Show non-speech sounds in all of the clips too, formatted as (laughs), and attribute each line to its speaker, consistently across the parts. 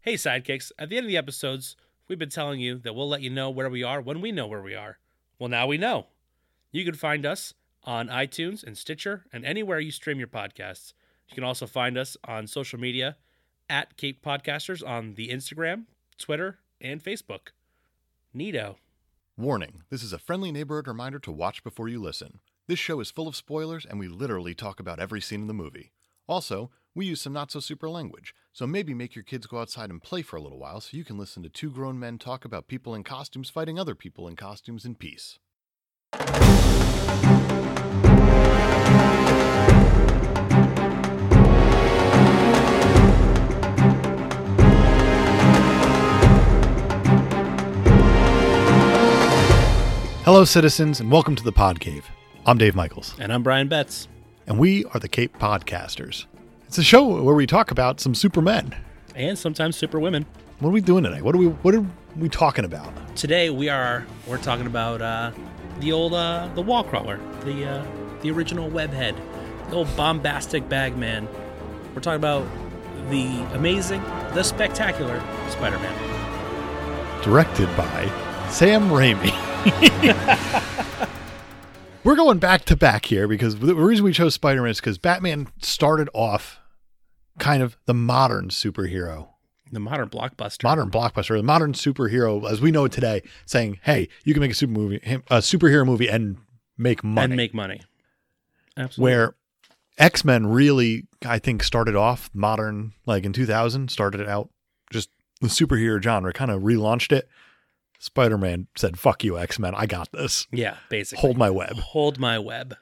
Speaker 1: Hey, sidekicks, at the end of the episodes, we've been telling you that we'll let you know where we are when we know where we are. Well, now we know. You can find us on iTunes and Stitcher and anywhere you stream your podcasts. You can also find us on social media at Cape Podcasters on the Instagram, Twitter, and Facebook. Neato.
Speaker 2: Warning this is a friendly neighborhood reminder to watch before you listen. This show is full of spoilers, and we literally talk about every scene in the movie. Also, we use some not so super language, so maybe make your kids go outside and play for a little while so you can listen to two grown men talk about people in costumes fighting other people in costumes in peace. Hello, citizens, and welcome to the Pod Cave. I'm Dave Michaels,
Speaker 1: And I'm Brian Betts.
Speaker 2: and we are the Cape Podcasters. It's a show where we talk about some supermen.
Speaker 1: And sometimes super women.
Speaker 2: What are we doing today? What are we what are we talking about?
Speaker 1: Today we are we're talking about uh, the old uh, the wall crawler, the uh, the original webhead, the old bombastic bagman. We're talking about the amazing, the spectacular Spider-Man.
Speaker 2: Directed by Sam Raimi. (laughs) We're going back to back here because the reason we chose Spider-Man is because Batman started off kind of the modern superhero
Speaker 1: The modern blockbuster.
Speaker 2: modern blockbuster, the modern superhero as we know it today, saying, "Hey, you can make a super movie, a superhero movie, and make money."
Speaker 1: And make money. Absolutely.
Speaker 2: where X Men really, I think, started off modern, like in 2000, started it out just the superhero genre, kind of relaunched it. Spider Man said, "Fuck you, X Men, I got this.
Speaker 1: yeah, basically.
Speaker 2: Hold my web."
Speaker 1: Hold my web.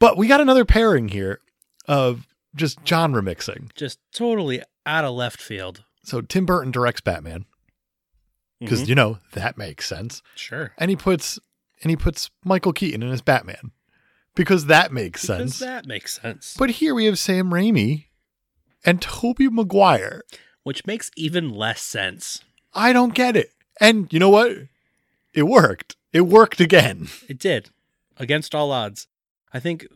Speaker 2: But we got another pairing here of just genre mixing.
Speaker 1: Just totally out of left field.
Speaker 2: So Tim Burton directs Batman because
Speaker 1: Mhm.
Speaker 2: you know that makes sense.
Speaker 1: Mm-hmm. sure.
Speaker 2: and he puts and he puts Michael Keaton in his Batman because that makes
Speaker 1: Because
Speaker 2: sense.
Speaker 1: that makes sense.
Speaker 2: but here we have Sam Raimi and Toby Maguire.
Speaker 1: Which makes even less sense.
Speaker 2: I don't get it. And you know what? It worked. It worked again.
Speaker 1: It did, against all odds. I think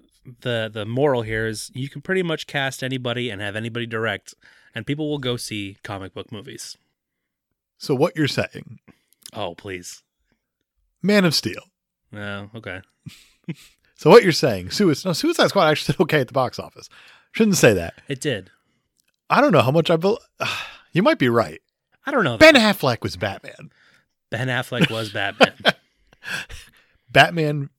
Speaker 1: the the moral here is you can pretty much cast anybody and have anybody direct, and people will go see comic book movies.
Speaker 2: So what you're saying,
Speaker 1: Oh, please.
Speaker 2: Man of Steel.
Speaker 1: No, okay.
Speaker 2: So what you're saying, Suicide no, Suicide Squad actually did okay at the box office. Shouldn't say that.
Speaker 1: It did.
Speaker 2: I don't know how much I bel (sighs) you might be right.
Speaker 1: I don't know.
Speaker 2: Ben Affleck was Batman.
Speaker 1: ben Affleck was
Speaker 2: (laughs)
Speaker 1: Batman,
Speaker 2: Batman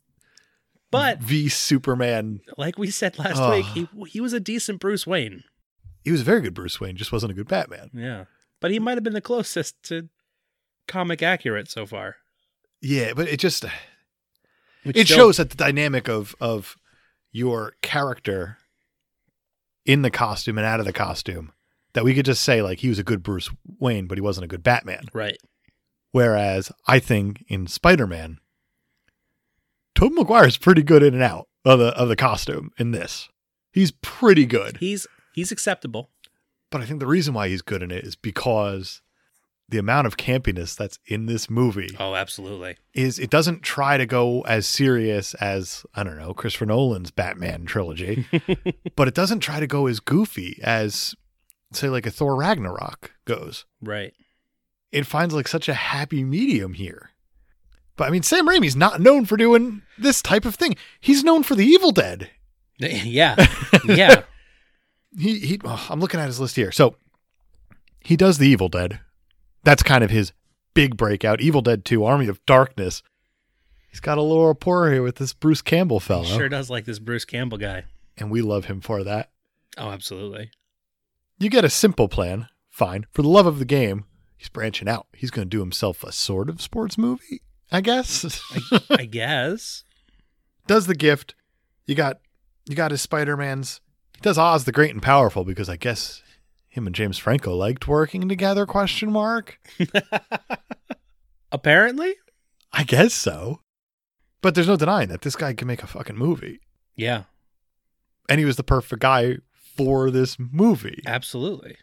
Speaker 1: but
Speaker 2: v Superman.
Speaker 1: like we said last
Speaker 2: Ugh.
Speaker 1: week, he he was a decent Bruce Wayne.
Speaker 2: He was a very good Bruce Wayne, just wasn't a good Batman.
Speaker 1: Yeah, but he might have been the closest to comic accurate so far.
Speaker 2: Yeah, but it just
Speaker 1: which
Speaker 2: it
Speaker 1: still-
Speaker 2: shows that the dynamic of of your character in the costume and out of the costume that we could just say like he was a good Bruce Wayne, but he wasn't a good Batman.
Speaker 1: right.
Speaker 2: Whereas I think in Spider Man, Tobey Maguire is pretty good in and out of the of the costume in this. He's pretty good,
Speaker 1: He's he's acceptable.
Speaker 2: but I think the reason why he's good in it is because the amount of campiness that's in this movie
Speaker 1: Oh, absolutely.
Speaker 2: is it doesn't try to go as serious as I don't know Christopher Nolan's Batman trilogy, but it doesn't try to go as goofy as say like a Thor Ragnarok goes.
Speaker 1: Right. (laughs)
Speaker 2: It finds like such a happy medium here. But I mean, Sam Raimi's not known for doing this type of thing. He's known for The Evil Dead.
Speaker 1: yeah.
Speaker 2: (laughs)
Speaker 1: Yeah.
Speaker 2: He he. oh, I'm looking at his list here. So he does The Evil Dead. That's kind of his big breakout. Evil Dead Two: Army of Darkness. He's got a little rapport here with this Bruce Campbell fellow.
Speaker 1: He sure does like this Bruce Campbell guy.
Speaker 2: and we love him for that.
Speaker 1: Oh, absolutely.
Speaker 2: You get a simple plan, fine. For the love of the game, he's branching out. He's going to do himself a sort of sports movie, I guess.
Speaker 1: (laughs)
Speaker 2: (laughs)
Speaker 1: I (laughs) guess.
Speaker 2: does the gift. You got you got his Spider-Man's. He does Oz the Great and Powerful because I guess him and James Franco liked working together question mark.
Speaker 1: Apparently?
Speaker 2: I guess so. But there's no denying that this guy can make a fucking movie.
Speaker 1: Yeah,
Speaker 2: And he was the perfect guy for this movie.
Speaker 1: absolutely.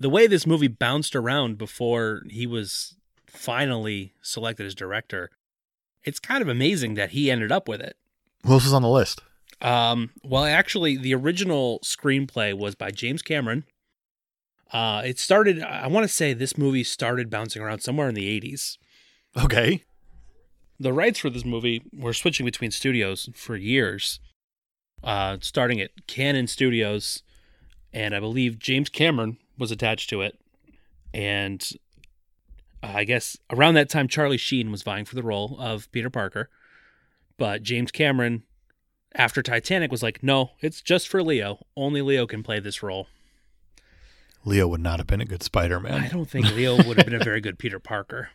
Speaker 1: The way this movie bounced around before he was finally selected as director, it's kind of amazing that he ended up with it.
Speaker 2: Who else is on the list?
Speaker 1: Um, well, actually, the original screenplay was by James Cameron. Uh, it started, I want to say this movie started bouncing around somewhere in the 80s.
Speaker 2: Okay.
Speaker 1: The rights for this movie were switching between studios for years, uh, starting at Canon Studios, and I believe James Cameron was attached to it. And uh, I guess around that time, Charlie Sheen was vying for the role of Peter Parker. But James Cameron, after Titanic, was like, no, it's just for Leo. Only Leo can play this role.
Speaker 2: Leo would not have been a good Spider
Speaker 1: I
Speaker 2: Man.
Speaker 1: don't think Leo would have been a very good Peter Parker.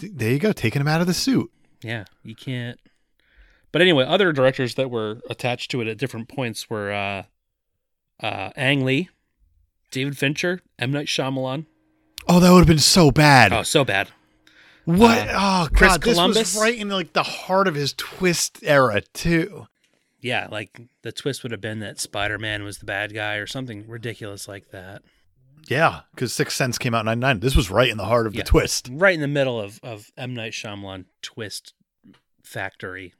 Speaker 2: There you go, taking him out of the suit.
Speaker 1: Yeah, you can't. But anyway, other directors that were attached to it at different points were uh, uh, Ang Lee, David Fincher, M. Night Shyamalan.
Speaker 2: Oh, that would have been so bad.
Speaker 1: Oh, so bad.
Speaker 2: what? oh,
Speaker 1: Chris
Speaker 2: God. This
Speaker 1: Columbus?
Speaker 2: was right in like the heart of his twist era, too.
Speaker 1: Yeah, like the twist would have been that Spider Man was the bad guy or something ridiculous like that.
Speaker 2: Yeah, because Sixth Sense came out in 99. This was right in the heart of
Speaker 1: Yeah.
Speaker 2: the twist.
Speaker 1: Right in the middle of, of M. Night Shyamalan twist factory.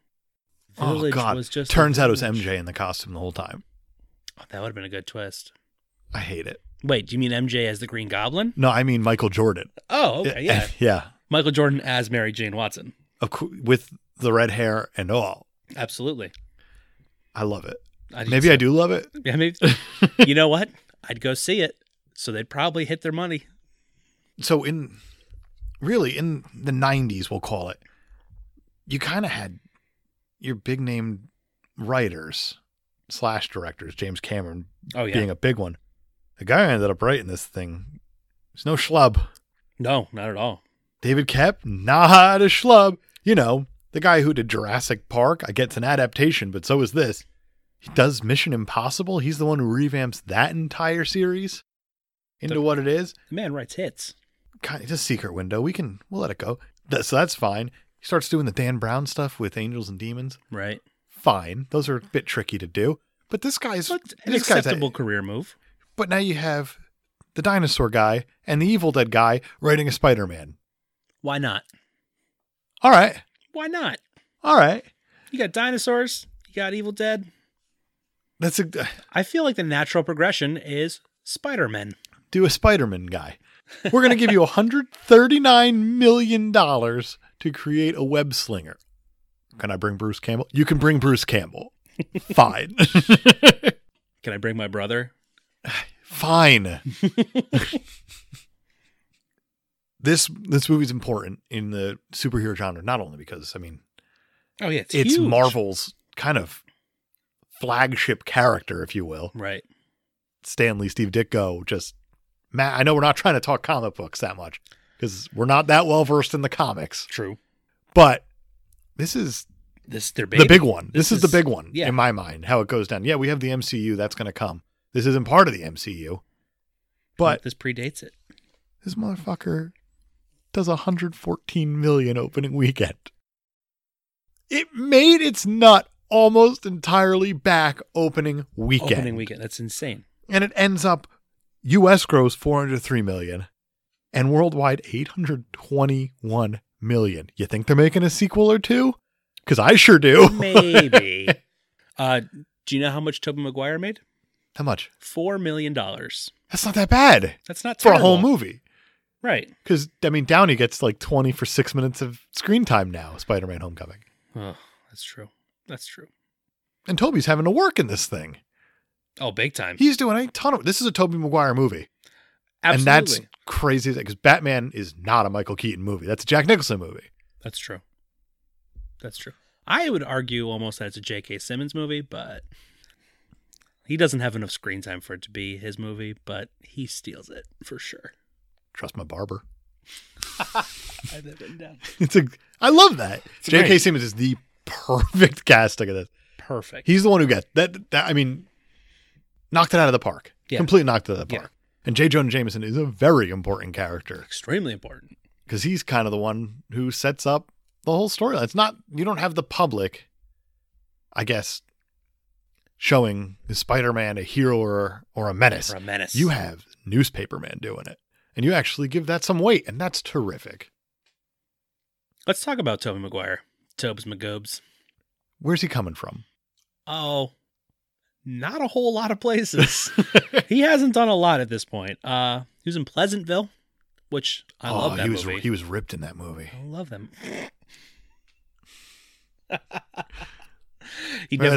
Speaker 2: oh, God.
Speaker 1: just a
Speaker 2: Turns out it was
Speaker 1: village.
Speaker 2: MJ in the costume the whole time.
Speaker 1: Oh, that would have been a good twist.
Speaker 2: I hate it.
Speaker 1: Wait, do you mean MJ as the Green Goblin?
Speaker 2: No, I mean Michael Jordan. Eh,
Speaker 1: Oh, okay, yeah.
Speaker 2: yeah.
Speaker 1: Michael Jordan as Mary Jane Watson.
Speaker 2: Of cou- with the red hair and all.
Speaker 1: Absolutely.
Speaker 2: I love it.
Speaker 1: I
Speaker 2: Maybe I do love it.
Speaker 1: Yeah, maybe.
Speaker 2: (laughs)
Speaker 1: you know what? I'd go see it. So they'd probably hit their money.
Speaker 2: so in really in the 90s we'll call it you kind of had your big name writers slash directors james cameron
Speaker 1: Oh yeah.
Speaker 2: being a big one the guy who ended up writing this thing it's no schlub
Speaker 1: no, not at all.
Speaker 2: david kep not a schlub you know the guy who did jurassic park i get it's an adaptation but so is this he does mission impossible he's the one who revamps that entire series into
Speaker 1: The-
Speaker 2: what it is
Speaker 1: The man writes hits.
Speaker 2: kind of just secret window. We can we'll let it go. That, so that's fine. He starts doing the Dan Brown stuff with Angels and Demons.
Speaker 1: Right.
Speaker 2: Fine, those are a bit tricky to do. But this guy's
Speaker 1: But an
Speaker 2: this guy's-
Speaker 1: acceptable career move.
Speaker 2: but now you have the dinosaur guy and the Evil Dead guy writing a Spider Man.
Speaker 1: Why not?
Speaker 2: All right,
Speaker 1: Why not?
Speaker 2: all right.
Speaker 1: You got dinosaurs. You got Evil Dead.
Speaker 2: That's a
Speaker 1: I feel like the natural progression is Spider Man.
Speaker 2: do a Spider Man guy. We're gonna give you 139 million dollars to create a web slinger. Can I bring Bruce Campbell? You can bring Bruce Campbell. Fine. (laughs)
Speaker 1: Can I bring my brother? (laughs)
Speaker 2: fine. this this movie's important in the superhero genre, not only because I mean
Speaker 1: Oh yeah, it's,
Speaker 2: it's
Speaker 1: huge.
Speaker 2: Marvel's kind of flagship character, if you will.
Speaker 1: Right.
Speaker 2: Stanley, Steve Ditko, just Matt. I know we're not trying to talk comic books that much because we're not that well versed in the comics,
Speaker 1: True.
Speaker 2: but this is
Speaker 1: This is their baby.
Speaker 2: the big one. This,
Speaker 1: This
Speaker 2: is, the
Speaker 1: is-
Speaker 2: big one
Speaker 1: yeah.
Speaker 2: in my mind. How it goes down. Yeah, we have the MCU. That's going to come. This isn't part of the MCU, but
Speaker 1: this predates it.
Speaker 2: this motherfucker does 114 million opening weekend. It made its nut almost entirely back opening weekend.
Speaker 1: Opening weekend. That's
Speaker 2: (laughs)
Speaker 1: insane.
Speaker 2: And it ends up US gross 403 million and worldwide 821 million. You think they're making a sequel or two? Cuz I sure do. (laughs)
Speaker 1: Maybe. uh, do you know how much Tobey Maguire made?
Speaker 2: How much?
Speaker 1: Four million dollars.
Speaker 2: That's not that bad
Speaker 1: That's not
Speaker 2: for a
Speaker 1: terrible.
Speaker 2: whole movie.
Speaker 1: right?
Speaker 2: Cuz I mean Downey gets like 20 for 6 minutes of screen time now, Spider-Man Homecoming.
Speaker 1: Oh, that's true. That's true.
Speaker 2: and Toby's having to work in this thing.
Speaker 1: Oh, big time.
Speaker 2: He's doing a ton of. This is a Toby Maguire movie,
Speaker 1: Absolutely.
Speaker 2: and
Speaker 1: That's,
Speaker 2: that's crazy because Batman is not a Michael Keaton movie. That's a Jack Nicholson movie.
Speaker 1: true. That's true. I would argue almost that it's a J.K. Simmons movie, but he doesn't have enough screen time for it to be his movie, but he steals it for sure.
Speaker 2: Trust my barber.
Speaker 1: I have that written down.
Speaker 2: (laughs) It's a. I love that.
Speaker 1: It's
Speaker 2: J.K.
Speaker 1: great.
Speaker 2: Simmons is the perfect casting of this.
Speaker 1: Perfect.
Speaker 2: He's the one who got that. that I mean, knocked it out of the park.
Speaker 1: Yeah.
Speaker 2: Completely knocked it out of the
Speaker 1: Yeah.
Speaker 2: park. And J. Jonah Jameson is a very important character
Speaker 1: Extremely important.
Speaker 2: because he's kind of the one who sets up the whole storyline. It's not you don't have the public, I guess, showing is Spider-Man a hero or or a menace.
Speaker 1: For a menace.
Speaker 2: You have Newspaperman doing it, and you actually give that some weight, and that's terrific.
Speaker 1: Let's talk about Toby Maguire. Tobes McGobes.
Speaker 2: Where's he coming from?
Speaker 1: Oh, not a whole lot of
Speaker 2: (laughs)
Speaker 1: places. he hasn't done a lot at this point. Uh, he was in Pleasantville, which I love that
Speaker 2: Oh, he was
Speaker 1: movie.
Speaker 2: he was ripped in that movie.
Speaker 1: I love them. (laughs) he
Speaker 2: Remember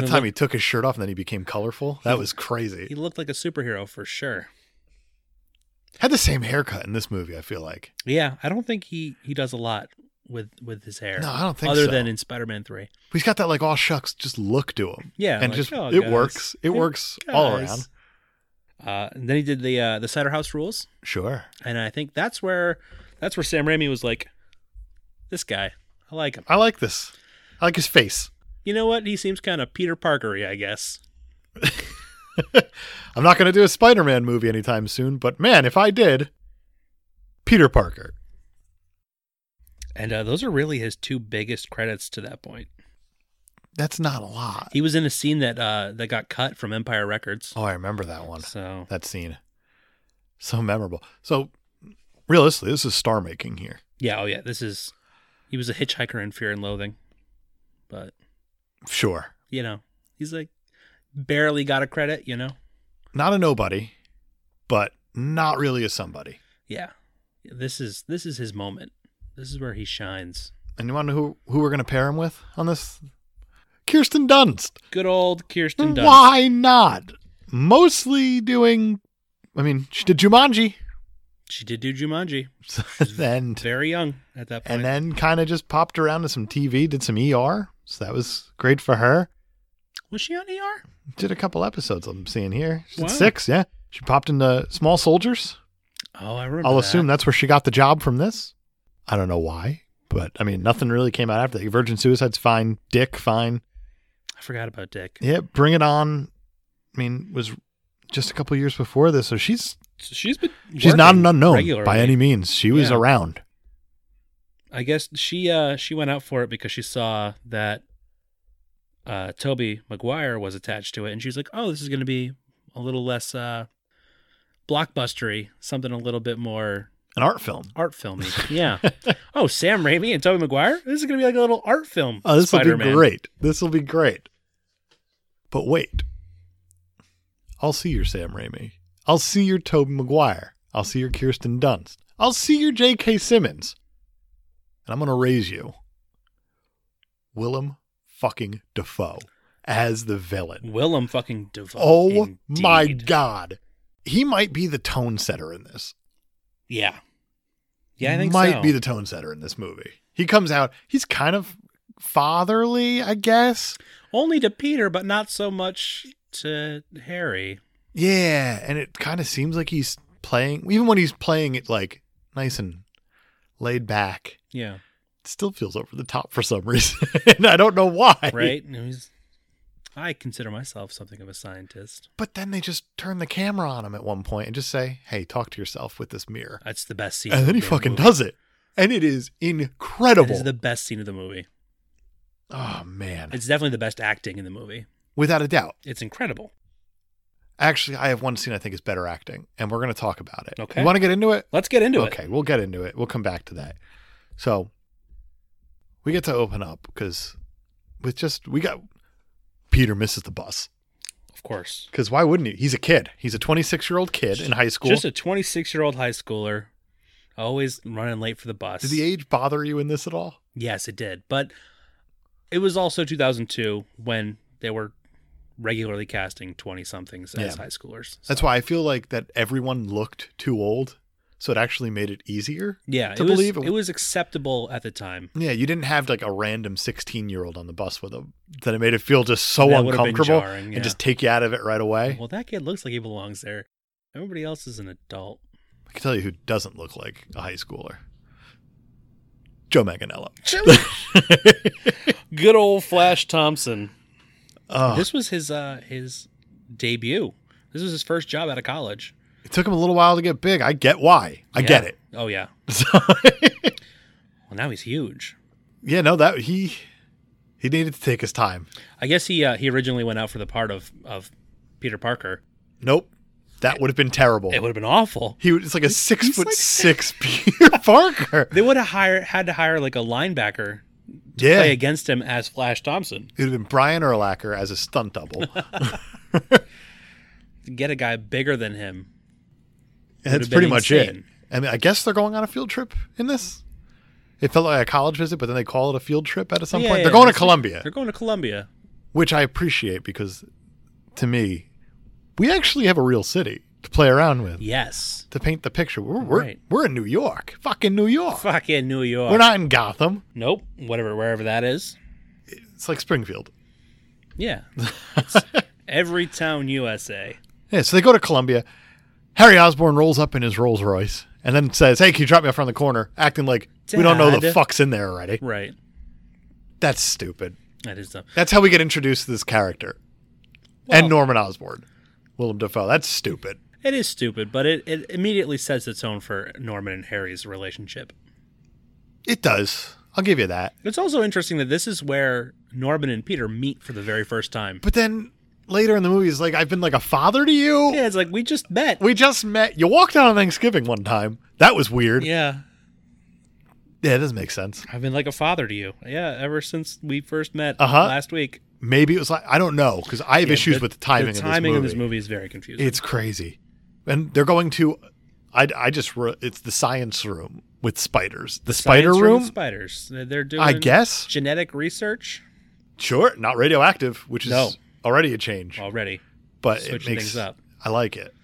Speaker 1: definitely
Speaker 2: that time
Speaker 1: looked,
Speaker 2: he took his shirt off and then he became colorful? That was crazy.
Speaker 1: he looked like a superhero for sure.
Speaker 2: Had the same haircut in this movie. I feel like
Speaker 1: Yeah, I don't think he he does a lot with with his hair.
Speaker 2: No, I don't think
Speaker 1: other
Speaker 2: so.
Speaker 1: than in Spider Man Three.
Speaker 2: he's got that like all shucks just look to him,
Speaker 1: Yeah,
Speaker 2: and
Speaker 1: like,
Speaker 2: just
Speaker 1: "Oh,
Speaker 2: it
Speaker 1: guys,
Speaker 2: works. It
Speaker 1: Hey,
Speaker 2: works all
Speaker 1: guys."
Speaker 2: around.
Speaker 1: Uh, and then he did the uh, the Cider House Rules,
Speaker 2: Sure.
Speaker 1: and I think that's where that's where Sam Raimi was like, this guy, I like him.
Speaker 2: I like this. I like his face.
Speaker 1: You know what? He seems kind of Peter Parkery, I guess.
Speaker 2: I'm not going to do a Spider-Man movie anytime soon, but man, if I did, Peter Parker.
Speaker 1: And uh, those are really his two biggest credits to that point.
Speaker 2: That's not a lot.
Speaker 1: He was in a scene that uh, that got cut from Empire Records.
Speaker 2: Oh, I remember that one.
Speaker 1: So
Speaker 2: That scene. So memorable. So realistically, this is star making here.
Speaker 1: yeah, oh yeah, this is he was a hitchhiker in Fear and Loathing, but
Speaker 2: Sure.
Speaker 1: you know he's like barely got a credit. You know,
Speaker 2: Not a nobody, but not really a somebody.
Speaker 1: yeah, this is this is his moment. This is where he shines.
Speaker 2: And you want to know who, who we're going to pair him with on this? Kirsten Dunst.
Speaker 1: Good old Kirsten Dunst.
Speaker 2: Mm, Why not? Mostly doing, I mean, she did Jumanji. (laughs)
Speaker 1: She did do Jumanji.
Speaker 2: then
Speaker 1: Very young at that point.
Speaker 2: and then kind of just popped around to some TV, did some ER, so that was great for her.
Speaker 1: was she on ER?
Speaker 2: Did a couple episodes I'm seeing here. She did
Speaker 1: Wow.
Speaker 2: six, yeah. She popped into Small Soldiers.
Speaker 1: Oh, I remember.
Speaker 2: I'll
Speaker 1: that.
Speaker 2: assume that's where she got the job from this. I don't know why, but I mean, nothing really came out after that. Virgin Suicide's fine, Dick fine.
Speaker 1: I forgot about Dick.
Speaker 2: Yeah, Bring It On. I mean, was just a couple years before this, so she's
Speaker 1: So she's been.
Speaker 2: she's not
Speaker 1: working
Speaker 2: an unknown by
Speaker 1: regularly.
Speaker 2: any means. She was
Speaker 1: Yeah.
Speaker 2: around.
Speaker 1: I guess she uh she went out for it because she saw that uh Toby Maguire was attached to it and she was like, "Oh, this is going to be a little less uh blockbustery, something a little bit more
Speaker 2: An art film.
Speaker 1: art
Speaker 2: (laughs)
Speaker 1: filmy." Yeah. oh, Sam Raimi and Toby Maguire? This is going to be like a little art film.
Speaker 2: Oh, this will be
Speaker 1: Spider-Man.
Speaker 2: great. This will be great. But wait. I'll see your Sam Raimi. I'll see your Tobey Maguire. I'll see your Kirsten Dunst. I'll see your J.K. Simmons. And I'm going to raise you. Willem fucking Defoe as the villain.
Speaker 1: Willem fucking Dafoe.
Speaker 2: Oh my
Speaker 1: indeed.
Speaker 2: God. He might be the tone setter in this.
Speaker 1: Yeah. Yeah, I think
Speaker 2: might
Speaker 1: so.
Speaker 2: be the tone setter in this movie. He comes out, he's kind of fatherly, I guess.
Speaker 1: Only to Peter, but not so much to Harry.
Speaker 2: Yeah, and it kind of seems like he's playing, even when he's playing it like nice and laid back,
Speaker 1: Yeah.
Speaker 2: it still feels over the top for some (laughs) reason. and I don't know why.
Speaker 1: right? And he's- I consider myself something of a scientist.
Speaker 2: But then they just turn the camera on him at one point and just say, hey, talk to yourself with this mirror.
Speaker 1: That's the best scene. of
Speaker 2: And then
Speaker 1: the
Speaker 2: he
Speaker 1: damn
Speaker 2: fucking
Speaker 1: movie.
Speaker 2: does it. And it is
Speaker 1: That
Speaker 2: incredible.
Speaker 1: is the best scene of the movie.
Speaker 2: oh, man.
Speaker 1: It's definitely the best acting in the movie.
Speaker 2: Without a doubt.
Speaker 1: It's incredible.
Speaker 2: Actually, I have one scene I think is better acting, and we're going to talk about it.
Speaker 1: Okay.
Speaker 2: You want to get into it?
Speaker 1: Let's get into it.
Speaker 2: okay, we'll get into it. We'll come back to that. So we get to open up because with just we got Peter misses the bus
Speaker 1: Of course.
Speaker 2: because why wouldn't he? He's a kid. He's a 26 year old kid in high school.
Speaker 1: Just a 26 year old high schooler, always running late for the bus.
Speaker 2: Did the age bother you in this at all?
Speaker 1: yes, it did. But it was also 2002 when they were regularly casting 20 somethings as
Speaker 2: Yeah.
Speaker 1: high schoolers. So-
Speaker 2: That's why I feel like that everyone looked too old, so it actually made it easier.
Speaker 1: yeah,
Speaker 2: to
Speaker 1: it, was,
Speaker 2: believe
Speaker 1: it was acceptable at the time.
Speaker 2: Yeah, you didn't have like a random 16 year old on the bus with him. Then it made it feel just so
Speaker 1: That would've been
Speaker 2: uncomfortable
Speaker 1: jarring, yeah.
Speaker 2: and just take you out of it right away.
Speaker 1: Well, that kid looks like he belongs there. Everybody else is an adult.
Speaker 2: I can tell you who doesn't look like a high schooler. Joe Manganiello.
Speaker 1: (laughs) Good old Flash Thompson.
Speaker 2: Oh,
Speaker 1: This was his uh his debut. This was his first job out of college.
Speaker 2: it took him a little while to get big. I get why. I
Speaker 1: Yeah.
Speaker 2: get it.
Speaker 1: Oh yeah.
Speaker 2: So,
Speaker 1: Well, now he's huge.
Speaker 2: (laughs) yeah, no, that he he needed to take his time.
Speaker 1: I guess he uh, he originally went out for the part of of Peter Parker.
Speaker 2: Nope, that would have been terrible.
Speaker 1: It would have been awful.
Speaker 2: He was like a six
Speaker 1: he's
Speaker 2: foot
Speaker 1: like-
Speaker 2: six (laughs) Peter Parker.
Speaker 1: They would have hired had to hire like a linebacker
Speaker 2: Yeah,
Speaker 1: play
Speaker 2: it
Speaker 1: against him as Flash Thompson.
Speaker 2: (laughs) would have been Brian Urlacher as a stunt double.
Speaker 1: Get a guy bigger than him. been
Speaker 2: That's pretty much it.
Speaker 1: insane.
Speaker 2: I mean, I guess they're going on a field trip in this. It felt like a college visit, but then they call it a field trip at some
Speaker 1: Yeah,
Speaker 2: point.
Speaker 1: yeah,
Speaker 2: they're going to
Speaker 1: that's-
Speaker 2: Columbia,
Speaker 1: They're going to Columbia.
Speaker 2: which I appreciate because to me, we actually have a real city to play around with
Speaker 1: Yes.
Speaker 2: to paint the picture. We're we're,
Speaker 1: Right.
Speaker 2: we're in New York, fucking New York.
Speaker 1: Fucking New York.
Speaker 2: We're not in Gotham.
Speaker 1: nope. Whatever, wherever that is.
Speaker 2: It's like Springfield.
Speaker 1: Yeah.
Speaker 2: (laughs)
Speaker 1: Every town USA.
Speaker 2: Yeah, so they go to Columbia. Harry Osborne rolls up in his Rolls Royce and then says, "Hey, can you drop me off around the corner?" Acting like we don't know the
Speaker 1: Dad.
Speaker 2: fuck's in there already.
Speaker 1: Right.
Speaker 2: That's stupid.
Speaker 1: That is dumb.
Speaker 2: That's how we get introduced to this character and
Speaker 1: Well-
Speaker 2: Norman Osborn, Willem Dafoe. That's stupid.
Speaker 1: It is stupid, but it, it immediately sets its tone for Norman and Harry's relationship.
Speaker 2: It does. I'll give you that.
Speaker 1: It's also interesting that this is where Norman and Peter meet for the very first time.
Speaker 2: But then later in the movie, it's like I've been like a father to you.
Speaker 1: Yeah, it's like we just met.
Speaker 2: We just met. You walked out on Thanksgiving one time. That was weird. Yeah,
Speaker 1: Yeah.
Speaker 2: it doesn't make sense.
Speaker 1: I've been like a father to you. Yeah, ever since we first met
Speaker 2: Uh-huh.
Speaker 1: last week.
Speaker 2: Maybe it was like I don't know because I have
Speaker 1: Yeah,
Speaker 2: issues with the timing.
Speaker 1: The
Speaker 2: of
Speaker 1: timing
Speaker 2: this
Speaker 1: of this movie is very confusing.
Speaker 2: It's crazy. And they're going to, I, I just, re- it's the science room with spiders. The spider
Speaker 1: Science
Speaker 2: room?
Speaker 1: with Spiders. They're- They're doing.
Speaker 2: I guess.
Speaker 1: genetic research
Speaker 2: Sure. Not radioactive, which is
Speaker 1: No.
Speaker 2: already a change,
Speaker 1: already.
Speaker 2: but it
Speaker 1: Switching
Speaker 2: makes,
Speaker 1: things up.
Speaker 2: I like it.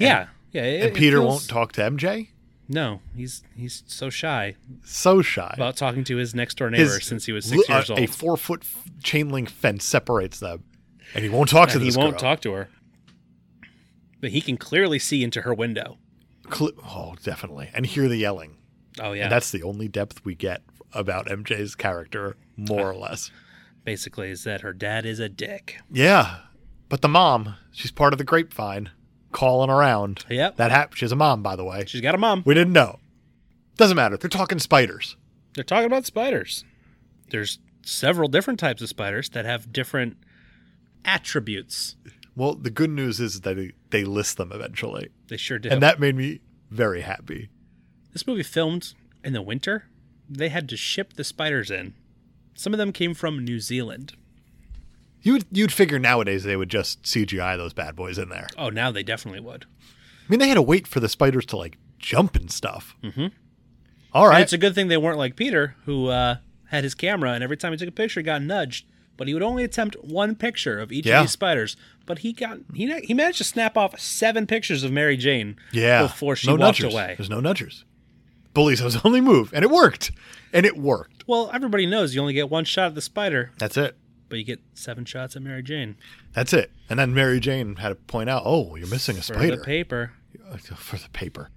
Speaker 1: yeah, yeah. it-
Speaker 2: And
Speaker 1: it
Speaker 2: Peter
Speaker 1: feels-
Speaker 2: won't talk to MJ.
Speaker 1: No, he's he's so shy
Speaker 2: So shy.
Speaker 1: about talking to his next door neighbor since he was six
Speaker 2: l- uh,
Speaker 1: years
Speaker 2: a,
Speaker 1: old.
Speaker 2: A four foot chain link fence separates them. And he won't talk to
Speaker 1: and he
Speaker 2: this
Speaker 1: won't
Speaker 2: girl.
Speaker 1: talk to her, but he can clearly see into her window.
Speaker 2: Cl- oh, definitely. And hear the yelling.
Speaker 1: Oh yeah,
Speaker 2: And that's the only depth we get about MJ's character,
Speaker 1: Uh,
Speaker 2: more or less.
Speaker 1: basically is that her dad is a dick.
Speaker 2: Yeah, but the mom, she's part of the grapevine, calling around.
Speaker 1: Yep,
Speaker 2: That hap- she's a mom, by the way.
Speaker 1: she's got a mom.
Speaker 2: We didn't know. Doesn't matter. They're talking spiders.
Speaker 1: They're talking about spiders. There's several different types of spiders that have different attributes.
Speaker 2: Well, the good news is that they, they list them eventually,
Speaker 1: They sure do.
Speaker 2: and that made me very happy.
Speaker 1: This movie filmed in the winter. They had to ship the spiders in. Some of them came from New Zealand.
Speaker 2: You'd you'd figure nowadays they would just CGI those bad boys in there.
Speaker 1: Oh, now they definitely would.
Speaker 2: I mean, they had to wait for the spiders to like jump and stuff. Mm-hmm. All
Speaker 1: And
Speaker 2: right.
Speaker 1: it's a good thing they weren't like Peter, who uh, had his camera, and every time he took a picture, he got nudged. But he would only attempt one picture of each
Speaker 2: Yeah.
Speaker 1: of these spiders. But he got he he managed to snap off seven pictures of Mary Jane
Speaker 2: yeah.
Speaker 1: before she
Speaker 2: no
Speaker 1: walked
Speaker 2: nudgers.
Speaker 1: away.
Speaker 2: There's no nudgers. Bullies was only move, and it worked. And it worked.
Speaker 1: Well, everybody knows you only get one shot at the spider,
Speaker 2: That's it.
Speaker 1: but you get seven shots at Mary Jane
Speaker 2: That's it. And then Mary Jane had to point out, "Oh, you're missing a
Speaker 1: for
Speaker 2: spider
Speaker 1: the paper.
Speaker 2: Uh, (laughs) for the paper."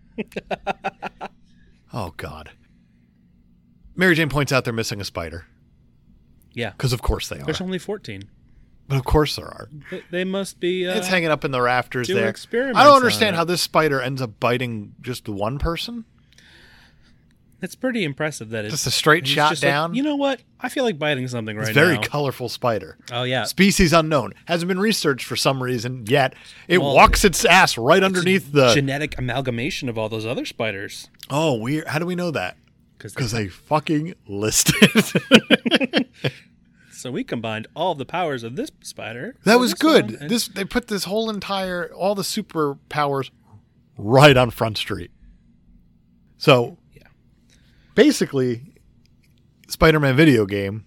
Speaker 2: oh God. Mary Jane points out they're missing a spider
Speaker 1: Yeah,
Speaker 2: because, of course, they are.
Speaker 1: there's only fourteen.
Speaker 2: But of course, there are.
Speaker 1: They, they must be. Uh,
Speaker 2: it's hanging up in the rafters
Speaker 1: do
Speaker 2: there.
Speaker 1: experiments
Speaker 2: I don't
Speaker 1: on
Speaker 2: understand
Speaker 1: it.
Speaker 2: how this spider ends up biting just one person.
Speaker 1: It's pretty impressive that it's
Speaker 2: Just a straight
Speaker 1: he's
Speaker 2: shot
Speaker 1: just like,
Speaker 2: down.
Speaker 1: you know what? I feel like biting something right
Speaker 2: it's a very
Speaker 1: now.
Speaker 2: colorful spider.
Speaker 1: oh yeah,
Speaker 2: Species unknown. Hasn't been researched for some reason yet. It
Speaker 1: Well,
Speaker 2: walks its ass right underneath the.
Speaker 1: genetic amalgamation of all those other spiders.
Speaker 2: oh, weird. How do we know that? Because
Speaker 1: Because
Speaker 2: they fucking listed. (laughs)
Speaker 1: so we combined all the powers of this spider.
Speaker 2: That
Speaker 1: with
Speaker 2: was
Speaker 1: this
Speaker 2: good.
Speaker 1: one, and
Speaker 2: This they put this whole entire all the superpowers right on Front Street. So
Speaker 1: Yeah.
Speaker 2: basically Spider-Man video game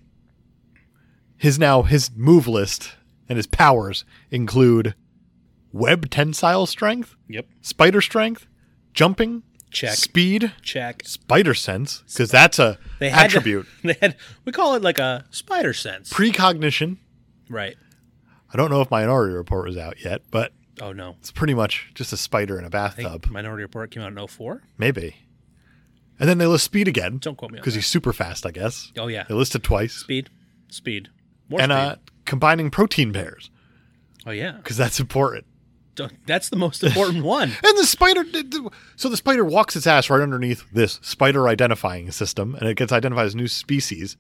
Speaker 2: his now his move list and his powers include web tensile strength,
Speaker 1: Yep.
Speaker 2: spider strength, jumping,
Speaker 1: Check.
Speaker 2: speed,
Speaker 1: Check.
Speaker 2: spider sense because that's a
Speaker 1: They had to-
Speaker 2: attribute,
Speaker 1: (laughs) they had. We call it like a spider sense.
Speaker 2: precognition.
Speaker 1: right.
Speaker 2: I don't know if Minority Report was out yet, but
Speaker 1: Oh no.
Speaker 2: it's pretty much just a spider in a
Speaker 1: I think
Speaker 2: bathtub.
Speaker 1: Minority Report came out in 04.
Speaker 2: Maybe. And then they list speed again
Speaker 1: Don't quote me on
Speaker 2: because
Speaker 1: that.
Speaker 2: he's super fast, I guess.
Speaker 1: Oh yeah.
Speaker 2: They listed twice.
Speaker 1: Speed. Speed. More
Speaker 2: and
Speaker 1: speed.
Speaker 2: uh, combining protein pairs
Speaker 1: oh yeah.
Speaker 2: because that's important.
Speaker 1: Don't- That's the most
Speaker 2: (laughs)
Speaker 1: important one.
Speaker 2: And the spider, did the- so the spider walks its ass right underneath this spider identifying system and it gets identified as new species.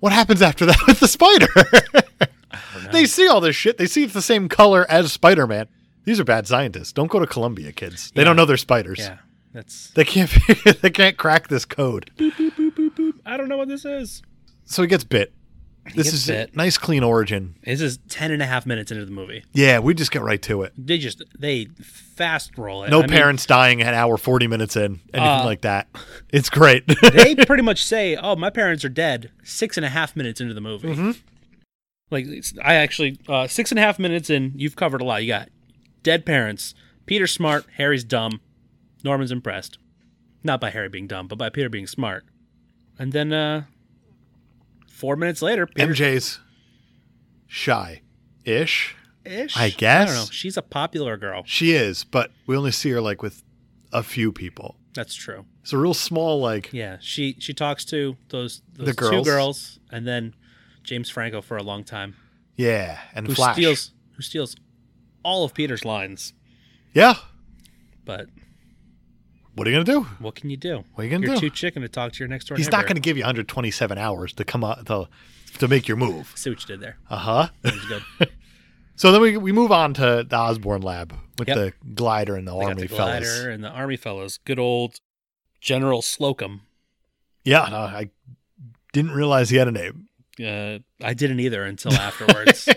Speaker 2: What happens after that with the spider? (laughs)
Speaker 1: I don't know.
Speaker 2: they see all this shit. They see it's the same color as Spider Man. These are bad scientists. Don't go to Columbia, kids. They
Speaker 1: Yeah.
Speaker 2: don't know they're spiders.
Speaker 1: yeah. That's.
Speaker 2: They can't. (laughs) figure- they can't crack this code.
Speaker 1: Boop boop boop boop boop. I don't know what this is.
Speaker 2: So he gets bit. This
Speaker 1: gets
Speaker 2: is
Speaker 1: bit.
Speaker 2: it. Nice clean origin.
Speaker 1: This is 10 and a half minutes into the movie.
Speaker 2: Yeah, we just get right to it.
Speaker 1: They just they fast roll it.
Speaker 2: No
Speaker 1: I mean,
Speaker 2: parents dying an hour 40 minutes in, anything
Speaker 1: Uh,
Speaker 2: like that.
Speaker 1: (laughs)
Speaker 2: It's great.
Speaker 1: (laughs)
Speaker 2: (laughs)
Speaker 1: they pretty much say, "Oh, my parents are dead." Six and a half minutes into the movie,
Speaker 2: Mm-hmm.
Speaker 1: like it's- I actually uh, six and a half minutes in, you've covered a lot. You got dead parents. Peter's smart. Harry's dumb. Norman's impressed, not by Harry being dumb, but by Peter being smart. And then uh, four minutes later, Peter
Speaker 2: MJ's shy ish.
Speaker 1: ish.
Speaker 2: I
Speaker 1: I
Speaker 2: guess.
Speaker 1: don't know. She's a popular girl.
Speaker 2: She is, but we only see her like with a few people.
Speaker 1: That's true.
Speaker 2: It's a real small, like,
Speaker 1: Yeah, she she talks to those, those
Speaker 2: The
Speaker 1: two
Speaker 2: girls.
Speaker 1: girls, and then James Franco for a long time.
Speaker 2: yeah, and
Speaker 1: who
Speaker 2: flash.
Speaker 1: steals who steals all of Peter's lines.
Speaker 2: Yeah.
Speaker 1: But
Speaker 2: What are you going to do?
Speaker 1: what can you do?
Speaker 2: What are you going
Speaker 1: You're
Speaker 2: to do?
Speaker 1: too chicken to talk to your next door
Speaker 2: He's
Speaker 1: neighbor.
Speaker 2: not going to give you 127 hours to come out to, to make your move.
Speaker 1: see what you did there.
Speaker 2: Uh huh.
Speaker 1: That was good. They
Speaker 2: So then we, we move on to the Osborne lab with
Speaker 1: Yep.
Speaker 2: the glider and the
Speaker 1: got
Speaker 2: army
Speaker 1: the
Speaker 2: fellas.
Speaker 1: glider and the army fellows. Good old General Slocum.
Speaker 2: Yeah, no, I didn't realize he had a name.
Speaker 1: Uh, I didn't either
Speaker 2: (laughs)
Speaker 1: until afterwards.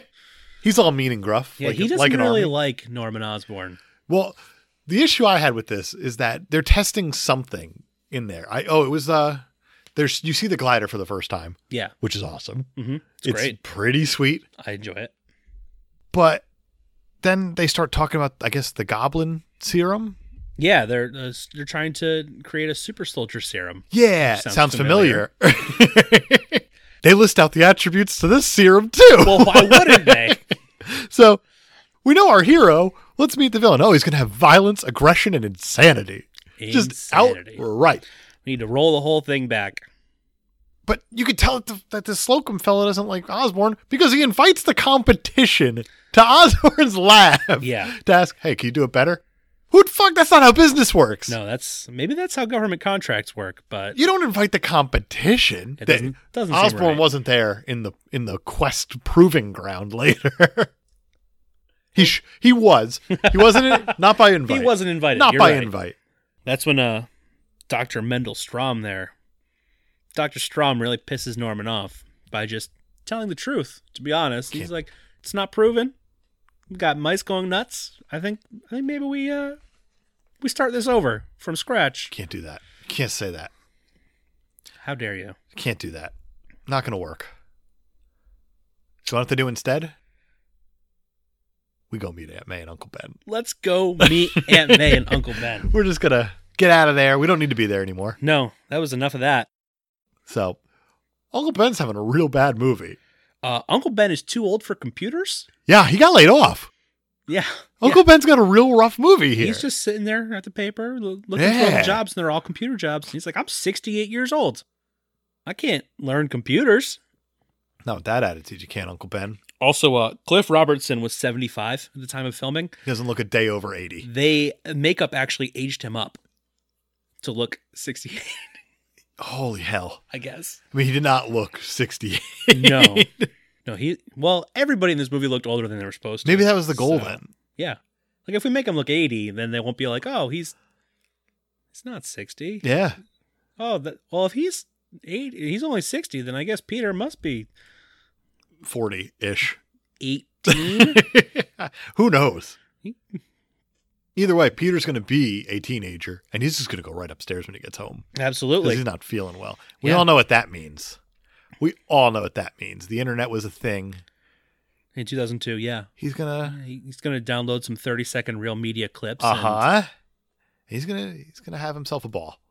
Speaker 2: He's all mean and gruff.
Speaker 1: yeah,
Speaker 2: like,
Speaker 1: he doesn't
Speaker 2: like an
Speaker 1: really
Speaker 2: army.
Speaker 1: like Norman Osborn.
Speaker 2: Well, the issue I had with this is that they're testing something in there. I oh, it was uh there's you see the glider for the first time,
Speaker 1: Yeah,
Speaker 2: which is awesome.
Speaker 1: hmm it's, great.
Speaker 2: pretty sweet.
Speaker 1: I enjoy it.
Speaker 2: But then they start talking about I guess the goblin serum.
Speaker 1: Yeah, they're uh, s- they're trying to create a super soldier serum.
Speaker 2: Yeah,
Speaker 1: Sounds
Speaker 2: sounds, familiar. (laughs) they list out the attributes to this serum too.
Speaker 1: Well, why wouldn't they?
Speaker 2: so we know our hero. Let's meet the villain. Oh, he's going to have violence, aggression, and insanity. (laughs) Just
Speaker 1: Insanity.
Speaker 2: outright.
Speaker 1: We need to roll the whole thing back.
Speaker 2: But you could tell that, the, that this Slocum fella doesn't like Osborne because he invites the competition to (laughs) Osborne's lab
Speaker 1: Yeah.
Speaker 2: to ask, hey, can you do it better? Who the fuck? That's not how business works.
Speaker 1: No, that's maybe that's how government contracts work, but
Speaker 2: You don't invite the competition.
Speaker 1: It
Speaker 2: They-
Speaker 1: doesn't- doesn't seem
Speaker 2: Osborne
Speaker 1: right.
Speaker 2: wasn't there in the in the quest proving ground (laughs) later. he sh- he was. He wasn't in, not by
Speaker 1: (laughs)
Speaker 2: invite.
Speaker 1: he wasn't invited.
Speaker 2: not
Speaker 1: You're
Speaker 2: by
Speaker 1: right.
Speaker 2: invite.
Speaker 1: That's when uh, Dr. Mendel Strom there. Dr. Strom really pisses Norman off by just telling the truth, to be honest. He's
Speaker 2: Can't-
Speaker 1: like, it's not proven. We've got mice going nuts. I think I think maybe we uh we start this over from scratch.
Speaker 2: Can't do that. Can't say that.
Speaker 1: How dare you?
Speaker 2: Can't do that. Not gonna work. So what I have to do instead? We go meet Aunt May and Uncle Ben.
Speaker 1: Let's go meet Aunt May and Uncle Ben.
Speaker 2: We're just gonna get out of there. We don't need to be there anymore.
Speaker 1: No, that was enough of that.
Speaker 2: So Uncle Ben's having a real bad movie.
Speaker 1: Uh, Uncle Ben is too old for computers.
Speaker 2: Yeah, he got laid off.
Speaker 1: Yeah. Yeah.
Speaker 2: Uncle Ben's got a real rough movie here.
Speaker 1: He's just sitting there at the paper lo- looking for all
Speaker 2: Yeah.
Speaker 1: the jobs, and they're all computer jobs. And he's like, I'm 68 years old. I can't learn computers.
Speaker 2: Not with that attitude, you can't, Uncle Ben.
Speaker 1: Also, uh, Cliff Robertson was 75 at the time of filming.
Speaker 2: He doesn't look a day over 80.
Speaker 1: They makeup actually aged him up to look 68,
Speaker 2: Holy hell.
Speaker 1: I
Speaker 2: (laughs)
Speaker 1: guess.
Speaker 2: I mean, he did not look 68.
Speaker 1: No. No, he, well, everybody in this movie looked older than they were supposed to.
Speaker 2: Maybe that was the goal
Speaker 1: So,
Speaker 2: then.
Speaker 1: Yeah. Like if we make him look 80, then they won't be like, oh, he's, he's not 60.
Speaker 2: Yeah.
Speaker 1: Oh, that, well, if he's eight, he's only sixty. Then I guess Peter must
Speaker 2: (laughs)
Speaker 1: be
Speaker 2: 40 ish.
Speaker 1: eighteen.
Speaker 2: (laughs) Who knows? Either way, Peter's going to be a teenager, and he's just going to go right upstairs when he gets home because
Speaker 1: Absolutely.
Speaker 2: he's not feeling well. We
Speaker 1: Yeah.
Speaker 2: all know what that means. We all know what that means. The internet was a thing.
Speaker 1: In two thousand two, yeah, Uh,
Speaker 2: He's gonna,
Speaker 1: He- he's gonna download some thirty second real media clips.
Speaker 2: uh
Speaker 1: and-
Speaker 2: huh. He's gonna, he's gonna have himself a ball.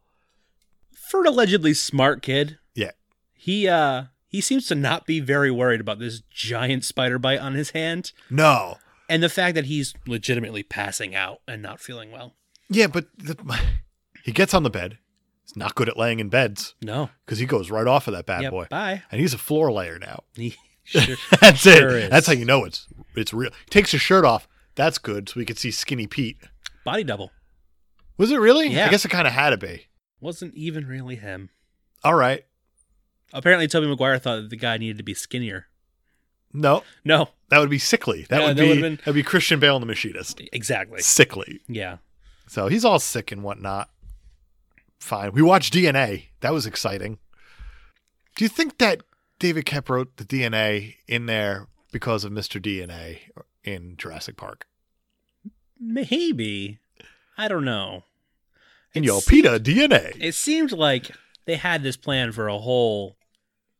Speaker 1: For an allegedly smart kid,
Speaker 2: Yeah.
Speaker 1: he uh he seems to not be very worried about this giant spider bite on his hand
Speaker 2: No,
Speaker 1: and the fact that he's legitimately passing out and not feeling well.
Speaker 2: Yeah, but the, (laughs) he gets on the bed. He's not good at laying in beds
Speaker 1: No,
Speaker 2: because he goes right off of that bad
Speaker 1: Yeah,
Speaker 2: boy,
Speaker 1: Bye. (laughs)
Speaker 2: and he's a floor layer now.
Speaker 1: He sure-
Speaker 2: (laughs) That's it.
Speaker 1: Sure is.
Speaker 2: That's how you know it's it's real. He takes his shirt off. That's good, so we could see Skinny Pete.
Speaker 1: body double
Speaker 2: Was it really?
Speaker 1: Yeah.
Speaker 2: I guess it kind of had to be.
Speaker 1: wasn't even really him.
Speaker 2: All right.
Speaker 1: Apparently, Toby Maguire thought that the guy needed to be skinnier.
Speaker 2: No,
Speaker 1: No,
Speaker 2: that would be sickly. That
Speaker 1: Yeah,
Speaker 2: would
Speaker 1: that
Speaker 2: be
Speaker 1: would've been-
Speaker 2: that'd be Christian Bale and the machinist.
Speaker 1: exactly.
Speaker 2: Sickly.
Speaker 1: Yeah.
Speaker 2: So he's all sick and whatnot. Fine. We watched DNA. That was exciting. Do you think that David Kep wrote the DNA in there because of Mr. DNA in Jurassic Park.
Speaker 1: Maybe. I don't know.
Speaker 2: And
Speaker 1: It
Speaker 2: yo,
Speaker 1: seemed-
Speaker 2: PETA DNA.
Speaker 1: It seemed like they had this plan for a whole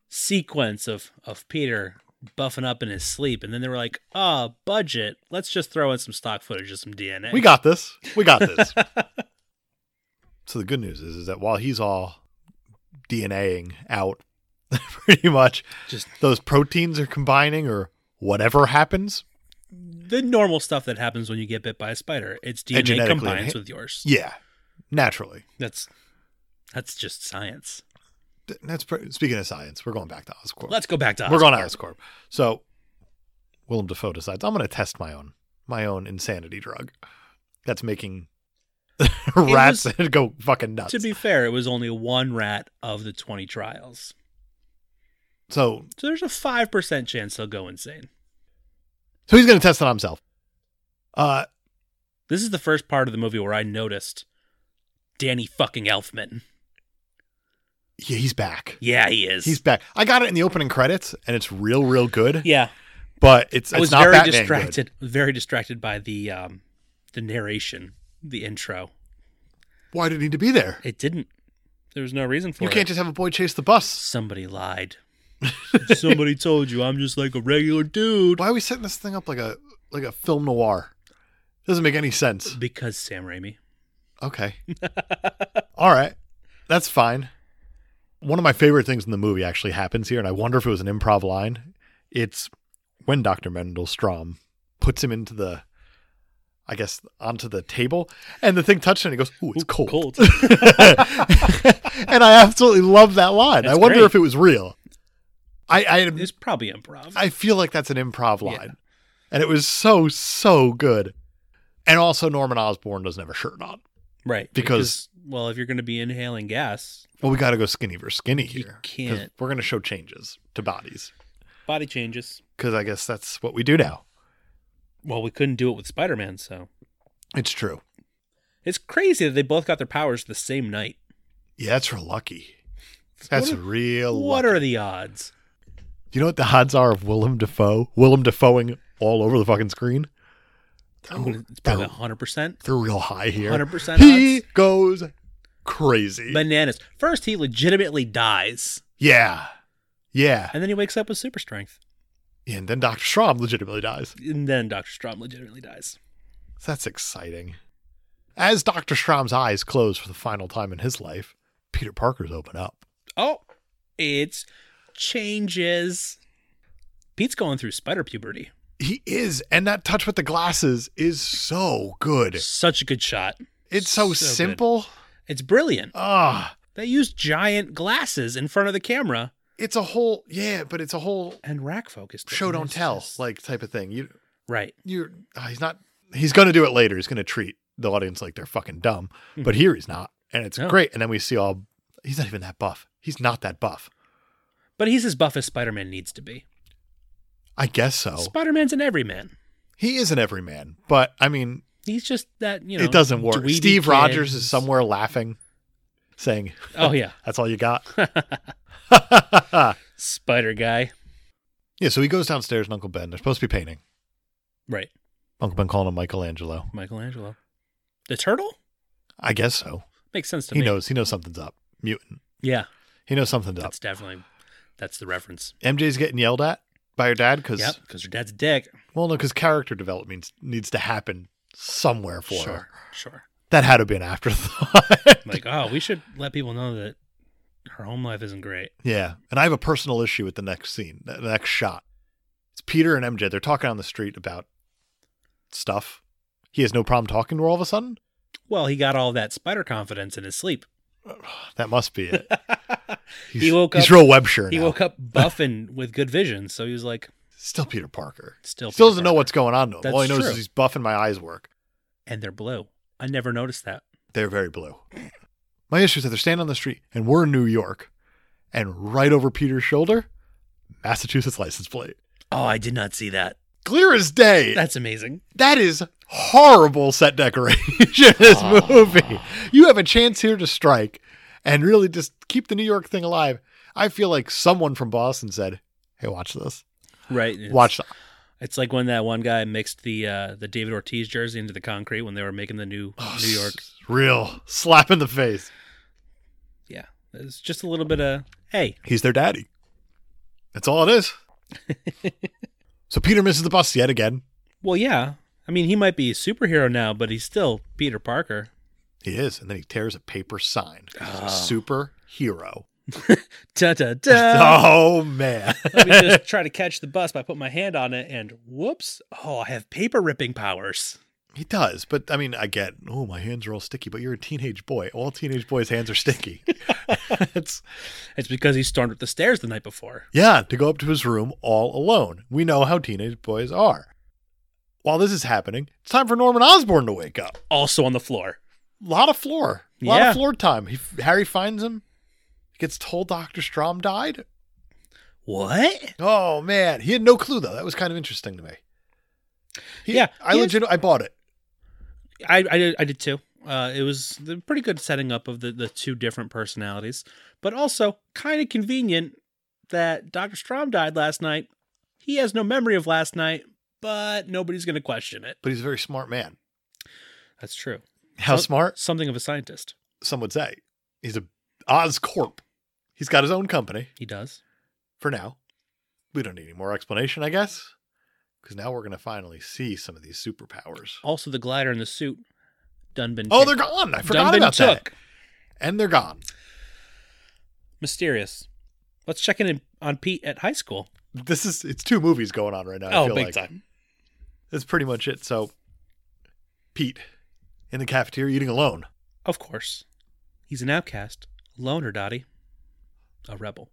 Speaker 1: sequence of, of Peter buffing up in his sleep. And then they were like, ah, budget. Let's just throw in some stock footage of some DNA.
Speaker 2: We got this. We got this. (laughs) so the good news is, is that while he's all DNAing out, (laughs) pretty much
Speaker 1: just
Speaker 2: those proteins are combining or whatever happens.
Speaker 1: the normal stuff that happens when you get bit by a spider. It's DNA
Speaker 2: genetically
Speaker 1: combines
Speaker 2: enha-
Speaker 1: with yours.
Speaker 2: Yeah, naturally.
Speaker 1: That's that's just science.
Speaker 2: Th- That's pr- speaking of science. We're going back to Oscorp.
Speaker 1: Let's go back to
Speaker 2: We're going to
Speaker 1: Oscorp.
Speaker 2: Oscorp. So Willem Dafoe decides I'm going to test my own my own insanity drug that's making (laughs) rats (laughs)
Speaker 1: was-
Speaker 2: go fucking nuts.
Speaker 1: To be fair, it was only one rat of the 20 trials.
Speaker 2: so
Speaker 1: So there's a 5% chance he'll go insane.
Speaker 2: so he's going to test it on himself. Uh,
Speaker 1: This is the first part of the movie where I noticed Danny fucking Elfman.
Speaker 2: yeah, he's back.
Speaker 1: Yeah, he is.
Speaker 2: He's back. I got it in the opening credits, and it's real, real good.
Speaker 1: yeah.
Speaker 2: But it's,
Speaker 1: I
Speaker 2: it's
Speaker 1: was
Speaker 2: not
Speaker 1: very
Speaker 2: Batman good.
Speaker 1: distracted, very distracted by the um the narration, the intro.
Speaker 2: Why did he need to be there?
Speaker 1: It didn't. There was no reason for
Speaker 2: You
Speaker 1: it.
Speaker 2: can't just have a boy chase the bus.
Speaker 1: Somebody lied.
Speaker 2: (laughs)
Speaker 1: Somebody told you I'm just like a regular dude.
Speaker 2: Why are we setting this thing up like a like a film noir? Doesn't make any sense.
Speaker 1: Because Sam Raimi. (laughs)
Speaker 2: Okay. All right. That's fine. One of my favorite things in the movie actually happens here, and I wonder if it was an improv line. It's when Dr. Mendelstrom puts him into the, I guess, onto the table, and the thing touches him, and he goes, Ooh, it's
Speaker 1: Ooh,
Speaker 2: cold.
Speaker 1: cold.
Speaker 2: (laughs) and I absolutely love that line. I
Speaker 1: That's
Speaker 2: wonder
Speaker 1: great.
Speaker 2: if it was real. I, I,
Speaker 1: It's probably improv.
Speaker 2: I feel like that's an improv
Speaker 1: Yeah.
Speaker 2: line. And it was so, so good. And also, Norman Osborn doesn't have a shirt on.
Speaker 1: right.
Speaker 2: because-
Speaker 1: well, if you're going to be inhaling gas,
Speaker 2: Well, we got to go skinny versus skinny
Speaker 1: You
Speaker 2: here. 'cause
Speaker 1: can't.
Speaker 2: We're going to show changes to bodies
Speaker 1: body changes.
Speaker 2: because I guess that's what we do now.
Speaker 1: Well, we couldn't do it with Spider-Man, so
Speaker 2: It's true.
Speaker 1: it's crazy that they both got their powers the same night.
Speaker 2: Yeah, that's real lucky. That's
Speaker 1: what are,
Speaker 2: real
Speaker 1: what
Speaker 2: lucky.
Speaker 1: are the odds?
Speaker 2: Do you know what the odds are of Willem Dafoe? Willem Dafoeing all over the fucking screen?
Speaker 1: I'm gonna, it's
Speaker 2: They're-
Speaker 1: probably 100 percent,
Speaker 2: They're real high here.
Speaker 1: 100 percent
Speaker 2: He
Speaker 1: odds.
Speaker 2: goes crazy.
Speaker 1: Bananas. First, he legitimately dies,
Speaker 2: yeah. Yeah.
Speaker 1: and then he wakes up with super strength,
Speaker 2: And then Dr. Strom legitimately dies.
Speaker 1: and then Doctor Strom legitimately dies.
Speaker 2: That's exciting. As Dr. Strom's eyes close for the final time in his life, Peter Parker's open up.
Speaker 1: Oh, it's changes. Pete's going through spider puberty.
Speaker 2: He is, and that touch with the glasses is so good.
Speaker 1: Such a good shot.
Speaker 2: It's so,
Speaker 1: So good.
Speaker 2: simple.
Speaker 1: It's brilliant.
Speaker 2: Ah,
Speaker 1: They used giant glasses in front of the camera
Speaker 2: it's a whole yeah, but it's a whole
Speaker 1: and rack focused. it.
Speaker 2: show
Speaker 1: And
Speaker 2: don't
Speaker 1: it's
Speaker 2: tell
Speaker 1: just-
Speaker 2: like type of thing. You
Speaker 1: right.
Speaker 2: you're ah, he's not he's gonna do it later. He's gonna treat the audience like they're fucking dumb,
Speaker 1: Hmm.
Speaker 2: but here he's not, and it's
Speaker 1: No.
Speaker 2: great. And then we see all he's not even that buff. He's not that buff.
Speaker 1: But he's as buff as Spider Man needs to be.
Speaker 2: I guess so.
Speaker 1: Spider Man's an everyman.
Speaker 2: He is an everyman, but I mean,
Speaker 1: He's just that, you know.
Speaker 2: it doesn't work.
Speaker 1: dweeby
Speaker 2: Steve
Speaker 1: kid
Speaker 2: Rogers is
Speaker 1: who's-
Speaker 2: somewhere laughing, saying,
Speaker 1: Oh, yeah. (laughs)
Speaker 2: "That's all you got."
Speaker 1: Spider Guy.
Speaker 2: Yeah, so he goes downstairs and Uncle Ben. They're supposed to be painting.
Speaker 1: Right.
Speaker 2: Uncle Ben calling him Michelangelo.
Speaker 1: Michelangelo. The turtle?
Speaker 2: I guess so.
Speaker 1: Makes sense to
Speaker 2: He
Speaker 1: me.
Speaker 2: knows Oh. he knows something's up. Mutant.
Speaker 1: Yeah.
Speaker 2: He knows something's up.
Speaker 1: That's definitely. That's the reference.
Speaker 2: MJ's getting yelled at by her dad because
Speaker 1: Yep. Because your dad's a dick.
Speaker 2: well no, because character development needs, needs to happen somewhere for
Speaker 1: sure.
Speaker 2: her.
Speaker 1: Sure.
Speaker 2: That had to be an afterthought.
Speaker 1: Like, oh, we should let people know that her home life isn't great.
Speaker 2: (laughs) yeah. And I have a personal issue with the next scene, the the next shot. It's Peter and MJ. They're talking on the street about stuff. He has no problem talking to her all of a sudden.
Speaker 1: Well, he got all that spider confidence in his sleep. (laughs)
Speaker 2: That must be it. He's,
Speaker 1: woke
Speaker 2: he's
Speaker 1: up-
Speaker 2: real web sure
Speaker 1: He
Speaker 2: now.
Speaker 1: woke up buffing with good vision, so he was like,
Speaker 2: Still Peter Parker.
Speaker 1: still.
Speaker 2: Still
Speaker 1: Peter
Speaker 2: doesn't know
Speaker 1: Parker.
Speaker 2: what's going on to him.
Speaker 1: That's
Speaker 2: All he knows
Speaker 1: true.
Speaker 2: is he's buffing my eyes work.
Speaker 1: And they're blue. I never noticed that.
Speaker 2: They're very blue. My issue is that they're standing on the street and we're in New York and right over Peter's shoulder, Massachusetts license plate.
Speaker 1: Oh, I did not see that.
Speaker 2: Clear as day.
Speaker 1: That's amazing.
Speaker 2: that is horrible set decoration in this movie. You have a chance here to strike and really just keep the New York thing alive. I feel like someone from Boston said, "Hey, watch this.
Speaker 1: Right. It's,
Speaker 2: (laughs) Watch th-
Speaker 1: It's like when that one guy mixed the uh, the David Ortiz jersey into the concrete when they were making the new
Speaker 2: oh,
Speaker 1: New York.
Speaker 2: s- Real slap in the face.
Speaker 1: It's just a little bit of hey.
Speaker 2: He's their daddy. That's all it is. so Peter misses the bus yet again.
Speaker 1: Well, yeah. I mean, he might be a superhero now, but he's still Peter Parker.
Speaker 2: He is, and then he tears a paper sign.
Speaker 1: Oh. (laughs)
Speaker 2: Superhero.
Speaker 1: Da da da.
Speaker 2: (laughs) oh man.
Speaker 1: Let me just try to catch the bus by putting my hand on it, and whoops! Oh, I have paper ripping
Speaker 2: (laughs)
Speaker 1: powers. (laughs)
Speaker 2: He does, but I mean, I get. Oh, my hands are all sticky. But you're a teenage boy. All teenage boys' hands
Speaker 1: (laughs)
Speaker 2: are sticky. it's
Speaker 1: It's because he stormed up the stairs the night before.
Speaker 2: yeah to go up to his room all alone. We know how teenage boys are. While this is happening, it's time for Norman Osborn to wake up.
Speaker 1: Also on the floor.
Speaker 2: A lot of floor, a lot
Speaker 1: Yeah.
Speaker 2: of floor time. He, Harry finds him. He gets told Doctor Strom died.
Speaker 1: What?
Speaker 2: Oh man, he had no clue though. That was kind of interesting to me. He-
Speaker 1: Yeah,
Speaker 2: I
Speaker 1: he had-
Speaker 2: legit I bought it.
Speaker 1: I I did, I did too. Uh, it was the pretty good setting up of the, the two different personalities, but also kind of convenient that Dr. Strom died last night. He has no memory of last night, but nobody's going to question it.
Speaker 2: But he's a very smart man.
Speaker 1: That's true.
Speaker 2: How
Speaker 1: So-
Speaker 2: smart?
Speaker 1: Something of a scientist.
Speaker 2: some would say. He's a Oscorp. He's got his own company
Speaker 1: He does.
Speaker 2: for now. We don't need any more explanation, I guess, because now we're going to finally see some of these superpowers.
Speaker 1: Also, the glider in the suit, Dunbin.
Speaker 2: Oh, they're gone. I forgot
Speaker 1: Dunbin
Speaker 2: about that.
Speaker 1: took.
Speaker 2: And they're gone.
Speaker 1: Mysterious. Let's check in on Pete at high school.
Speaker 2: This is it's two movies going on right now. I
Speaker 1: oh,
Speaker 2: feel
Speaker 1: big
Speaker 2: like.
Speaker 1: time.
Speaker 2: That's pretty much it. So Pete in the cafeteria eating alone.
Speaker 1: Of course. He's an outcast, a loner, Dottie, a rebel.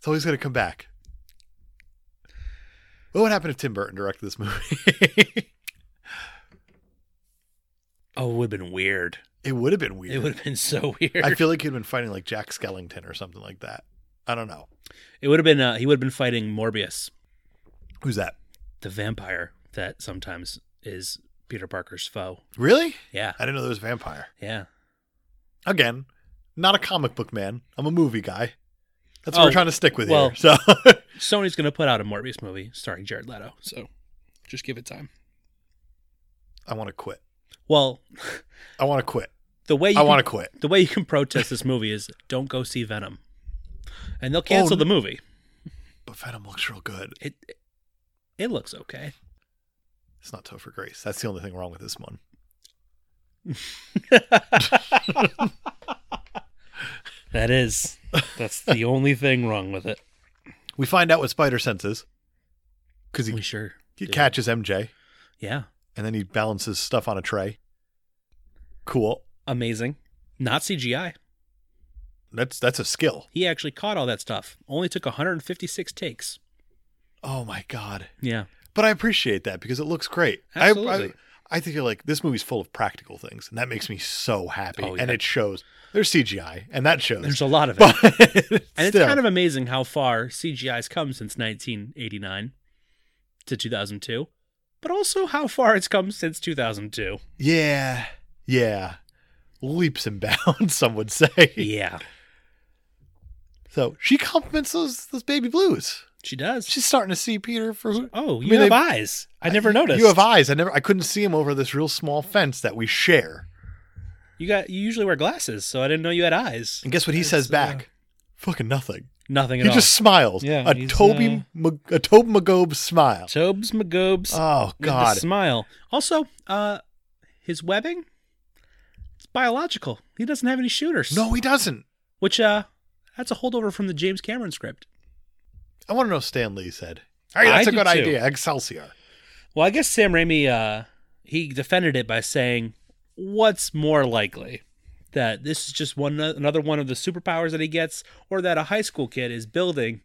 Speaker 2: So he's going to come back. What would happen if Tim Burton directed this movie? (laughs)
Speaker 1: Oh, it would have been weird.
Speaker 2: it would have been weird.
Speaker 1: It would have been so (laughs) weird.
Speaker 2: I feel like he'd been fighting like Jack Skellington or something like that. I don't know.
Speaker 1: it would have been. Uh, he would have been fighting Morbius,
Speaker 2: Who's that?
Speaker 1: the vampire that sometimes is Peter Parker's foe.
Speaker 2: Really?
Speaker 1: Yeah,
Speaker 2: I didn't know there was a vampire.
Speaker 1: yeah.
Speaker 2: Again, not a comic book man. I'm a movie guy. That's what
Speaker 1: Oh,
Speaker 2: we're trying to stick with
Speaker 1: well-
Speaker 2: here. So (laughs)
Speaker 1: Sony's gonna put out a Morbius movie starring Jared Leto, so just give it time.
Speaker 2: I want to quit.
Speaker 1: Well,
Speaker 2: I want to quit.
Speaker 1: the way you
Speaker 2: I
Speaker 1: can-
Speaker 2: want to quit.
Speaker 1: the way you can protest this movie is don't go see Venom, and they'll cancel
Speaker 2: Oh, n-
Speaker 1: the movie.
Speaker 2: But Venom looks real good.
Speaker 1: It it looks
Speaker 2: (laughs)
Speaker 1: okay.
Speaker 2: It's not Topher Grace. That's the only thing wrong with this one.
Speaker 1: That is. That's the only thing wrong with it.
Speaker 2: We find out what Spider Sense is because
Speaker 1: We
Speaker 2: he,
Speaker 1: sure.
Speaker 2: he
Speaker 1: did.
Speaker 2: catches MJ
Speaker 1: Yeah.
Speaker 2: and then he balances stuff on a tray. Cool.
Speaker 1: Amazing. Not CGI.
Speaker 2: That's that's a skill.
Speaker 1: He actually caught all that stuff. Only took 156 takes.
Speaker 2: Oh my god.
Speaker 1: Yeah.
Speaker 2: But I appreciate that because it looks great. I- I, I,
Speaker 1: Absolutely.
Speaker 2: think you're like this movie's full of practical things, and that makes me so happy.
Speaker 1: Oh,
Speaker 2: And
Speaker 1: yeah.
Speaker 2: it shows. There's CGI, and that shows.
Speaker 1: There's a lot of it.
Speaker 2: (laughs) but
Speaker 1: and it's
Speaker 2: still,
Speaker 1: kind of amazing how far CGI's come since 1989 to 2002, but also how far it's come since 2002.
Speaker 2: yeah, yeah, leaps and (laughs) bounds. Some would say.
Speaker 1: Yeah.
Speaker 2: So she compliments those those baby blues.
Speaker 1: She does.
Speaker 2: She's starting to see Peter for who.
Speaker 1: oh, you
Speaker 2: mean,
Speaker 1: have
Speaker 2: they-
Speaker 1: eyes. I never noticed.
Speaker 2: You have eyes. I never. I couldn't see him over this real small fence that we share.
Speaker 1: You got you usually wear glasses, so I didn't know you had eyes.
Speaker 2: And guess what he
Speaker 1: It's,
Speaker 2: says
Speaker 1: uh,
Speaker 2: back? Fucking nothing.
Speaker 1: Nothing at
Speaker 2: He
Speaker 1: all.
Speaker 2: just smiles.
Speaker 1: Yeah,
Speaker 2: a
Speaker 1: he's,
Speaker 2: Toby,
Speaker 1: uh,
Speaker 2: Mag- a Tobe Magobe smile.
Speaker 1: Tobes McGobes.
Speaker 2: Oh
Speaker 1: with the
Speaker 2: God!
Speaker 1: smile. Also, uh his webbing it's biological. He doesn't have any shooters.
Speaker 2: No, he doesn't.
Speaker 1: Which uh that's a holdover from the James Cameron script.
Speaker 2: I want to know if Stan Lee said. Hey,
Speaker 1: I
Speaker 2: that's a
Speaker 1: do
Speaker 2: good
Speaker 1: too.
Speaker 2: idea. Excelsior.
Speaker 1: Well, I guess Sam Raimi uh he defended it by saying what's more likely that this is just one another one of the superpowers that he gets or that a high school kid is building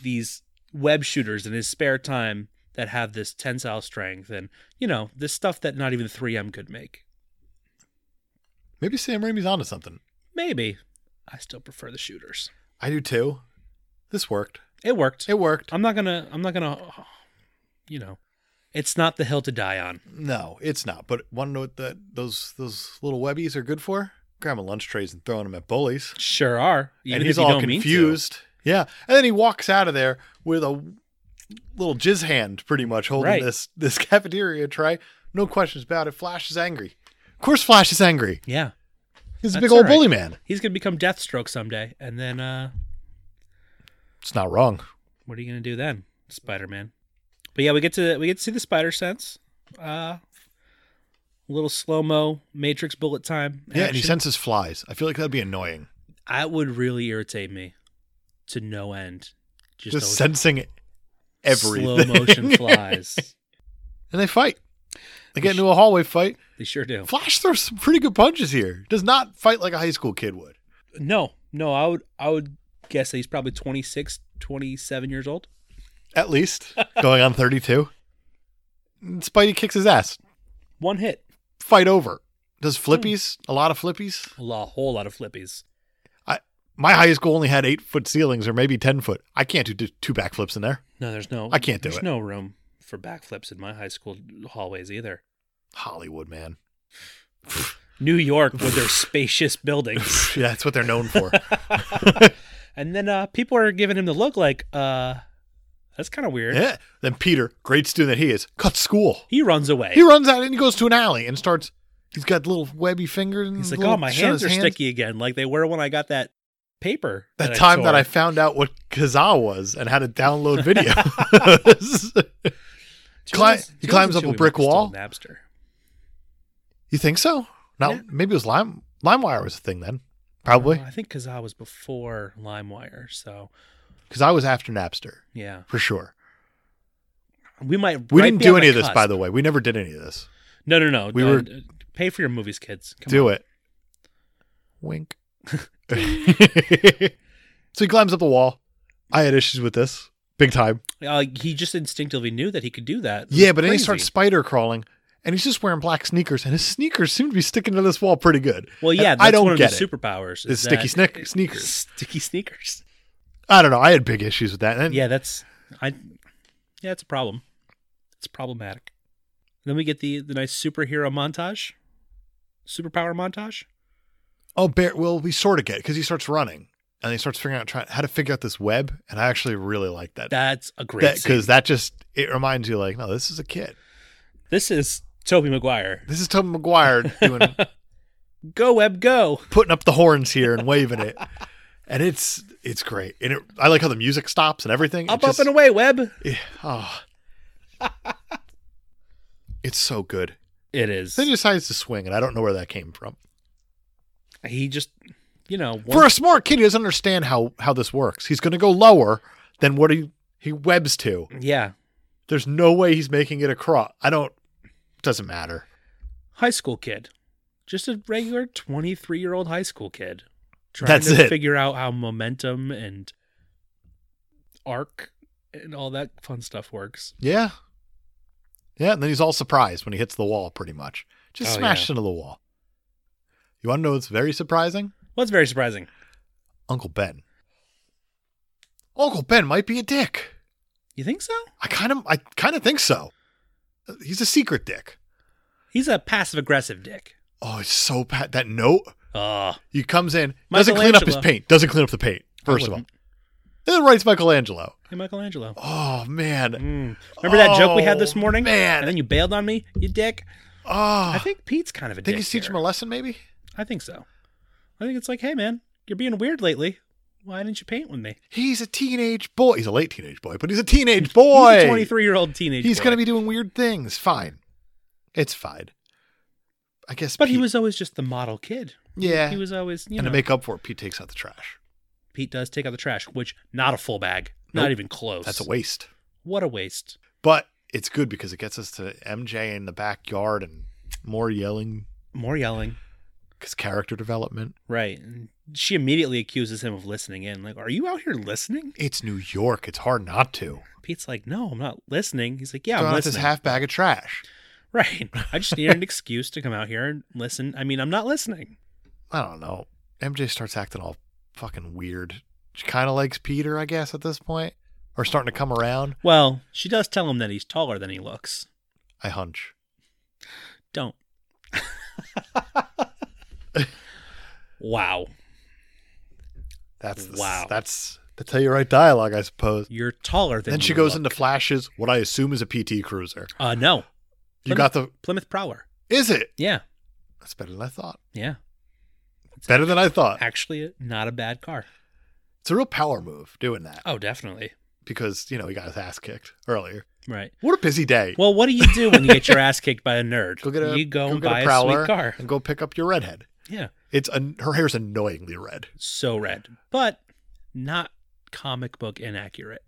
Speaker 1: these web shooters in his spare time that have this tensile strength and you know this stuff that not even 3M could make.
Speaker 2: Maybe Sam Raimi's onto something.
Speaker 1: Maybe I still prefer the shooters.
Speaker 2: I do too. This worked.
Speaker 1: It worked.
Speaker 2: It worked.
Speaker 1: I'm not gonna. I'm not gonna. You know, it's not the hill to die on.
Speaker 2: No, it's not. But want to know what that those those little webbies are good for? grabbing lunch trays and throwing them at bullies.
Speaker 1: Sure are. Even
Speaker 2: and
Speaker 1: if
Speaker 2: he's
Speaker 1: you
Speaker 2: all
Speaker 1: don't mean to.
Speaker 2: confused. Yeah. And then he walks out of there with a little jizz hand pretty much holding
Speaker 1: Right.
Speaker 2: this this (laughs) cafeteria tray. No questions about it. Flash is angry. Of course Flash is angry.
Speaker 1: Yeah.
Speaker 2: He's a
Speaker 1: That's
Speaker 2: big
Speaker 1: all
Speaker 2: old
Speaker 1: right.
Speaker 2: bully man.
Speaker 1: He's gonna become Deathstroke someday, and then uh
Speaker 2: It's not wrong.
Speaker 1: what are you gonna do then, Spider Man? But yeah, we get to we get to see the spider sense. Uh little slow mo matrix bullet time.
Speaker 2: Yeah,
Speaker 3: and he
Speaker 1: action.
Speaker 3: senses flies. I feel like that'd be annoying.
Speaker 1: that would really irritate me to no end.
Speaker 2: Just, sensing everything.
Speaker 1: slow
Speaker 2: (laughs)
Speaker 1: motion flies.
Speaker 2: and they fight. They get into a hallway fight.
Speaker 1: They sure do.
Speaker 2: Flash throws some pretty good punches here. Does not fight like a high school kid would.
Speaker 1: No, no, I would I would guess that he's probably 26, 27 years old. (laughs)
Speaker 2: At least going on 32. And Spidey kicks his ass.
Speaker 1: One hit,
Speaker 2: Fight over. Does
Speaker 1: Hmm.
Speaker 2: flippies, a lot of flippies.
Speaker 1: a lo- whole lot of flippies.
Speaker 2: My high school only had eight foot ceilings or maybe 10 foot. I can't do t- two backflips in there.
Speaker 1: No, there's no
Speaker 2: I can't do
Speaker 1: there's
Speaker 2: it.
Speaker 1: no room for backflips in my high school hallways either.
Speaker 2: Hollywood, man. (laughs)
Speaker 1: New York with their spacious
Speaker 2: (laughs)
Speaker 1: buildings.
Speaker 2: yeah, that's what they're
Speaker 1: (laughs)
Speaker 2: known for.
Speaker 1: and then uh, people are giving him the look like, uh, that's kind of weird.
Speaker 2: yeah. Then Peter, great student that he is, cuts school.
Speaker 1: He runs away.
Speaker 2: He runs out and he goes to an alley and starts. He's got little webby fingers. And
Speaker 1: He's like,
Speaker 2: little
Speaker 1: oh, my
Speaker 2: shit on
Speaker 1: hands are
Speaker 2: his
Speaker 1: sticky again, like they were when I got that paper.
Speaker 2: That time that
Speaker 1: tore.
Speaker 2: I found out what Kazaa was and how
Speaker 1: (laughs)
Speaker 2: to download videos. cli-
Speaker 1: Jules-
Speaker 2: he
Speaker 1: Jules
Speaker 2: climbs
Speaker 1: and
Speaker 2: up a
Speaker 1: Chewie
Speaker 2: brick
Speaker 1: must have
Speaker 2: wall.
Speaker 1: stolen Napster.
Speaker 2: (laughs) you think so? Not
Speaker 1: Yeah.
Speaker 2: maybe it was Lime LimeWire was a thing then. Probably
Speaker 1: Uh, I think Kazaa was before LimeWire, so
Speaker 2: because I was after Napster
Speaker 1: yeah,
Speaker 2: for sure.
Speaker 1: we might.
Speaker 2: We
Speaker 1: right
Speaker 2: didn't
Speaker 1: be
Speaker 2: do
Speaker 1: on
Speaker 2: any of this, by
Speaker 1: cusp.
Speaker 2: the way. We never did any of this.
Speaker 1: No, no, no.
Speaker 2: We
Speaker 1: Uh,
Speaker 2: were-
Speaker 1: uh, pay for your movies, kids. Come
Speaker 2: do
Speaker 1: on.
Speaker 2: it.
Speaker 1: (laughs)
Speaker 2: Wink. (laughs) so he climbs up the wall. I had issues with this big time.
Speaker 1: Uh, he just instinctively knew that he could do that. It
Speaker 2: Yeah,
Speaker 1: was
Speaker 2: but then he
Speaker 1: crazy.
Speaker 2: starts spider crawling, and he's just wearing black sneakers, and his sneakers seem to be sticking to this wall pretty good.
Speaker 1: Well,
Speaker 2: And
Speaker 1: yeah, that's
Speaker 2: I don't
Speaker 1: one
Speaker 2: get
Speaker 1: of
Speaker 2: it.
Speaker 1: the superpowers.
Speaker 2: His
Speaker 1: is
Speaker 2: sticky
Speaker 1: that-
Speaker 2: snick- sneakers.
Speaker 1: (laughs) Sticky sneakers.
Speaker 2: I don't know. I had big issues with that. And
Speaker 1: Yeah, that's I. Yeah, it's a problem. It's problematic. Then we get the the nice superhero montage, superpower montage.
Speaker 2: oh, Bear. Well, we sort of get because he starts running, and he starts figuring out try, how to figure out this web, and I actually really like that.
Speaker 1: That's a great.
Speaker 2: That
Speaker 1: scene.
Speaker 2: because that just it reminds you like, no, this is a kid.
Speaker 1: This is Toby Maguire.
Speaker 2: This is Tobey
Speaker 1: (laughs)
Speaker 2: Maguire doing
Speaker 1: Go web go.
Speaker 2: putting up the horns here and waving it, and it's it's great. And it, I like how the music stops and everything. It
Speaker 1: Up
Speaker 2: just-
Speaker 1: up and away web.
Speaker 2: Yeah. Oh. (laughs) it's so good.
Speaker 1: It is.
Speaker 2: Then he decides to swing, and I don't know where that came from.
Speaker 1: He just, you know,
Speaker 2: For
Speaker 1: one,
Speaker 2: a smart kid, he doesn't understand how how this works. He's going to go lower than what he he webs to.
Speaker 1: yeah,
Speaker 2: There's no way he's making it across. I don't. Doesn't matter.
Speaker 1: high school kid, just a regular twenty three year old high school kid, trying
Speaker 2: That's
Speaker 1: to
Speaker 2: it.
Speaker 1: figure out how momentum and arc and all that fun stuff works.
Speaker 2: Yeah. Yeah, and then he's all surprised when he hits the wall. Pretty much, just
Speaker 1: Oh,
Speaker 2: smashed into the wall. You want to know what's very surprising?
Speaker 1: What's very surprising?
Speaker 2: Uncle Ben. Uncle Ben might be a dick.
Speaker 1: You think so?
Speaker 2: I kind of, I kind of think so. He's a secret dick.
Speaker 1: He's a passive aggressive dick.
Speaker 2: Oh, it's so bad. That note.
Speaker 1: Uh,
Speaker 2: He comes in, doesn't clean up his
Speaker 1: Michelangelo.
Speaker 2: paint, doesn't clean up the paint, first of all. And then writes Michelangelo.
Speaker 1: Hey, Michelangelo.
Speaker 2: Oh, man.
Speaker 1: Mm. Remember that joke we had this
Speaker 2: Oh,
Speaker 1: morning?
Speaker 2: man.
Speaker 1: And then you bailed on me, you dick.
Speaker 2: Oh, I
Speaker 1: I
Speaker 2: think,
Speaker 1: think Pete's kind of a dick.
Speaker 2: he's teaching him
Speaker 1: here.
Speaker 2: a lesson, maybe?
Speaker 1: I think so. I think it's like, hey, man, you're being weird lately. Why didn't you paint with me?
Speaker 2: He's a teenage boy. He's a late teenage boy, but he's a teenage boy.
Speaker 1: He's a 23 year old teenager.
Speaker 2: He's going to be doing weird things. Fine. It's fine. I guess.
Speaker 1: But he
Speaker 2: Pete-
Speaker 1: was always just the model kid.
Speaker 2: Yeah.
Speaker 1: He was always, you
Speaker 2: and
Speaker 1: know.
Speaker 2: to make up for it, Pete takes out the trash.
Speaker 1: Pete does take out the trash, which not a full bag, not
Speaker 2: Nope.
Speaker 1: even close.
Speaker 2: That's a waste.
Speaker 1: What a waste.
Speaker 2: But it's good because it gets us to MJ in the backyard and more yelling
Speaker 1: More yelling.
Speaker 2: because character development.
Speaker 1: Right. And She immediately accuses him of listening in. Like, are you out here listening?
Speaker 2: It's New York. It's hard not to.
Speaker 1: Pete's like, no, I'm not listening. He's like, yeah,
Speaker 2: Throw
Speaker 1: I'm
Speaker 2: out this
Speaker 1: listening.
Speaker 2: half bag of trash.
Speaker 1: (laughs) right. I just need an excuse to come out here and listen. I mean, I'm not listening.
Speaker 2: I don't know. MJ starts acting all fucking weird. She kind of likes Peter, I guess, at this point, or starting to come around.
Speaker 1: Well, she does tell him that he's taller than he looks.
Speaker 2: I hunch.
Speaker 1: Don't. (laughs) Wow.
Speaker 2: That's the,
Speaker 1: Wow.
Speaker 2: That's the Telluride dialogue, I suppose.
Speaker 1: You're taller than
Speaker 2: Then she
Speaker 1: you
Speaker 2: goes
Speaker 1: look.
Speaker 2: into flashes. What I assume is a PT Cruiser.
Speaker 1: Uh, no.
Speaker 2: You
Speaker 1: Plymouth-
Speaker 2: got the.
Speaker 1: Plymouth Prowler.
Speaker 2: Is it?
Speaker 1: Yeah.
Speaker 2: That's better than I thought.
Speaker 1: Yeah.
Speaker 2: Better than I thought.
Speaker 1: Actually, not a bad car.
Speaker 2: It's a real power move doing that
Speaker 1: Oh, definitely.
Speaker 2: because you know he got his ass kicked earlier.
Speaker 1: Right.
Speaker 2: What a busy day.
Speaker 1: Well, what do you do when you get your ass kicked by a nerd?
Speaker 2: (laughs) go get a
Speaker 1: you go,
Speaker 2: go
Speaker 1: and
Speaker 2: get
Speaker 1: buy
Speaker 2: a
Speaker 1: a,
Speaker 2: prowler
Speaker 1: sweet car.
Speaker 2: and go pick up your redhead.
Speaker 1: Yeah.
Speaker 2: It's an her hair's annoyingly red.
Speaker 1: So red, but not comic book inaccurate.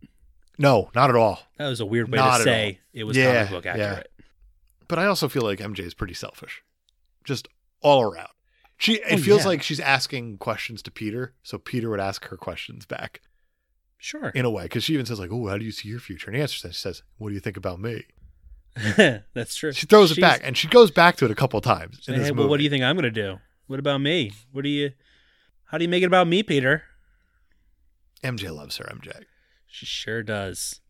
Speaker 2: No, not at all.
Speaker 1: That was a weird way
Speaker 2: Not
Speaker 1: to
Speaker 2: at
Speaker 1: say it was
Speaker 2: Yeah,
Speaker 1: comic book
Speaker 2: yeah.
Speaker 1: accurate.
Speaker 2: But I also feel like MJ is pretty selfish, just all around. She it
Speaker 1: Oh,
Speaker 2: feels
Speaker 1: yeah.
Speaker 2: like she's asking questions to Peter, so Peter would ask her questions back
Speaker 1: Sure.
Speaker 2: in a way because she even says like, "Oh, how do you see your future?" And he answers that she says, "What do you think about me?"
Speaker 1: (laughs) That's true.
Speaker 2: She throws it
Speaker 1: She's-
Speaker 2: back and she goes back to it a couple times in
Speaker 1: Hey,
Speaker 2: this
Speaker 1: well, what do
Speaker 2: movie.
Speaker 1: you think I'm going to do? What about me? What do you, how do you make it about me, Peter?
Speaker 2: MJ loves her. MJ.
Speaker 1: She sure does.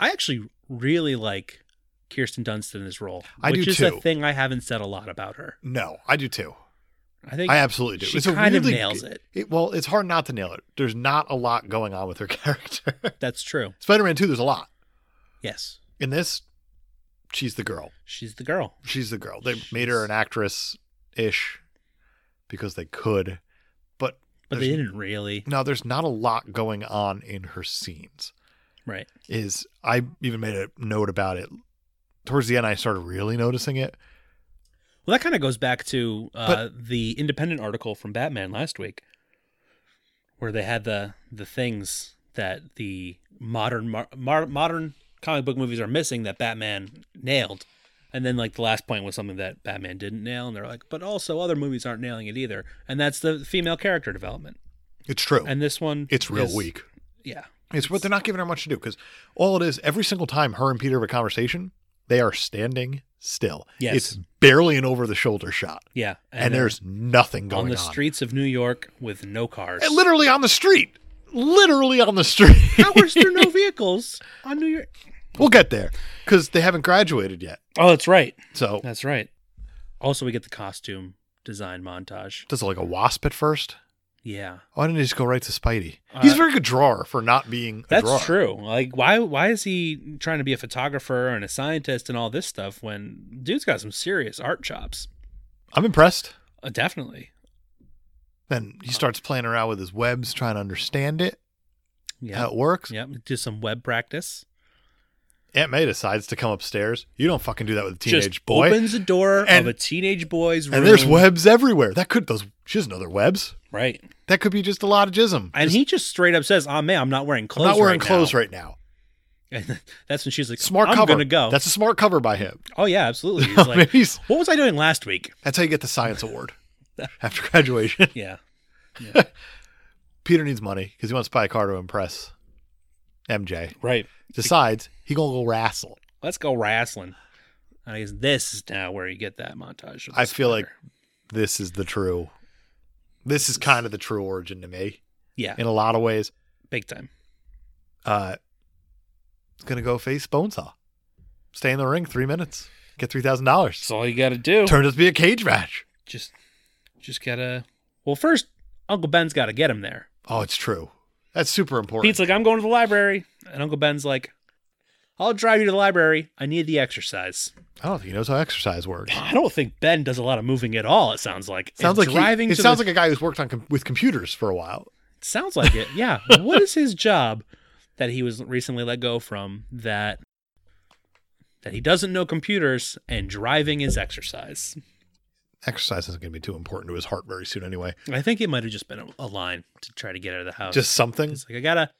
Speaker 1: I actually really like Kirsten Dunst in this role,
Speaker 2: I do
Speaker 1: which is
Speaker 2: too.
Speaker 1: a thing I haven't said a lot about her.
Speaker 2: No, I do too.
Speaker 1: I think
Speaker 2: I absolutely do.
Speaker 1: she
Speaker 2: it's a
Speaker 1: kind of
Speaker 2: weirdly-
Speaker 1: nails it.
Speaker 2: Well, it's hard not to nail it. There's not a lot going on with her (laughs) character.
Speaker 1: that's true.
Speaker 2: Spider-Man Two, there's a lot.
Speaker 1: Yes,
Speaker 2: In this, she's the girl.
Speaker 1: she's the girl.
Speaker 2: She's the girl. They made her
Speaker 1: She's-
Speaker 2: an actress ish because they could. But
Speaker 1: But they
Speaker 2: There's-
Speaker 1: didn't really.
Speaker 2: no, there's not a lot going on in her scenes.
Speaker 1: Right.
Speaker 2: Is I even made a note about it. Towards the end I started really noticing it.
Speaker 1: Well, that kind of goes back to uh, the independent article from Batman last week, where they had the the things that the modern mar- mar- modern comic book movies are missing that Batman nailed, and then like the last point was something that Batman didn't nail, and they're like, but also other movies aren't nailing it either, and that's the female character development.
Speaker 2: It's true.
Speaker 1: And this one,
Speaker 2: it's real
Speaker 1: is-
Speaker 2: weak.
Speaker 1: Yeah,
Speaker 2: It's what they're not giving her much to do because all it is, every single time her and Peter have a conversation, they are standing still.
Speaker 1: Yes.
Speaker 2: It's barely an over the shoulder shot.
Speaker 1: yeah,
Speaker 2: And,
Speaker 1: they're
Speaker 2: there's nothing going
Speaker 1: on
Speaker 2: on.
Speaker 1: the streets of New York with no
Speaker 2: (laughs)
Speaker 1: cars.
Speaker 2: And literally on the street. Literally on the street. (laughs)
Speaker 1: How is there no vehicles on New York?
Speaker 2: we'll get there because they haven't graduated yet.
Speaker 1: Oh, that's right.
Speaker 2: So
Speaker 1: That's right. Also, we get the costume design montage.
Speaker 2: does it like a wasp at first?
Speaker 1: Yeah,
Speaker 2: Why didn't he just go right to Spidey? He's a
Speaker 1: Uh,
Speaker 2: very good drawer for not being a
Speaker 1: that's
Speaker 2: drawer.
Speaker 1: true. Like, why why is he trying to be a photographer and a scientist and all this stuff when dude's got some serious art chops?
Speaker 2: I'm impressed.
Speaker 1: Uh, definitely.
Speaker 2: Then he starts playing around with his webs, trying to understand it,
Speaker 1: Yeah.
Speaker 2: how it works.
Speaker 1: Yep. Do some web practice.
Speaker 2: Aunt May decides to come upstairs. You don't fucking do that with a teenage boy.
Speaker 1: opens the door of
Speaker 2: And-
Speaker 1: a teenage boy's room.
Speaker 2: And there's webs everywhere. That could those she doesn't know they're webs.
Speaker 1: Right.
Speaker 2: That could be just a lot of jism.
Speaker 1: And he just straight up says, "Oh man, I'm not wearing
Speaker 2: I'm
Speaker 1: clothes.
Speaker 2: not wearing
Speaker 1: right
Speaker 2: clothes
Speaker 1: now.
Speaker 2: right now.
Speaker 1: And that's when she's like,
Speaker 2: Smart
Speaker 1: I'm
Speaker 2: cover.
Speaker 1: gonna go.
Speaker 2: That's a smart cover by him.
Speaker 1: oh yeah,
Speaker 2: (laughs)
Speaker 1: absolutely. He's like,
Speaker 2: Maybe he's-
Speaker 1: what was I doing last week?
Speaker 2: that's how you get the
Speaker 1: (laughs)
Speaker 2: science award after graduation. (laughs)
Speaker 1: Yeah.
Speaker 2: Peter needs money because he wants to buy a car to impress MJ.
Speaker 1: Right.
Speaker 2: Decides he gonna go wrestle.
Speaker 1: Let's go wrestling. I guess this is now where you get that montage. of the
Speaker 2: I feel like-
Speaker 1: spider.
Speaker 2: This is the true. This is kind of the true origin to me
Speaker 1: yeah,
Speaker 2: in a lot of ways.
Speaker 1: big time.
Speaker 2: Uh, he's gonna go face Bonesaw, stay in the ring three minutes, get three thousand dollars.
Speaker 1: That's all you got to do.
Speaker 2: Turned out to be a cage match.
Speaker 1: Just, just gotta. Well, first Uncle Ben's got to get him there.
Speaker 2: Oh, it's true. That's super important.
Speaker 1: Pete's like, I'm going to the library, and Uncle Ben's like, I'll drive you to the library. I need the exercise.
Speaker 2: I don't think he knows how exercise works.
Speaker 1: I don't think Ben does a lot of moving at all. It sounds like And
Speaker 2: Sounds like he-
Speaker 1: driving.
Speaker 2: it
Speaker 1: to
Speaker 2: sounds
Speaker 1: the-
Speaker 2: like a guy who's worked on com- with computers for a while.
Speaker 1: sounds like it. Yeah. what is his job that he was recently let go from that? That he doesn't know computers and driving is exercise.
Speaker 2: Exercise isn't going to be too important to his heart very soon anyway.
Speaker 1: I think it might have just been a, a line to try to get out of the house.
Speaker 2: Just something.
Speaker 1: it's like I gotta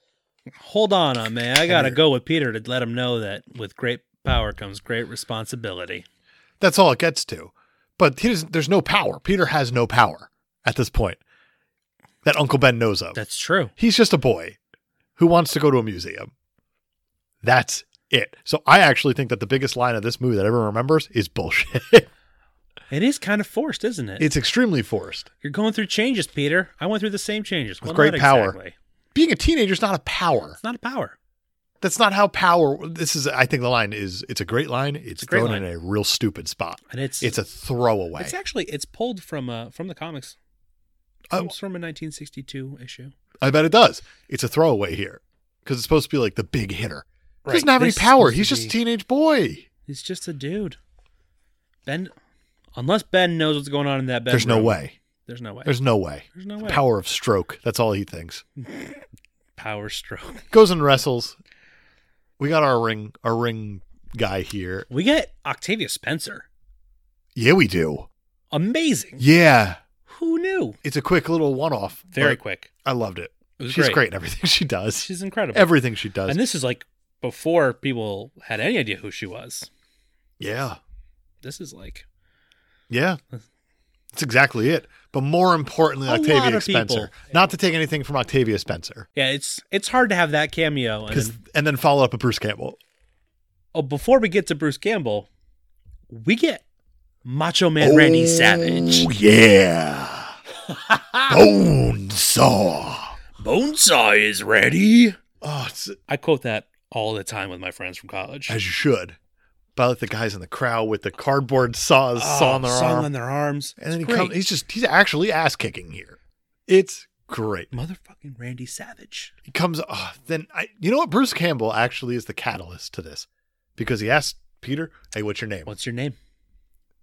Speaker 1: hold on, on man. I gotta
Speaker 2: Henry.
Speaker 1: go with Peter to let him know that with great power comes great responsibility.
Speaker 2: That's all it gets to. But he doesn't, there's no power. Peter has no power at this point that Uncle Ben knows of.
Speaker 1: That's true.
Speaker 2: He's just a boy who wants to go to a museum. That's it. So I actually think that the biggest line of this movie that everyone remembers is bullshit. (laughs)
Speaker 1: It is kind of forced, isn't it?
Speaker 2: it's extremely forced.
Speaker 1: You're going through changes, Peter. I went through the same changes.
Speaker 2: With
Speaker 1: Well,
Speaker 2: great
Speaker 1: not
Speaker 2: power.
Speaker 1: exactly.
Speaker 2: Being a teenager is not a power.
Speaker 1: It's not a power.
Speaker 2: That's not how power. This is, I think, the line is. It's a great line. It's,
Speaker 1: a great
Speaker 2: thrown
Speaker 1: line.
Speaker 2: in a real stupid spot.
Speaker 1: And it's
Speaker 2: It's a throwaway.
Speaker 1: it's actually it's pulled from uh from the comics
Speaker 2: Oh.
Speaker 1: Comes from a 1962 issue.
Speaker 2: I bet it does. It's a throwaway here because it's supposed to be like the big hitter. He doesn't
Speaker 1: Right,
Speaker 2: have any
Speaker 1: this is
Speaker 2: power.
Speaker 1: supposed to
Speaker 2: He's just a
Speaker 1: be-
Speaker 2: teenage boy.
Speaker 1: He's just a dude. Ben, unless Ben knows what's going on in that bed.
Speaker 2: There's no
Speaker 1: room,
Speaker 2: way.
Speaker 1: There's no way. There's,
Speaker 2: There's no way.
Speaker 1: no way.
Speaker 2: Power of stroke. That's all he thinks.
Speaker 1: Power stroke.
Speaker 2: Goes and wrestles. We got our ring, our ring guy here.
Speaker 1: We get Octavia Spencer.
Speaker 2: Yeah, we do.
Speaker 1: Amazing.
Speaker 2: Yeah,
Speaker 1: Who knew?
Speaker 2: it's a quick little one-off.
Speaker 1: Very
Speaker 2: but
Speaker 1: quick.
Speaker 2: I loved it.
Speaker 1: It was
Speaker 2: She's
Speaker 1: great.
Speaker 2: great. in everything (laughs) she does.
Speaker 1: She's incredible.
Speaker 2: Everything she does.
Speaker 1: and this is like before people had any idea who she was.
Speaker 2: yeah,
Speaker 1: This is like
Speaker 2: yeah. That's exactly it. But more importantly,
Speaker 1: A lot
Speaker 2: Octavia
Speaker 1: of people.
Speaker 2: Spencer. Not to take anything from Octavia Spencer,
Speaker 1: yeah, it's it's hard to have that cameo. And
Speaker 2: because
Speaker 1: then,
Speaker 2: and then follow up with Bruce Campbell.
Speaker 1: oh, before we get to Bruce Campbell, we get Macho Man Randy
Speaker 2: (laughs)
Speaker 1: Savage.
Speaker 2: Oh, Yeah. Bone saw.
Speaker 1: Bonesaw is ready.
Speaker 2: Oh, it's,
Speaker 1: I quote that all the time with my friends from college.
Speaker 2: as you should. But like the guys in the crowd with the cardboard saws
Speaker 1: Oh,
Speaker 2: saw on their
Speaker 1: sawing
Speaker 2: arm.
Speaker 1: on their arms.
Speaker 2: and then he
Speaker 1: It's
Speaker 2: comes.
Speaker 1: great.
Speaker 2: He's just he's actually ass kicking here. It's great.
Speaker 1: motherfucking Randy Savage.
Speaker 2: He comes. Oh, then I. You know what? Bruce Campbell actually is the catalyst to this because he asked Peter, "Hey, what's your name?"
Speaker 1: What's your name?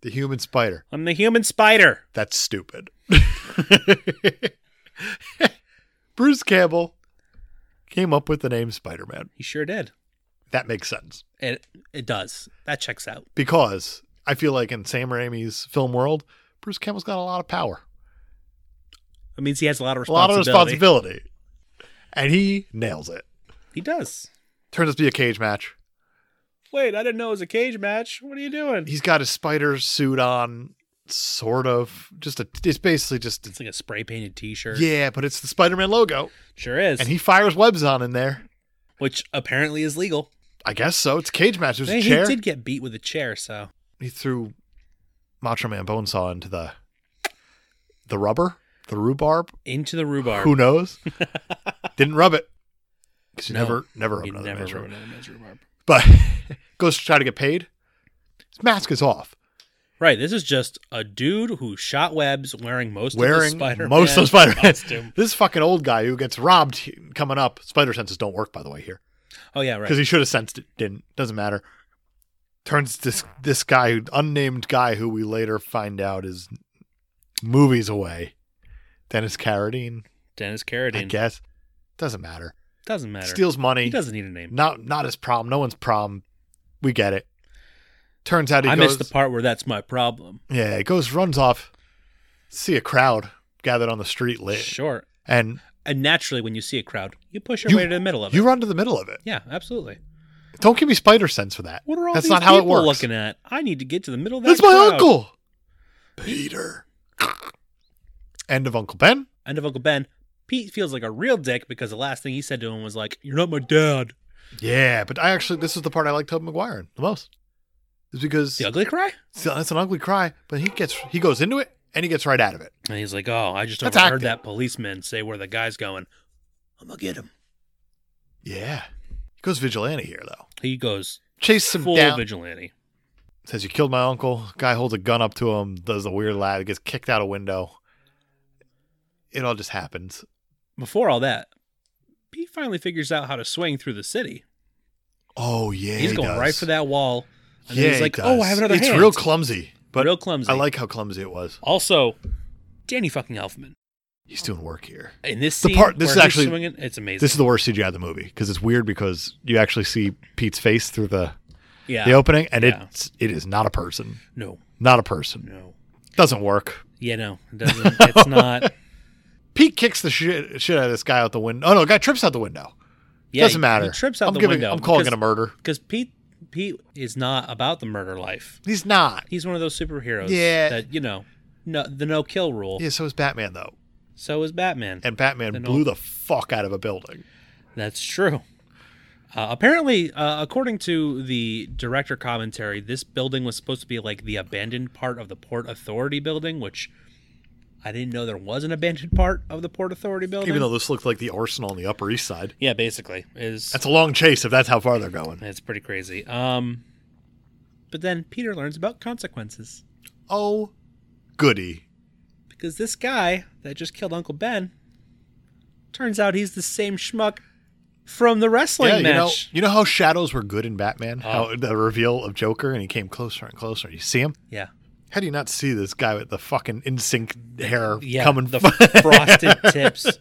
Speaker 2: The human spider.
Speaker 1: I'm the Human Spider.
Speaker 2: That's stupid. (laughs) Bruce Campbell came up with the name Spider Man.
Speaker 1: He sure did.
Speaker 2: That makes sense.
Speaker 1: It it does. That checks out.
Speaker 2: because I feel like in Sam Raimi's film world, Bruce Campbell's got a lot of power,
Speaker 1: It means he has a lot of
Speaker 2: a lot
Speaker 1: responsibility.
Speaker 2: of responsibility, and he nails it.
Speaker 1: He does.
Speaker 2: Turns out to be a cage match.
Speaker 1: Wait, I didn't know it was a cage match. What are you doing?
Speaker 2: He's got his spider suit on, sort of. Just a, it's basically just
Speaker 1: It's like a spray painted T-shirt.
Speaker 2: yeah, but it's the Spider-Man logo,
Speaker 1: Sure is.
Speaker 2: and he fires webs on in there.
Speaker 1: Which apparently is legal.
Speaker 2: I guess so. It's a cage match. There's
Speaker 1: Hey,
Speaker 2: a chair.
Speaker 1: He did get beat with a chair, so
Speaker 2: he threw Macho Man Bonesaw into the the rubber, the rhubarb.
Speaker 1: into the rhubarb. (laughs)
Speaker 2: Who knows? Didn't rub it because you
Speaker 1: No,
Speaker 2: never, never rub
Speaker 1: He
Speaker 2: another
Speaker 1: never
Speaker 2: man's
Speaker 1: wrote
Speaker 2: rub.
Speaker 1: another man's rhubarb.
Speaker 2: But (laughs) goes to try to get paid. His mask is off,
Speaker 1: Right. This is just a dude who shot webs wearing most of the
Speaker 2: wearing
Speaker 1: Spider-Man
Speaker 2: most of the Spider
Speaker 1: (laughs)
Speaker 2: Man.
Speaker 1: costume.
Speaker 2: (laughs) This fucking old guy who gets robbed he- coming up. Spider senses don't work, by the way, here
Speaker 1: Oh yeah, right.
Speaker 2: because he should have sensed it. Didn't. Doesn't matter. Turns this this guy, who- unnamed guy, who we later find out is movies away. Dennis Carradine,
Speaker 1: Dennis
Speaker 2: I
Speaker 1: Carradine.
Speaker 2: guess. Doesn't matter.
Speaker 1: Doesn't matter.
Speaker 2: Steals money.
Speaker 1: he doesn't need a name.
Speaker 2: Not not his problem. No one's problem. We get it. Turns out he
Speaker 1: I
Speaker 2: goes.
Speaker 1: missed the part where that's my problem.
Speaker 2: yeah, he goes runs off. See a crowd gathered on the street lit,
Speaker 1: Sure.
Speaker 2: and
Speaker 1: And naturally, when you see a crowd, you push your
Speaker 2: You-
Speaker 1: way to the middle of
Speaker 2: you
Speaker 1: it.
Speaker 2: run to the middle of it.
Speaker 1: Yeah, absolutely.
Speaker 2: Don't give me spider sense for that.
Speaker 1: What are all
Speaker 2: That's
Speaker 1: these
Speaker 2: not how it
Speaker 1: people
Speaker 2: works.
Speaker 1: looking at? I need to get to the middle of that.
Speaker 2: That's my
Speaker 1: crowd.
Speaker 2: uncle, Peter. End of Uncle Ben.
Speaker 1: End of Uncle Ben. Pete feels like a real dick because the last thing he said to him was like, "You're not my dad."
Speaker 2: Yeah, but I actually this is the part I like Tobey Maguire in the most. Is because
Speaker 1: The ugly cry.
Speaker 2: so that's an ugly cry, but he gets he goes into it and he gets right out of it.
Speaker 1: And he's like, "Oh, I just
Speaker 2: That's
Speaker 1: overheard
Speaker 2: acting.
Speaker 1: that policeman say where the guy's going. I'm gonna get him."
Speaker 2: Yeah, he goes vigilante here though.
Speaker 1: He goes
Speaker 2: Chase him
Speaker 1: full
Speaker 2: down.
Speaker 1: vigilante.
Speaker 2: says you killed my uncle. Guy holds a gun up to him, does the weird lad, gets kicked out a window. It all just happens.
Speaker 1: Before all that, Pete finally figures out how to swing through the city.
Speaker 2: Oh yeah,
Speaker 1: he's
Speaker 2: he
Speaker 1: going
Speaker 2: does.
Speaker 1: right for that wall. And
Speaker 2: yeah,
Speaker 1: then he's
Speaker 2: he
Speaker 1: like, "Oh, I
Speaker 2: does.
Speaker 1: have another
Speaker 2: It's
Speaker 1: hand."
Speaker 2: real clumsy, but
Speaker 1: real clumsy.
Speaker 2: I like how clumsy it was.
Speaker 1: Also, Danny fucking Elfman
Speaker 2: He's doing work here.
Speaker 1: in this
Speaker 2: The
Speaker 1: scene.
Speaker 2: part- this
Speaker 1: where
Speaker 2: is
Speaker 1: he's
Speaker 2: actually-
Speaker 1: swinging, it's amazing.
Speaker 2: This is the worst CGI of the movie because it's weird because you actually see Pete's face through the
Speaker 1: yeah.
Speaker 2: the opening, and
Speaker 1: Yeah.
Speaker 2: it's it is not a person,
Speaker 1: no,
Speaker 2: not a person.
Speaker 1: no.
Speaker 2: Doesn't work.
Speaker 1: Yeah, no. It doesn't. It's
Speaker 2: (laughs)
Speaker 1: not.
Speaker 2: Pete kicks the shit, shit out of this guy out the window. Oh no, guy trips out the window.
Speaker 1: Yeah,
Speaker 2: Doesn't matter.
Speaker 1: He trips out
Speaker 2: I'm
Speaker 1: the
Speaker 2: giving,
Speaker 1: window.
Speaker 2: I'm calling
Speaker 1: because,
Speaker 2: it a murder.
Speaker 1: because Pete Pete is not about the murder life.
Speaker 2: He's not.
Speaker 1: He's one of those superheroes.
Speaker 2: Yeah.
Speaker 1: That you know, no the no kill rule.
Speaker 2: Yeah, so is Batman though.
Speaker 1: So is Batman.
Speaker 2: and Batman
Speaker 1: Then
Speaker 2: blew
Speaker 1: all-
Speaker 2: the fuck out of a building.
Speaker 1: That's true. Uh, apparently, uh, according to the director commentary, this building was supposed to be like the abandoned part of the Port Authority building, which I didn't know there was an abandoned part of the Port Authority building.
Speaker 2: Even though this looked like the arsenal on the Upper East Side.
Speaker 1: yeah, basically, is
Speaker 2: That's a long chase if that's how far they're going.
Speaker 1: it's pretty crazy. Um, but then Peter learns about consequences
Speaker 2: Oh, goody.
Speaker 1: because Because this guy that just killed Uncle Ben turns out he's the same schmuck from the wrestling
Speaker 2: yeah, you know,
Speaker 1: match.
Speaker 2: you know how shadows were good in Batman.
Speaker 1: Oh.
Speaker 2: How the reveal of Joker and he came closer and closer. You see him?
Speaker 1: Yeah.
Speaker 2: How do you not see this guy with the fucking in sync hair
Speaker 1: Yeah.
Speaker 2: coming? (laughs)
Speaker 1: the
Speaker 2: fu-
Speaker 1: (laughs) frosted tips.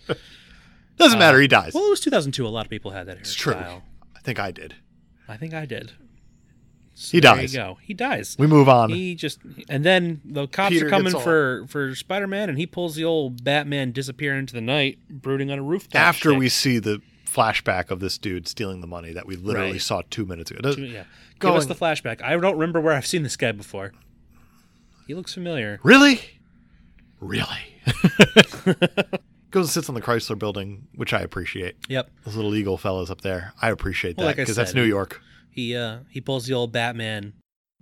Speaker 2: Doesn't matter. He dies.
Speaker 1: Well, it was 2002. A lot of people had that hairstyle.
Speaker 2: it's true. I think I did.
Speaker 1: I think I did. So
Speaker 2: He
Speaker 1: there
Speaker 2: dies.
Speaker 1: You go. He dies.
Speaker 2: We move on.
Speaker 1: He just and then the cops
Speaker 2: Peter
Speaker 1: are coming
Speaker 2: gets all-
Speaker 1: for for Spider Man, and he pulls the old Batman disappear into the night, brooding on a rooftop.
Speaker 2: After
Speaker 1: shit.
Speaker 2: we see the flashback of this dude stealing the money that we literally
Speaker 1: Right.
Speaker 2: saw two minutes ago. Does-
Speaker 1: yeah, give us the
Speaker 2: going-
Speaker 1: flashback. I don't remember where I've seen this guy before. He looks familiar.
Speaker 2: Really? Really? (laughs) Goes and sits on the Chrysler building, which I appreciate.
Speaker 1: Yep.
Speaker 2: Those little eagle fellas up there. I appreciate
Speaker 1: Well,
Speaker 2: that
Speaker 1: like I
Speaker 2: because that's
Speaker 1: said-
Speaker 2: New York.
Speaker 1: He uh he pulls the old Batman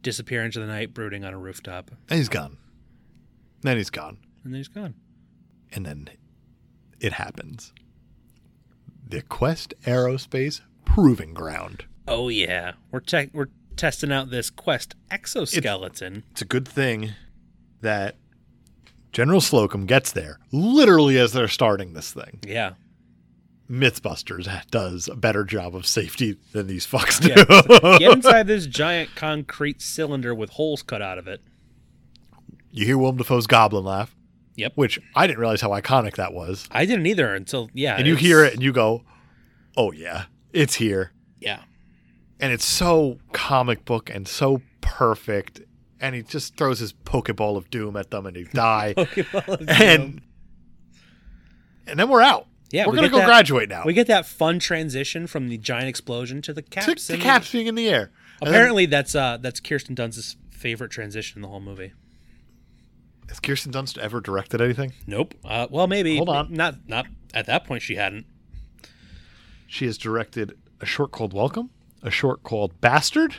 Speaker 1: disappear into the night, brooding on a rooftop,
Speaker 2: And he's gone. Then he's gone.
Speaker 1: and then he's gone.
Speaker 2: And then it happens. The Quest Aerospace Proving Ground.
Speaker 1: Oh yeah, we're te- we're testing out this Quest exoskeleton.
Speaker 2: It's a good thing that General Slocum gets there literally as they're starting this thing.
Speaker 1: yeah,
Speaker 2: Mythbusters does a better job of safety than these fucks do.
Speaker 1: Yeah, get
Speaker 2: (laughs)
Speaker 1: inside this giant concrete cylinder with holes cut out of it.
Speaker 2: you hear Willem Dafoe's goblin laugh.
Speaker 1: Yep.
Speaker 2: Which I didn't realize how iconic that was.
Speaker 1: I didn't either until yeah.
Speaker 2: And you
Speaker 1: it's-
Speaker 2: hear it and you go, oh, yeah, it's here. (laughs)
Speaker 1: Yeah.
Speaker 2: And it's so comic book and so perfect. And he just throws his Pokeball of Doom at them and
Speaker 1: (laughs)
Speaker 2: they die.
Speaker 1: Pokeball of Doom.
Speaker 2: and and then we're out.
Speaker 1: Yeah,
Speaker 2: we're
Speaker 1: we
Speaker 2: going to
Speaker 1: get
Speaker 2: go
Speaker 1: that-
Speaker 2: graduate now.
Speaker 1: we get that fun transition from the giant explosion to the caps.
Speaker 2: Took the
Speaker 1: and-
Speaker 2: caps being in the air. And then-
Speaker 1: Apparently, that's uh that's Kirsten Dunst's favorite transition in the whole movie.
Speaker 2: has Kirsten Dunst ever directed anything?
Speaker 1: Nope. Uh, well, maybe.
Speaker 2: Hold on.
Speaker 1: Not not at that point. She hadn't.
Speaker 2: She has directed a short called Welcome, a short called Bastard,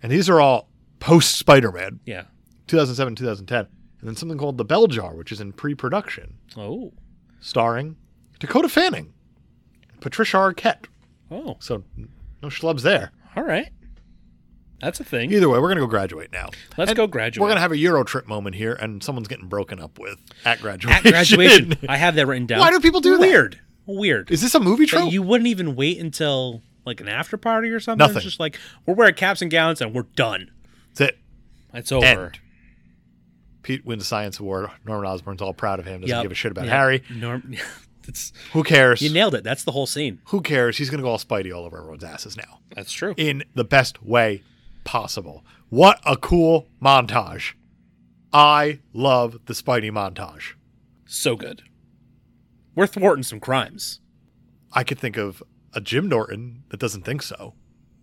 Speaker 2: and these are all post Spider Man,
Speaker 1: Yeah.
Speaker 2: 2007, 2010, and then something called The Bell Jar, which is in pre production,
Speaker 1: Oh.
Speaker 2: starring Dakota Fanning, Patricia Arquette.
Speaker 1: Oh.
Speaker 2: So no schlubs there.
Speaker 1: All right. That's a thing.
Speaker 2: Either way, we're gonna go graduate now.
Speaker 1: Let's
Speaker 2: And
Speaker 1: go graduate.
Speaker 2: We're gonna have a Euro trip moment here, and someone's getting broken up with at graduation. (laughs)
Speaker 1: at graduation. I have that written down.
Speaker 2: Why do people do that?
Speaker 1: Weird. Weird.
Speaker 2: is this a movie
Speaker 1: That
Speaker 2: trope?
Speaker 1: you wouldn't even wait until like an after party or something.
Speaker 2: Nothing.
Speaker 1: It's just like we're wearing caps and gowns and we're done.
Speaker 2: That's it.
Speaker 1: It's over.
Speaker 2: End. Pete wins the science award. Norman Osborn's all proud of him. Doesn't
Speaker 1: Yep.
Speaker 2: give a shit about
Speaker 1: Yep.
Speaker 2: Harry.
Speaker 1: (laughs) Norm, it's,
Speaker 2: Who cares?
Speaker 1: you nailed it. That's the whole scene.
Speaker 2: Who cares? He's going to go all Spidey all over everyone's asses now
Speaker 1: That's true.
Speaker 2: in the best way possible. What a cool montage. I love the Spidey montage.
Speaker 1: so good. We're thwarting some crimes.
Speaker 2: I could think of a Jim Norton that doesn't think so.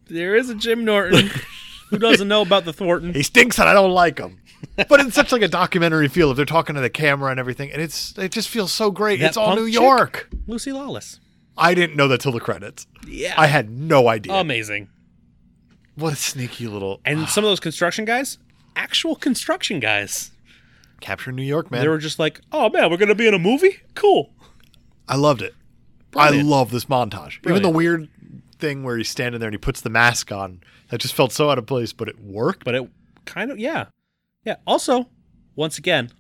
Speaker 1: There is a Jim Norton (laughs) who doesn't know about the
Speaker 2: (laughs)
Speaker 1: Thornton.
Speaker 2: He stinks and I don't like him. But it's such like a documentary feel if they're talking to the camera and everything and it's it just feels so great.
Speaker 1: That
Speaker 2: it's all
Speaker 1: punk
Speaker 2: New
Speaker 1: chick?
Speaker 2: York.
Speaker 1: Lucy Lawless.
Speaker 2: I didn't know that till the credits.
Speaker 1: Yeah.
Speaker 2: I had no idea.
Speaker 1: Amazing.
Speaker 2: what a sneaky little (sighs)
Speaker 1: And some of those construction guys, actual construction guys.
Speaker 2: capture New York, man.
Speaker 1: They were just like, oh man, we're going to be in a movie? Cool.
Speaker 2: I loved it.
Speaker 1: Brilliant.
Speaker 2: I love this montage. Even
Speaker 1: Brilliant.
Speaker 2: the weird thing where he's standing there and he puts the mask on. That just felt so out of place, but it worked.
Speaker 1: but it kind of yeah yeah also once again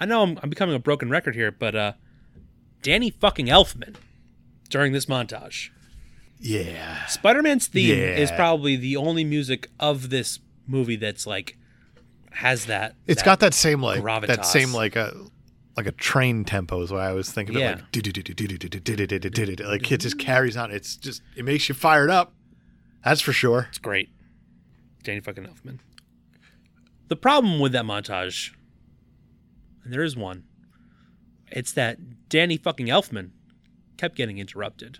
Speaker 1: i know i'm, I'm becoming a broken record here but uh danny fucking elfman during this montage
Speaker 2: Yeah.
Speaker 1: spider-man's theme
Speaker 2: Yeah.
Speaker 1: is probably the only music of this movie that's like has that
Speaker 2: it's
Speaker 1: It's
Speaker 2: got that same like
Speaker 1: gravitas.
Speaker 2: that same like a like a train tempo is what I was thinking
Speaker 1: Yeah.
Speaker 2: of like do do do do do do do do do do do do like it just carries on. It's just it makes you fired up. That's for sure.
Speaker 1: it's great danny fucking elfman the problem with that montage and there is one it's that danny fucking elfman kept getting interrupted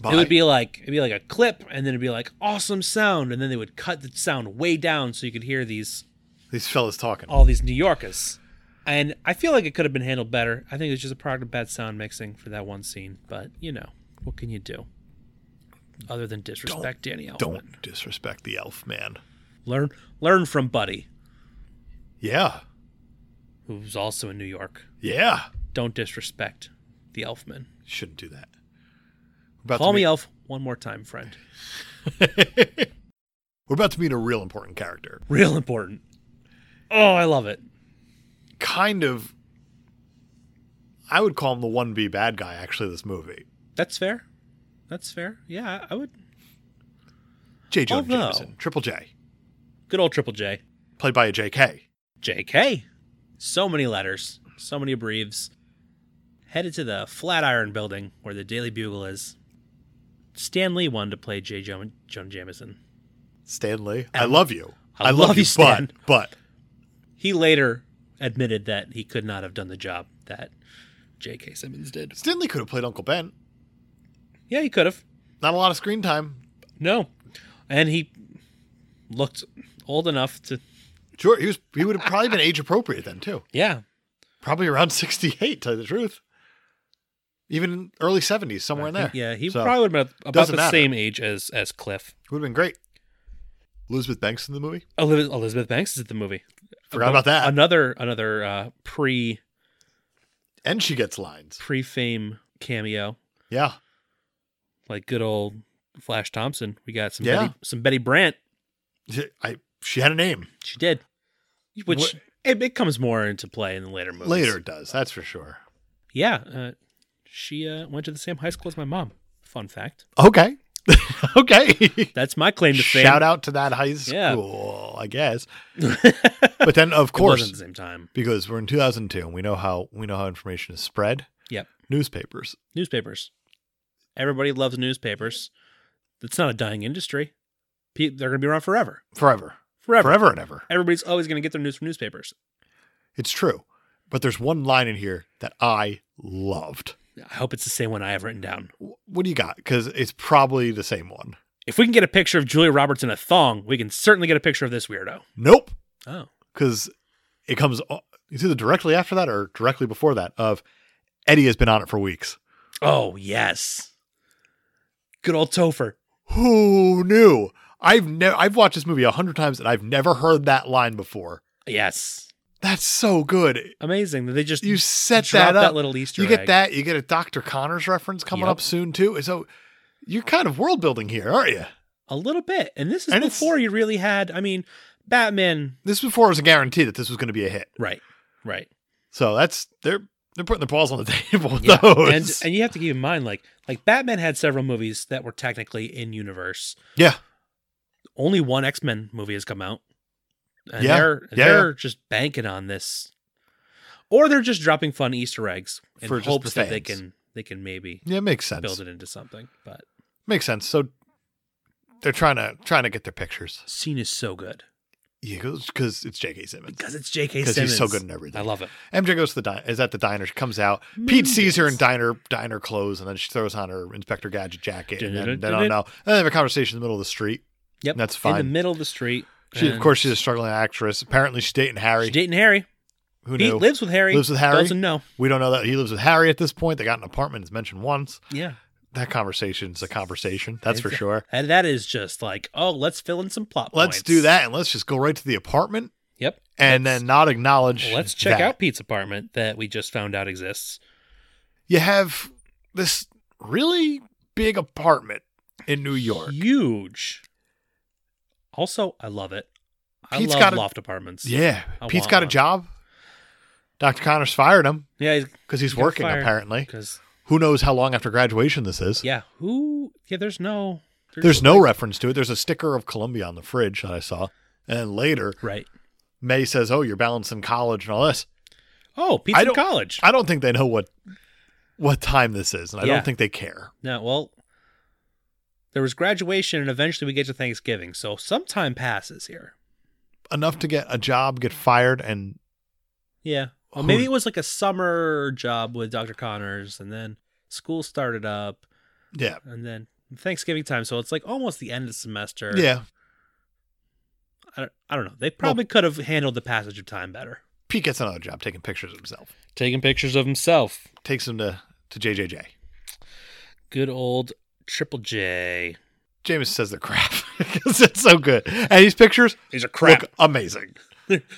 Speaker 2: Bye.
Speaker 1: It would be like it'd be like a clip, and then it'd be like awesome sound, and then they would cut the sound way down so you could hear these
Speaker 2: these fellas talking.
Speaker 1: all these New Yorkers. And I feel like it could have been handled better. I think it was just a product of bad sound mixing for that one scene. But you know, what can you do? Other than disrespect Danny Elfman.
Speaker 2: Don't disrespect the elf man.
Speaker 1: learn learn from Buddy,
Speaker 2: Yeah.
Speaker 1: who's also in New York.
Speaker 2: Yeah.
Speaker 1: Don't disrespect the Elfman.
Speaker 2: Shouldn't do that. We're about
Speaker 1: Call
Speaker 2: to
Speaker 1: me
Speaker 2: meet-
Speaker 1: Elf one more time, friend.
Speaker 2: We're about to meet a real important character.
Speaker 1: Real important. Oh, I love it.
Speaker 2: kind of I would call him the 1B bad guy actually this movie.
Speaker 1: That's fair. That's fair. Yeah, I I would.
Speaker 2: J. Jonah
Speaker 1: Although-
Speaker 2: Jameson, Triple J,
Speaker 1: Good old Triple J.
Speaker 2: played by a JK.
Speaker 1: JK. So many letters, so many breathes. Headed to the Flatiron building where the Daily Bugle is. Stan Lee wanted to play J. Jonah, Jonah Jameson.
Speaker 2: Stanley, I
Speaker 1: And-
Speaker 2: love you.
Speaker 1: Um, I love you, Stan.
Speaker 2: But,
Speaker 1: He later admitted that he could not have done the job that J.K. Simmons did.
Speaker 2: but Stanley could have played Uncle Ben.
Speaker 1: Yeah, he could have.
Speaker 2: Not a lot of screen time.
Speaker 1: No. And he looked old enough to.
Speaker 2: Sure, he was. He would have probably been age appropriate then too.
Speaker 1: Yeah.
Speaker 2: Probably around (laughs) sixty-eight, to tell you the truth. Even early seventies, somewhere in there.
Speaker 1: Yeah, he
Speaker 2: So,
Speaker 1: probably would have been about
Speaker 2: doesn't
Speaker 1: the
Speaker 2: matter.
Speaker 1: same age as, as Cliff.
Speaker 2: would have been great. Elizabeth Banks in the movie.
Speaker 1: Elizabeth, Elizabeth Banks is at the movie.
Speaker 2: Forgot about that.
Speaker 1: Another another uh, pre
Speaker 2: and she gets lines.
Speaker 1: pre fame cameo,
Speaker 2: Yeah,
Speaker 1: like good old Flash Thompson. We got some
Speaker 2: Yeah.
Speaker 1: Betty, some Betty Brant.
Speaker 2: I. She had a name.
Speaker 1: She did, which
Speaker 2: What-
Speaker 1: it, it comes more into play in the later movies.
Speaker 2: Later it does. That's for sure.
Speaker 1: yeah, uh, she uh, went to the same high school as my mom. Fun fact.
Speaker 2: Okay. (laughs) okay.
Speaker 1: That's my claim to fame.
Speaker 2: Shout out to that high
Speaker 1: Yeah.
Speaker 2: school,
Speaker 1: (laughs)
Speaker 2: I guess.
Speaker 1: of
Speaker 2: But then, of
Speaker 1: at
Speaker 2: course,
Speaker 1: the same time.
Speaker 2: because we're in 2002 and we know how we know how information is spread.
Speaker 1: Yep.
Speaker 2: Newspapers.
Speaker 1: Newspapers. Everybody loves newspapers. It's not a dying industry. Pe- They're going to be around forever.
Speaker 2: Forever.
Speaker 1: Forever.
Speaker 2: Forever and ever.
Speaker 1: Everybody's always going to get their news from newspapers.
Speaker 2: It's true. But there's one line in here that I loved.
Speaker 1: I hope it's the same one I have written down.
Speaker 2: Wh- What do you got? Because it's probably the same one.
Speaker 1: If we can get a picture of Julia Roberts in a thong, we can certainly get a picture of this weirdo.
Speaker 2: Nope.
Speaker 1: Oh.
Speaker 2: Because it comes o- it's either directly after that or directly before that of Eddie has been on it for weeks.
Speaker 1: Oh, yes. Good old Topher.
Speaker 2: Who knew? I've never I've watched this movie a hundred times and I've never heard that line before.
Speaker 1: Yes.
Speaker 2: That's so good.
Speaker 1: Amazing that they just
Speaker 2: You set
Speaker 1: dropped
Speaker 2: that up.
Speaker 1: little Easter
Speaker 2: you get
Speaker 1: egg.
Speaker 2: that. You get a Dr. Connors reference coming
Speaker 1: Yep.
Speaker 2: up soon too. So you're kind of world building here, aren't you?
Speaker 1: a little bit. And this is
Speaker 2: And it's-
Speaker 1: before you really had, I mean, Batman.
Speaker 2: This before was a guarantee that this was going to be a hit.
Speaker 1: Right. Right.
Speaker 2: So that's they're they're putting their paws on the (laughs) table with
Speaker 1: Yeah.
Speaker 2: those.
Speaker 1: And and you have to keep in mind like like Batman had several movies that were technically in universe.
Speaker 2: yeah,
Speaker 1: Only one X-Men movie has come out. And
Speaker 2: Yeah.
Speaker 1: they're
Speaker 2: Yeah,
Speaker 1: they're just banking on this. Or they're just dropping fun Easter eggs in
Speaker 2: For just the
Speaker 1: hopes that they
Speaker 2: fans.
Speaker 1: can they can maybe
Speaker 2: yeah, makes sense.
Speaker 1: build it into something. But
Speaker 2: Makes sense. So they're trying to trying to get their pictures.
Speaker 1: scene is so good
Speaker 2: Yeah, because it's J.K. Simmons.
Speaker 1: because it's J.K.
Speaker 2: Because
Speaker 1: Simmons.
Speaker 2: he's so good in everything.
Speaker 1: I love it.
Speaker 2: MJ goes to the diner, is at the diner. She comes out. Pete sees her in diner diner clothes, and then she throws on her Inspector Gadget jacket. And then they don't know. Then they have a conversation in the middle of the street.
Speaker 1: Yep,
Speaker 2: That's
Speaker 1: In the
Speaker 2: fine.
Speaker 1: middle of the street.
Speaker 2: She, of
Speaker 1: and
Speaker 2: course, she's a struggling actress. Apparently, she's dating Harry.
Speaker 1: she's dating Harry.
Speaker 2: Who
Speaker 1: Pete
Speaker 2: knew?
Speaker 1: lives with Harry.
Speaker 2: Lives with Harry.
Speaker 1: Doesn't know.
Speaker 2: we don't know that he lives with Harry at this point. They got an apartment. It's mentioned once.
Speaker 1: Yeah.
Speaker 2: That conversation's a conversation. That's for
Speaker 1: It's-
Speaker 2: sure.
Speaker 1: And that is just like, oh, let's fill in some plot
Speaker 2: Let's
Speaker 1: points.
Speaker 2: do that, and let's just go right to the apartment,
Speaker 1: Yep.
Speaker 2: and
Speaker 1: Let's-
Speaker 2: then not acknowledge.
Speaker 1: let's check
Speaker 2: that.
Speaker 1: out Pete's apartment that we just found out exists.
Speaker 2: You have this really big apartment in New York.
Speaker 1: Huge. Also, I love it. I
Speaker 2: Pete's
Speaker 1: love
Speaker 2: got a-
Speaker 1: loft apartments.
Speaker 2: Yeah.
Speaker 1: I
Speaker 2: Pete's
Speaker 1: want
Speaker 2: got a
Speaker 1: one.
Speaker 2: job. Dr. Connors fired him
Speaker 1: Yeah,
Speaker 2: because he's
Speaker 1: He got
Speaker 2: working,
Speaker 1: fired.
Speaker 2: apparently.
Speaker 1: because
Speaker 2: Who knows how long after graduation this is?
Speaker 1: yeah, who? Yeah, there's no.
Speaker 2: There's no reference to it. There's a sticker of Columbia on the fridge that I saw. And then later,
Speaker 1: right.
Speaker 2: May says, Oh, you're balancing college and all this.
Speaker 1: Oh, Pete's
Speaker 2: I
Speaker 1: in
Speaker 2: don't-
Speaker 1: college.
Speaker 2: I don't think they know what what time this is, and I
Speaker 1: Yeah.
Speaker 2: don't think they care.
Speaker 1: No, well, there was graduation, and eventually we get to Thanksgiving. So some time passes here.
Speaker 2: Enough to get a job, get fired, and
Speaker 1: Yeah. Well,
Speaker 2: Who-
Speaker 1: maybe it was like a summer job with Dr. Connors, and then school started up,
Speaker 2: yeah.
Speaker 1: and then Thanksgiving time. So it's like almost the end of the semester.
Speaker 2: Yeah.
Speaker 1: I don't, I don't know. They probably could have handled the passage of time better.
Speaker 2: Pete gets another job taking pictures of himself.
Speaker 1: Taking pictures of himself.
Speaker 2: Takes him to, to JJJ.
Speaker 1: Good old Triple J.
Speaker 2: James says they're crap (laughs) because it's so good. And these pictures
Speaker 1: These are crap.
Speaker 2: look amazing.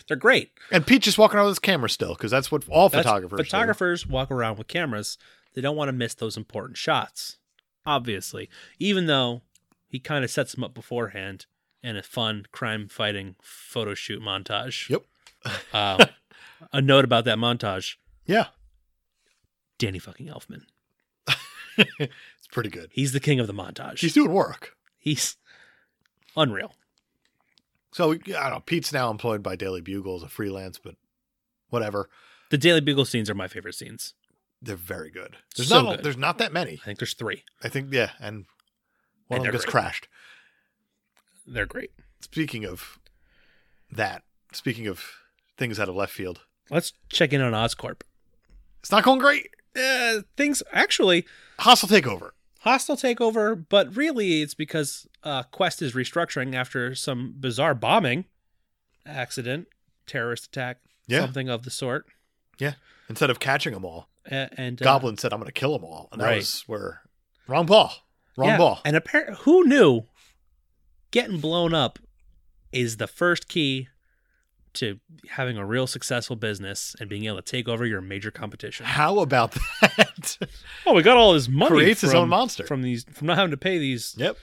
Speaker 1: They're great.
Speaker 2: And Pete just walking around with his camera still because that's what all
Speaker 1: That's-
Speaker 2: photographers do.
Speaker 1: Photographers walk around with cameras. They don't want to miss those important shots, obviously. Even though he kind (laughs) of sets them up beforehand in a fun crime fighting photo shoot montage.
Speaker 2: Yep.
Speaker 1: Uh, a note about that montage
Speaker 2: Yeah,
Speaker 1: Danny fucking Elfman.
Speaker 2: it's pretty good.
Speaker 1: He's the king of the montage.
Speaker 2: She's doing work.
Speaker 1: He's unreal.
Speaker 2: So I don't know. Pete's now employed by Daily Bugle as a freelance, but whatever.
Speaker 1: The Daily Bugle scenes are my favorite scenes.
Speaker 2: They're very good. There's
Speaker 1: So
Speaker 2: not a-
Speaker 1: good.
Speaker 2: there's not that many.
Speaker 1: I think there's three.
Speaker 2: I think yeah,
Speaker 1: And
Speaker 2: and one of them
Speaker 1: they're
Speaker 2: gets
Speaker 1: great.
Speaker 2: crashed.
Speaker 1: They're great.
Speaker 2: Speaking of that, speaking of things out of left field,
Speaker 1: Let's check in on Oscorp.
Speaker 2: it's not going great.
Speaker 1: Uh, things actually
Speaker 2: Hostile takeover.
Speaker 1: hostile takeover, but really it's because uh, Quest is restructuring after some bizarre bombing accident, terrorist attack,
Speaker 2: Yeah.
Speaker 1: something of the sort.
Speaker 2: Instead of catching them all,
Speaker 1: A- and uh,
Speaker 2: Goblin said, "I'm going to kill them all," and that
Speaker 1: Right.
Speaker 2: was where wrong ball, wrong
Speaker 1: yeah,
Speaker 2: ball.
Speaker 1: And appar- who knew getting blown up is the first key to having a real successful business and being able to take over your major
Speaker 2: (sighs)
Speaker 1: competition.
Speaker 2: How about (laughs) that?
Speaker 1: Oh, we got all this money.
Speaker 2: Creates his
Speaker 1: from-
Speaker 2: own monster.
Speaker 1: from these from not having to pay these
Speaker 2: yep.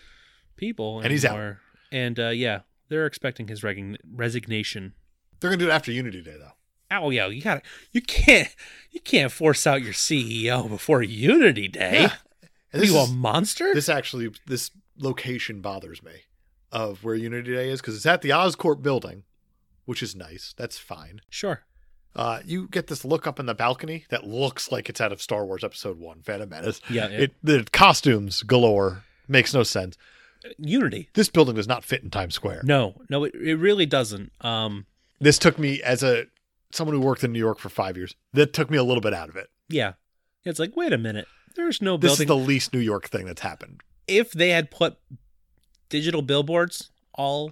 Speaker 1: people.
Speaker 2: And he's out.
Speaker 1: anymore. And uh, yeah, they're expecting his regn- resignation.
Speaker 2: They're going to do it after Unity Day, though.
Speaker 1: Oh yeah, you got to You can't. You can't force out your CEO before Unity Day.
Speaker 2: Yeah.
Speaker 1: Are
Speaker 2: And this
Speaker 1: you
Speaker 2: is-
Speaker 1: a (laughs) monster?
Speaker 2: this actually this location bothers me of where Unity Day is because it's at the Oscorp building, which is nice. That's fine.
Speaker 1: sure.
Speaker 2: Uh, you get this look up in the balcony that looks like it's out of Star Wars Episode One: Phantom Menace.
Speaker 1: Yeah. yeah.
Speaker 2: It the costumes galore makes no sense.
Speaker 1: Unity.
Speaker 2: This building does not fit in Times Square.
Speaker 1: No, no, it, it really doesn't. Um,
Speaker 2: This took me as a someone who worked in New York for five years. That took me a little bit out of it.
Speaker 1: yeah, it's like wait a minute. There's no
Speaker 2: This
Speaker 1: building.
Speaker 2: is the least New York thing that's happened.
Speaker 1: if they had put digital billboards all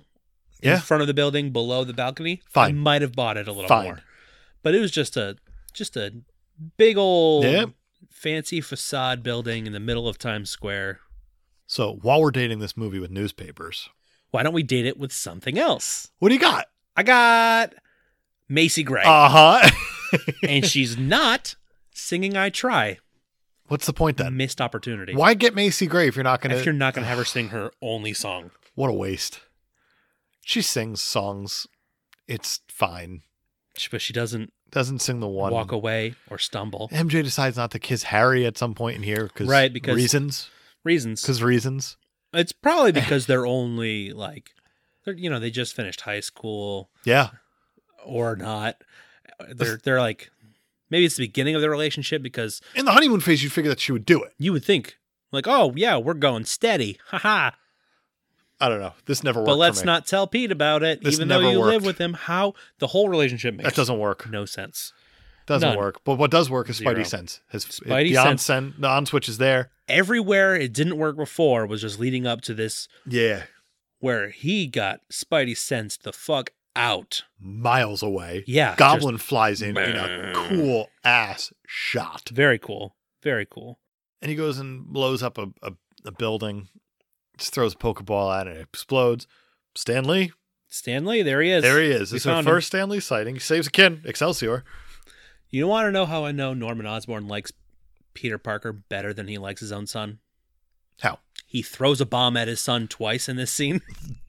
Speaker 2: Yeah.
Speaker 1: in front of the building below the balcony, I
Speaker 2: Fine.
Speaker 1: might have bought it a little
Speaker 2: Fine.
Speaker 1: more. But it was just a just a big old
Speaker 2: Yep.
Speaker 1: fancy facade building in the middle of Times Square.
Speaker 2: So while we're dating this movie with newspapers,
Speaker 1: Why don't we date it with something else?
Speaker 2: what do you got?
Speaker 1: I got Macy Gray,
Speaker 2: Uh huh.
Speaker 1: (laughs) and she's not singing "I Try."
Speaker 2: (laughs) What's the point then?
Speaker 1: Missed opportunity.
Speaker 2: Why get Macy Gray if you're not gonna?
Speaker 1: if you're not gonna have her sing her only song?
Speaker 2: What a waste. She sings songs. It's fine.
Speaker 1: She- but she doesn't
Speaker 2: Doesn't sing the one.
Speaker 1: walk away or stumble.
Speaker 2: MJ decides not to kiss Harry at some point in here because
Speaker 1: Right, because-
Speaker 2: reasons. (laughs)
Speaker 1: Reasons.
Speaker 2: Because reasons.
Speaker 1: It's probably because they're only like, they're, you know, they just finished high school
Speaker 2: Yeah,
Speaker 1: or not.
Speaker 2: (laughs)
Speaker 1: They're they're like, maybe it's the beginning of their relationship because
Speaker 2: in the honeymoon phase, you'd figure that she would do it.
Speaker 1: you would think like, oh yeah, we're going steady, (laughs) haha.
Speaker 2: I don't know. This never worked.
Speaker 1: But
Speaker 2: for
Speaker 1: let's
Speaker 2: me.
Speaker 1: not tell Pete about it,
Speaker 2: This
Speaker 1: even though
Speaker 2: never
Speaker 1: you live
Speaker 2: worked.
Speaker 1: with him. How the whole relationship makes
Speaker 2: That doesn't work.
Speaker 1: no sense.
Speaker 2: Doesn't
Speaker 1: None.
Speaker 2: work. But what does work is
Speaker 1: Zero.
Speaker 2: Spidey sense. His
Speaker 1: Spidey
Speaker 2: the on
Speaker 1: sense.
Speaker 2: sen- the on switch is there.
Speaker 1: Everywhere it didn't work before was just leading up to this
Speaker 2: Yeah,
Speaker 1: where he got Spidey sensed the fuck out.
Speaker 2: miles away.
Speaker 1: Yeah, just
Speaker 2: Goblin flies in in a cool ass shot.
Speaker 1: very cool, very cool.
Speaker 2: and he goes and blows up a, a, a building, just throws a Pokeball at it, it explodes. Stanley,
Speaker 1: Stanley, there he is.
Speaker 2: there he is.
Speaker 1: we
Speaker 2: This is our
Speaker 1: found him.
Speaker 2: first Stanley sighting. He saves a kid, Excelsior.
Speaker 1: You want to know how I know Norman Osborn likes Peter Parker better than he likes his own son?
Speaker 2: How?
Speaker 1: He throws a bomb at his son twice in this scene.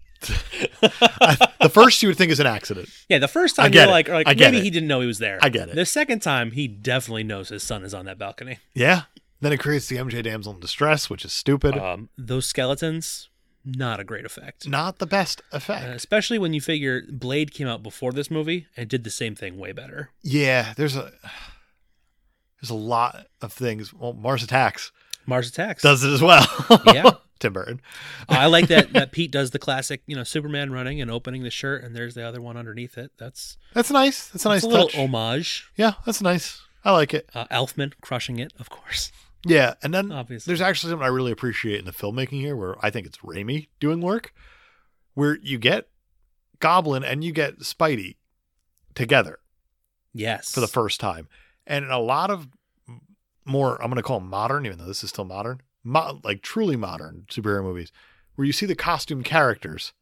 Speaker 1: (laughs)
Speaker 2: the first you would think is
Speaker 1: (laughs)
Speaker 2: an accident.
Speaker 1: yeah, the first
Speaker 2: I
Speaker 1: time
Speaker 2: get
Speaker 1: you're
Speaker 2: it.
Speaker 1: like, or like
Speaker 2: I get
Speaker 1: maybe
Speaker 2: it.
Speaker 1: he didn't know he was there.
Speaker 2: I get it.
Speaker 1: The second time, he definitely knows his son is on that balcony.
Speaker 2: Yeah. Then it creates the MJ damsel in distress, which is stupid.
Speaker 1: Um, those skeletons, not a great effect.
Speaker 2: Not the best
Speaker 1: Uh,
Speaker 2: effect.
Speaker 1: especially when you figure Blade came out before this movie and did the same thing way better.
Speaker 2: yeah, there's a there's a lot of things. Well, Mars Attacks
Speaker 1: Mars Attacks.
Speaker 2: does it as well. (laughs)
Speaker 1: Yeah.
Speaker 2: Tim Burton.
Speaker 1: I like that that Pete does the classic, you know, Superman running and opening the shirt, and there's the other one underneath it. That's
Speaker 2: That's nice. That's a nice
Speaker 1: it's a little
Speaker 2: touch.
Speaker 1: homage.
Speaker 2: yeah, that's nice. I like it.
Speaker 1: Uh, Elfman crushing it, of course. (laughs)
Speaker 2: Yeah, and then
Speaker 1: Obviously.
Speaker 2: there's actually something I really appreciate in the filmmaking here, where I think it's Raimi doing work, where you get Goblin and you get Spidey together
Speaker 1: Yes.
Speaker 2: for the first time, and in a lot of m- more, I'm going to call 'em modern, even though this is still modern, mo- like truly modern superhero movies, where you see the costume characters,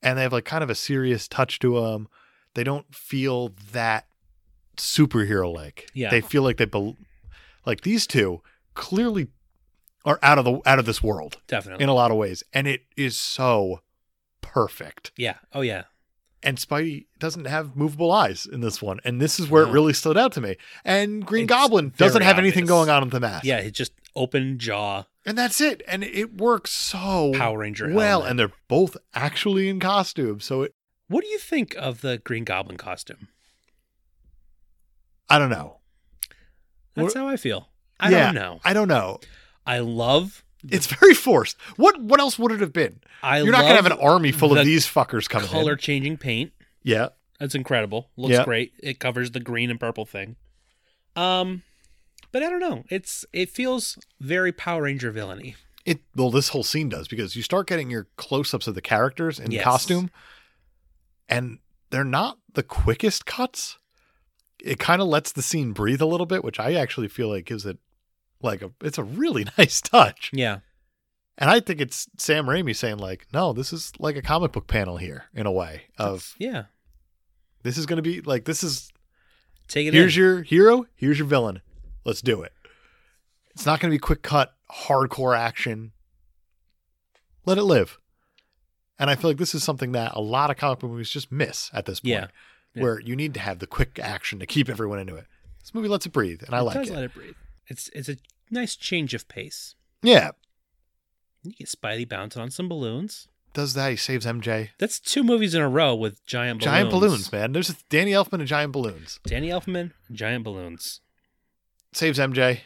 Speaker 2: and they have like kind of a serious touch to them. They don't feel that superhero like.
Speaker 1: Yeah.
Speaker 2: they feel like they bel like these two clearly are out of the out of this world
Speaker 1: Definitely.
Speaker 2: in a lot of ways, and it is so perfect.
Speaker 1: yeah. Oh yeah.
Speaker 2: And Spidey doesn't have movable eyes in this one. And this is where
Speaker 1: No.
Speaker 2: it really stood out to me. And Green
Speaker 1: It's
Speaker 2: Goblin doesn't
Speaker 1: very
Speaker 2: have anything
Speaker 1: obvious.
Speaker 2: going on with the mask.
Speaker 1: Yeah, it's just open jaw
Speaker 2: And that's it. And it works so
Speaker 1: Power Ranger.
Speaker 2: well.
Speaker 1: helmet.
Speaker 2: And they're both actually in costume. So it,
Speaker 1: what do you think of the Green Goblin costume?
Speaker 2: I don't know.
Speaker 1: That's
Speaker 2: What-
Speaker 1: how I feel. I
Speaker 2: Yeah,
Speaker 1: don't know.
Speaker 2: I don't know.
Speaker 1: I love.
Speaker 2: It's very forced. What what else would it have been?
Speaker 1: I
Speaker 2: You're not going to have an army full
Speaker 1: the
Speaker 2: of these fuckers coming
Speaker 1: color
Speaker 2: in.
Speaker 1: changing paint.
Speaker 2: Yeah.
Speaker 1: That's incredible. Looks
Speaker 2: Yeah.
Speaker 1: great. It covers the green and purple thing. Um, but I don't know. It's it feels very Power Ranger villainy.
Speaker 2: It well, this whole scene does because you start getting your close-ups of the characters in
Speaker 1: Yes.
Speaker 2: costume, and they're not the quickest cuts. It kind of lets the scene breathe a little bit, which I actually feel like gives it like a it's a really (laughs) nice touch.
Speaker 1: Yeah,
Speaker 2: And I think it's Sam Raimi saying like, no, this is like a comic book panel here in a way of
Speaker 1: yeah.
Speaker 2: this is going to be like this is
Speaker 1: Take it.
Speaker 2: here's
Speaker 1: in.
Speaker 2: your hero, here's your villain. Let's do it. It's not going to be quick cut, hardcore action. Let it live. And I feel like this is something that a lot of comic book movies just miss at this point,
Speaker 1: yeah. yeah.
Speaker 2: where you need to have the quick action to keep everyone into it. This movie lets it breathe, and I like
Speaker 1: does
Speaker 2: it.
Speaker 1: Let it breathe. It's it's a nice change of pace.
Speaker 2: Yeah,
Speaker 1: You get Spidey bouncing on some balloons.
Speaker 2: does that? He saves MJ.
Speaker 1: That's two movies in a row with giant balloons.
Speaker 2: Giant balloons, man. There's a, Danny Elfman and giant balloons.
Speaker 1: Danny Elfman, giant balloons.
Speaker 2: Saves MJ.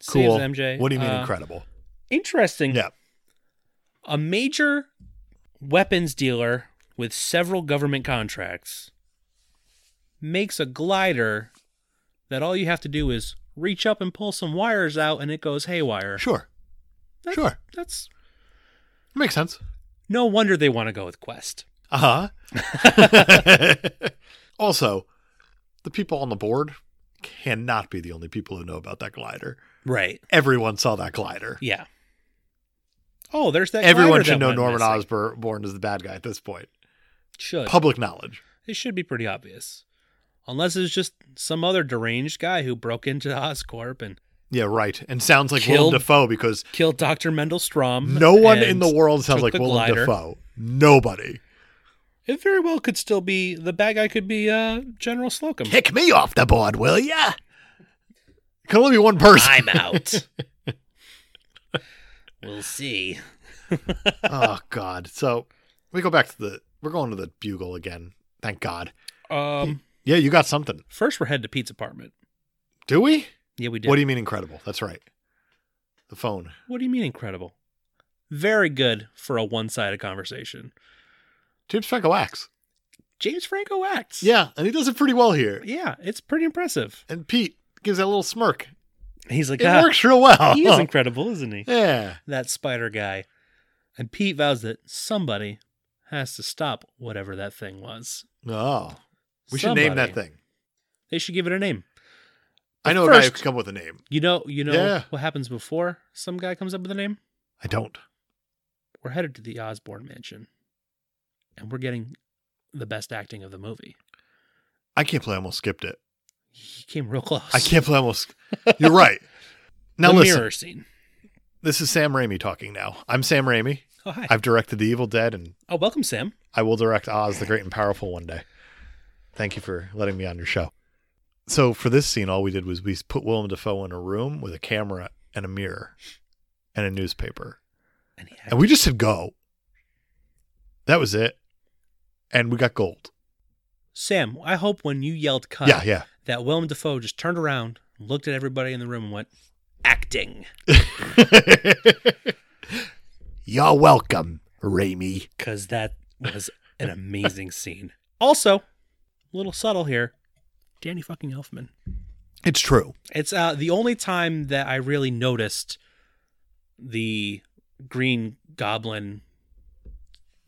Speaker 1: Saves
Speaker 2: Cool.
Speaker 1: MJ.
Speaker 2: What do you mean
Speaker 1: Uh,
Speaker 2: incredible?
Speaker 1: Interesting.
Speaker 2: Yeah.
Speaker 1: a major weapons dealer with several government contracts makes a glider that all you have to do is reach up and pull some wires out and it goes haywire.
Speaker 2: Sure.
Speaker 1: That-
Speaker 2: Sure.
Speaker 1: That's
Speaker 2: Makes sense.
Speaker 1: no wonder they want to go with Quest.
Speaker 2: Uh huh. Uh-huh. (laughs) also, the people on the board cannot be the only people who know about that glider.
Speaker 1: Right.
Speaker 2: Everyone saw that glider.
Speaker 1: Yeah. Oh, there's that.
Speaker 2: Everyone
Speaker 1: glider
Speaker 2: should
Speaker 1: that
Speaker 2: know
Speaker 1: went
Speaker 2: Norman
Speaker 1: missing.
Speaker 2: Osborn is the bad guy at this point.
Speaker 1: Should.
Speaker 2: Public knowledge.
Speaker 1: it should be pretty obvious. Unless it's just some other deranged guy who broke into Oscorp and
Speaker 2: Yeah, right. And sounds like
Speaker 1: Killed-
Speaker 2: Willem Dafoe because
Speaker 1: killed Dr. Mendelstrom.
Speaker 2: no one in
Speaker 1: and-
Speaker 2: the world sounds
Speaker 1: took
Speaker 2: like
Speaker 1: the
Speaker 2: Willem
Speaker 1: glider.
Speaker 2: Dafoe. Nobody.
Speaker 1: It very well could still be the bad guy could be uh, General Slocum.
Speaker 2: Kick me off the board, will ya? Can only be one person.
Speaker 1: I'm (laughs) out. we'll see.
Speaker 2: (laughs) oh God. So we go back to the we're going to the bugle again. Thank God.
Speaker 1: Um,
Speaker 2: Yeah, you got something.
Speaker 1: first, we're headed to Pete's apartment.
Speaker 2: Do we?
Speaker 1: Yeah, we did.
Speaker 2: What do you mean incredible? That's right. The phone.
Speaker 1: What do you mean incredible? Very good for a one-sided conversation.
Speaker 2: James Franco acts.
Speaker 1: James Franco acts.
Speaker 2: Yeah, and he does it pretty well here.
Speaker 1: yeah, it's pretty impressive.
Speaker 2: And Pete gives that little smirk.
Speaker 1: He's like,
Speaker 2: It
Speaker 1: ah,
Speaker 2: works real well. (laughs)
Speaker 1: he is incredible, isn't he?
Speaker 2: yeah.
Speaker 1: That spider guy. And Pete vows that somebody has to stop whatever that thing was.
Speaker 2: Oh. We should name that
Speaker 1: Somebody.
Speaker 2: thing.
Speaker 1: They should give it a name.
Speaker 2: I
Speaker 1: But
Speaker 2: know a guy who
Speaker 1: first-
Speaker 2: could come with a name.
Speaker 1: You know, you know
Speaker 2: Yeah.
Speaker 1: what happens before some guy comes up with a name.
Speaker 2: I don't.
Speaker 1: We're headed to the Osborne mansion, and we're getting the best acting of the movie.
Speaker 2: I can't play I almost skipped it.
Speaker 1: He came real close. (laughs)
Speaker 2: I can't play I almost You're right. Now
Speaker 1: the
Speaker 2: listen.
Speaker 1: mirror scene.
Speaker 2: This is Sam Raimi talking now. I'm Sam
Speaker 1: (laughs)
Speaker 2: Raimi.
Speaker 1: Oh hi.
Speaker 2: I've directed The Evil Dead and
Speaker 1: oh welcome Sam.
Speaker 2: I will direct Oz the Great and Powerful one day. Thank you for letting me on your show. So for this scene, all we did was we put Willem Dafoe in a room with a camera and a mirror and a newspaper.
Speaker 1: And he
Speaker 2: And we just said go. That was it. And we got gold.
Speaker 1: Sam, I hope when you yelled cut
Speaker 2: yeah, yeah.
Speaker 1: that Willem Dafoe just turned around, looked at everybody in the room, and went acting
Speaker 2: (laughs) You're welcome, Raimi.
Speaker 1: because that was an amazing scene. Also, a little subtle here, Danny fucking Elfman.
Speaker 2: It's true.
Speaker 1: It's uh, the only time that I really noticed the Green Goblin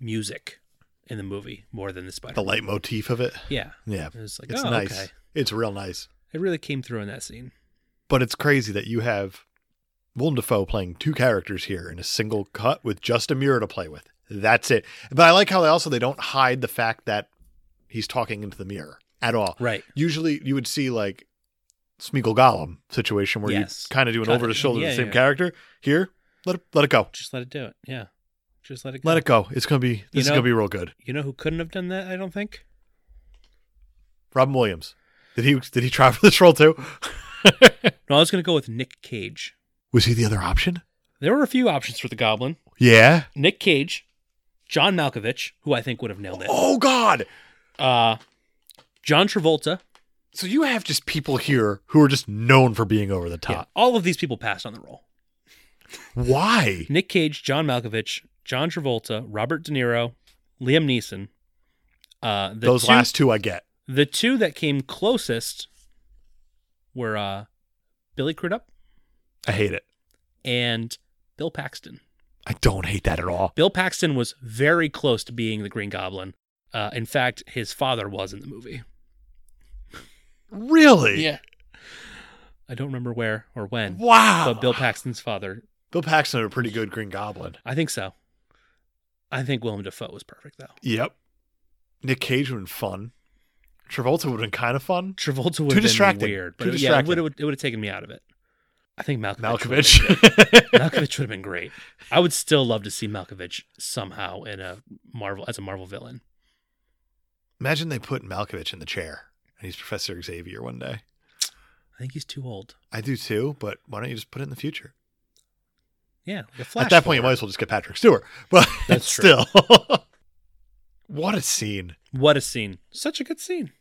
Speaker 1: music in the movie more than the Spider.
Speaker 2: The leitmotif of it.
Speaker 1: Yeah,
Speaker 2: Yeah.
Speaker 1: it was like
Speaker 2: It's
Speaker 1: oh,
Speaker 2: nice.
Speaker 1: okay.
Speaker 2: It's real nice.
Speaker 1: It really came through in that scene.
Speaker 2: But it's crazy that you have Willem Dafoe playing two characters here in a single cut with just a mirror to play with. That's it. But I like how they also they don't hide the fact that he's talking into the mirror at all.
Speaker 1: Right.
Speaker 2: Usually you would see like Smeagol Gollum situation where
Speaker 1: Yes.
Speaker 2: you kind of do an
Speaker 1: Cut
Speaker 2: over the
Speaker 1: it.
Speaker 2: shoulder to
Speaker 1: Yeah,
Speaker 2: the same
Speaker 1: yeah.
Speaker 2: character. Here, let it let it go.
Speaker 1: Just let it do it. Yeah. Just let it go.
Speaker 2: Let it go. It's gonna be this is
Speaker 1: know-
Speaker 2: gonna be real good.
Speaker 1: You know who couldn't have done that? I don't think.
Speaker 2: Robin Williams. Did he did he try for this role too?
Speaker 1: No, I was going to go with Nick Cage.
Speaker 2: Was he the other option?
Speaker 1: There were a few options for the Goblin:
Speaker 2: Yeah.
Speaker 1: Nick Cage, John Malkovich, who I think would have nailed it.
Speaker 2: Oh God.
Speaker 1: Uh, John Travolta.
Speaker 2: So you have just people here who are just known for being over the
Speaker 1: Yeah,
Speaker 2: top.
Speaker 1: all of these people passed on the role.
Speaker 2: Why?
Speaker 1: Nick Cage, John Malkovich, John Travolta, Robert De Niro, Liam Neeson. Uh, the
Speaker 2: Those
Speaker 1: two,
Speaker 2: last two I get.
Speaker 1: the two that came closest were uh, Billy Crudup
Speaker 2: I hate it.
Speaker 1: and Bill Paxton.
Speaker 2: I don't hate that at all.
Speaker 1: Bill Paxton was very close to being the Green Goblin. Uh, in fact, his father was in the movie.
Speaker 2: Really?
Speaker 1: I don't remember where or when,
Speaker 2: Wow.
Speaker 1: but Bill Paxton's father.
Speaker 2: Bill Paxton had a pretty good Green Goblin.
Speaker 1: I think so. I think Willem Dafoe was perfect though.
Speaker 2: Yep. Nick Cage would have been fun. Travolta would have been kind of fun.
Speaker 1: Travolta would
Speaker 2: Too
Speaker 1: have been
Speaker 2: distracting.
Speaker 1: weird, but
Speaker 2: Too
Speaker 1: it, yeah, it
Speaker 2: distracting.
Speaker 1: would have it would have taken me out of it. I think Malkovich.
Speaker 2: Malkovich. (laughs)
Speaker 1: Would have been, (laughs) Malkovich would have been great. I would still love to see Malkovich somehow in a Marvel as a Marvel villain.
Speaker 2: Imagine they put Malkovich in the chair and he's Professor Xavier one day.
Speaker 1: I think he's too old.
Speaker 2: I do too, but why don't you just put it in the future?
Speaker 1: Yeah, like a flash.
Speaker 2: At that point, you might as well just get Patrick Stewart. (laughs) But
Speaker 1: That's
Speaker 2: still, (laughs) what a scene.
Speaker 1: what a scene! Such a good scene.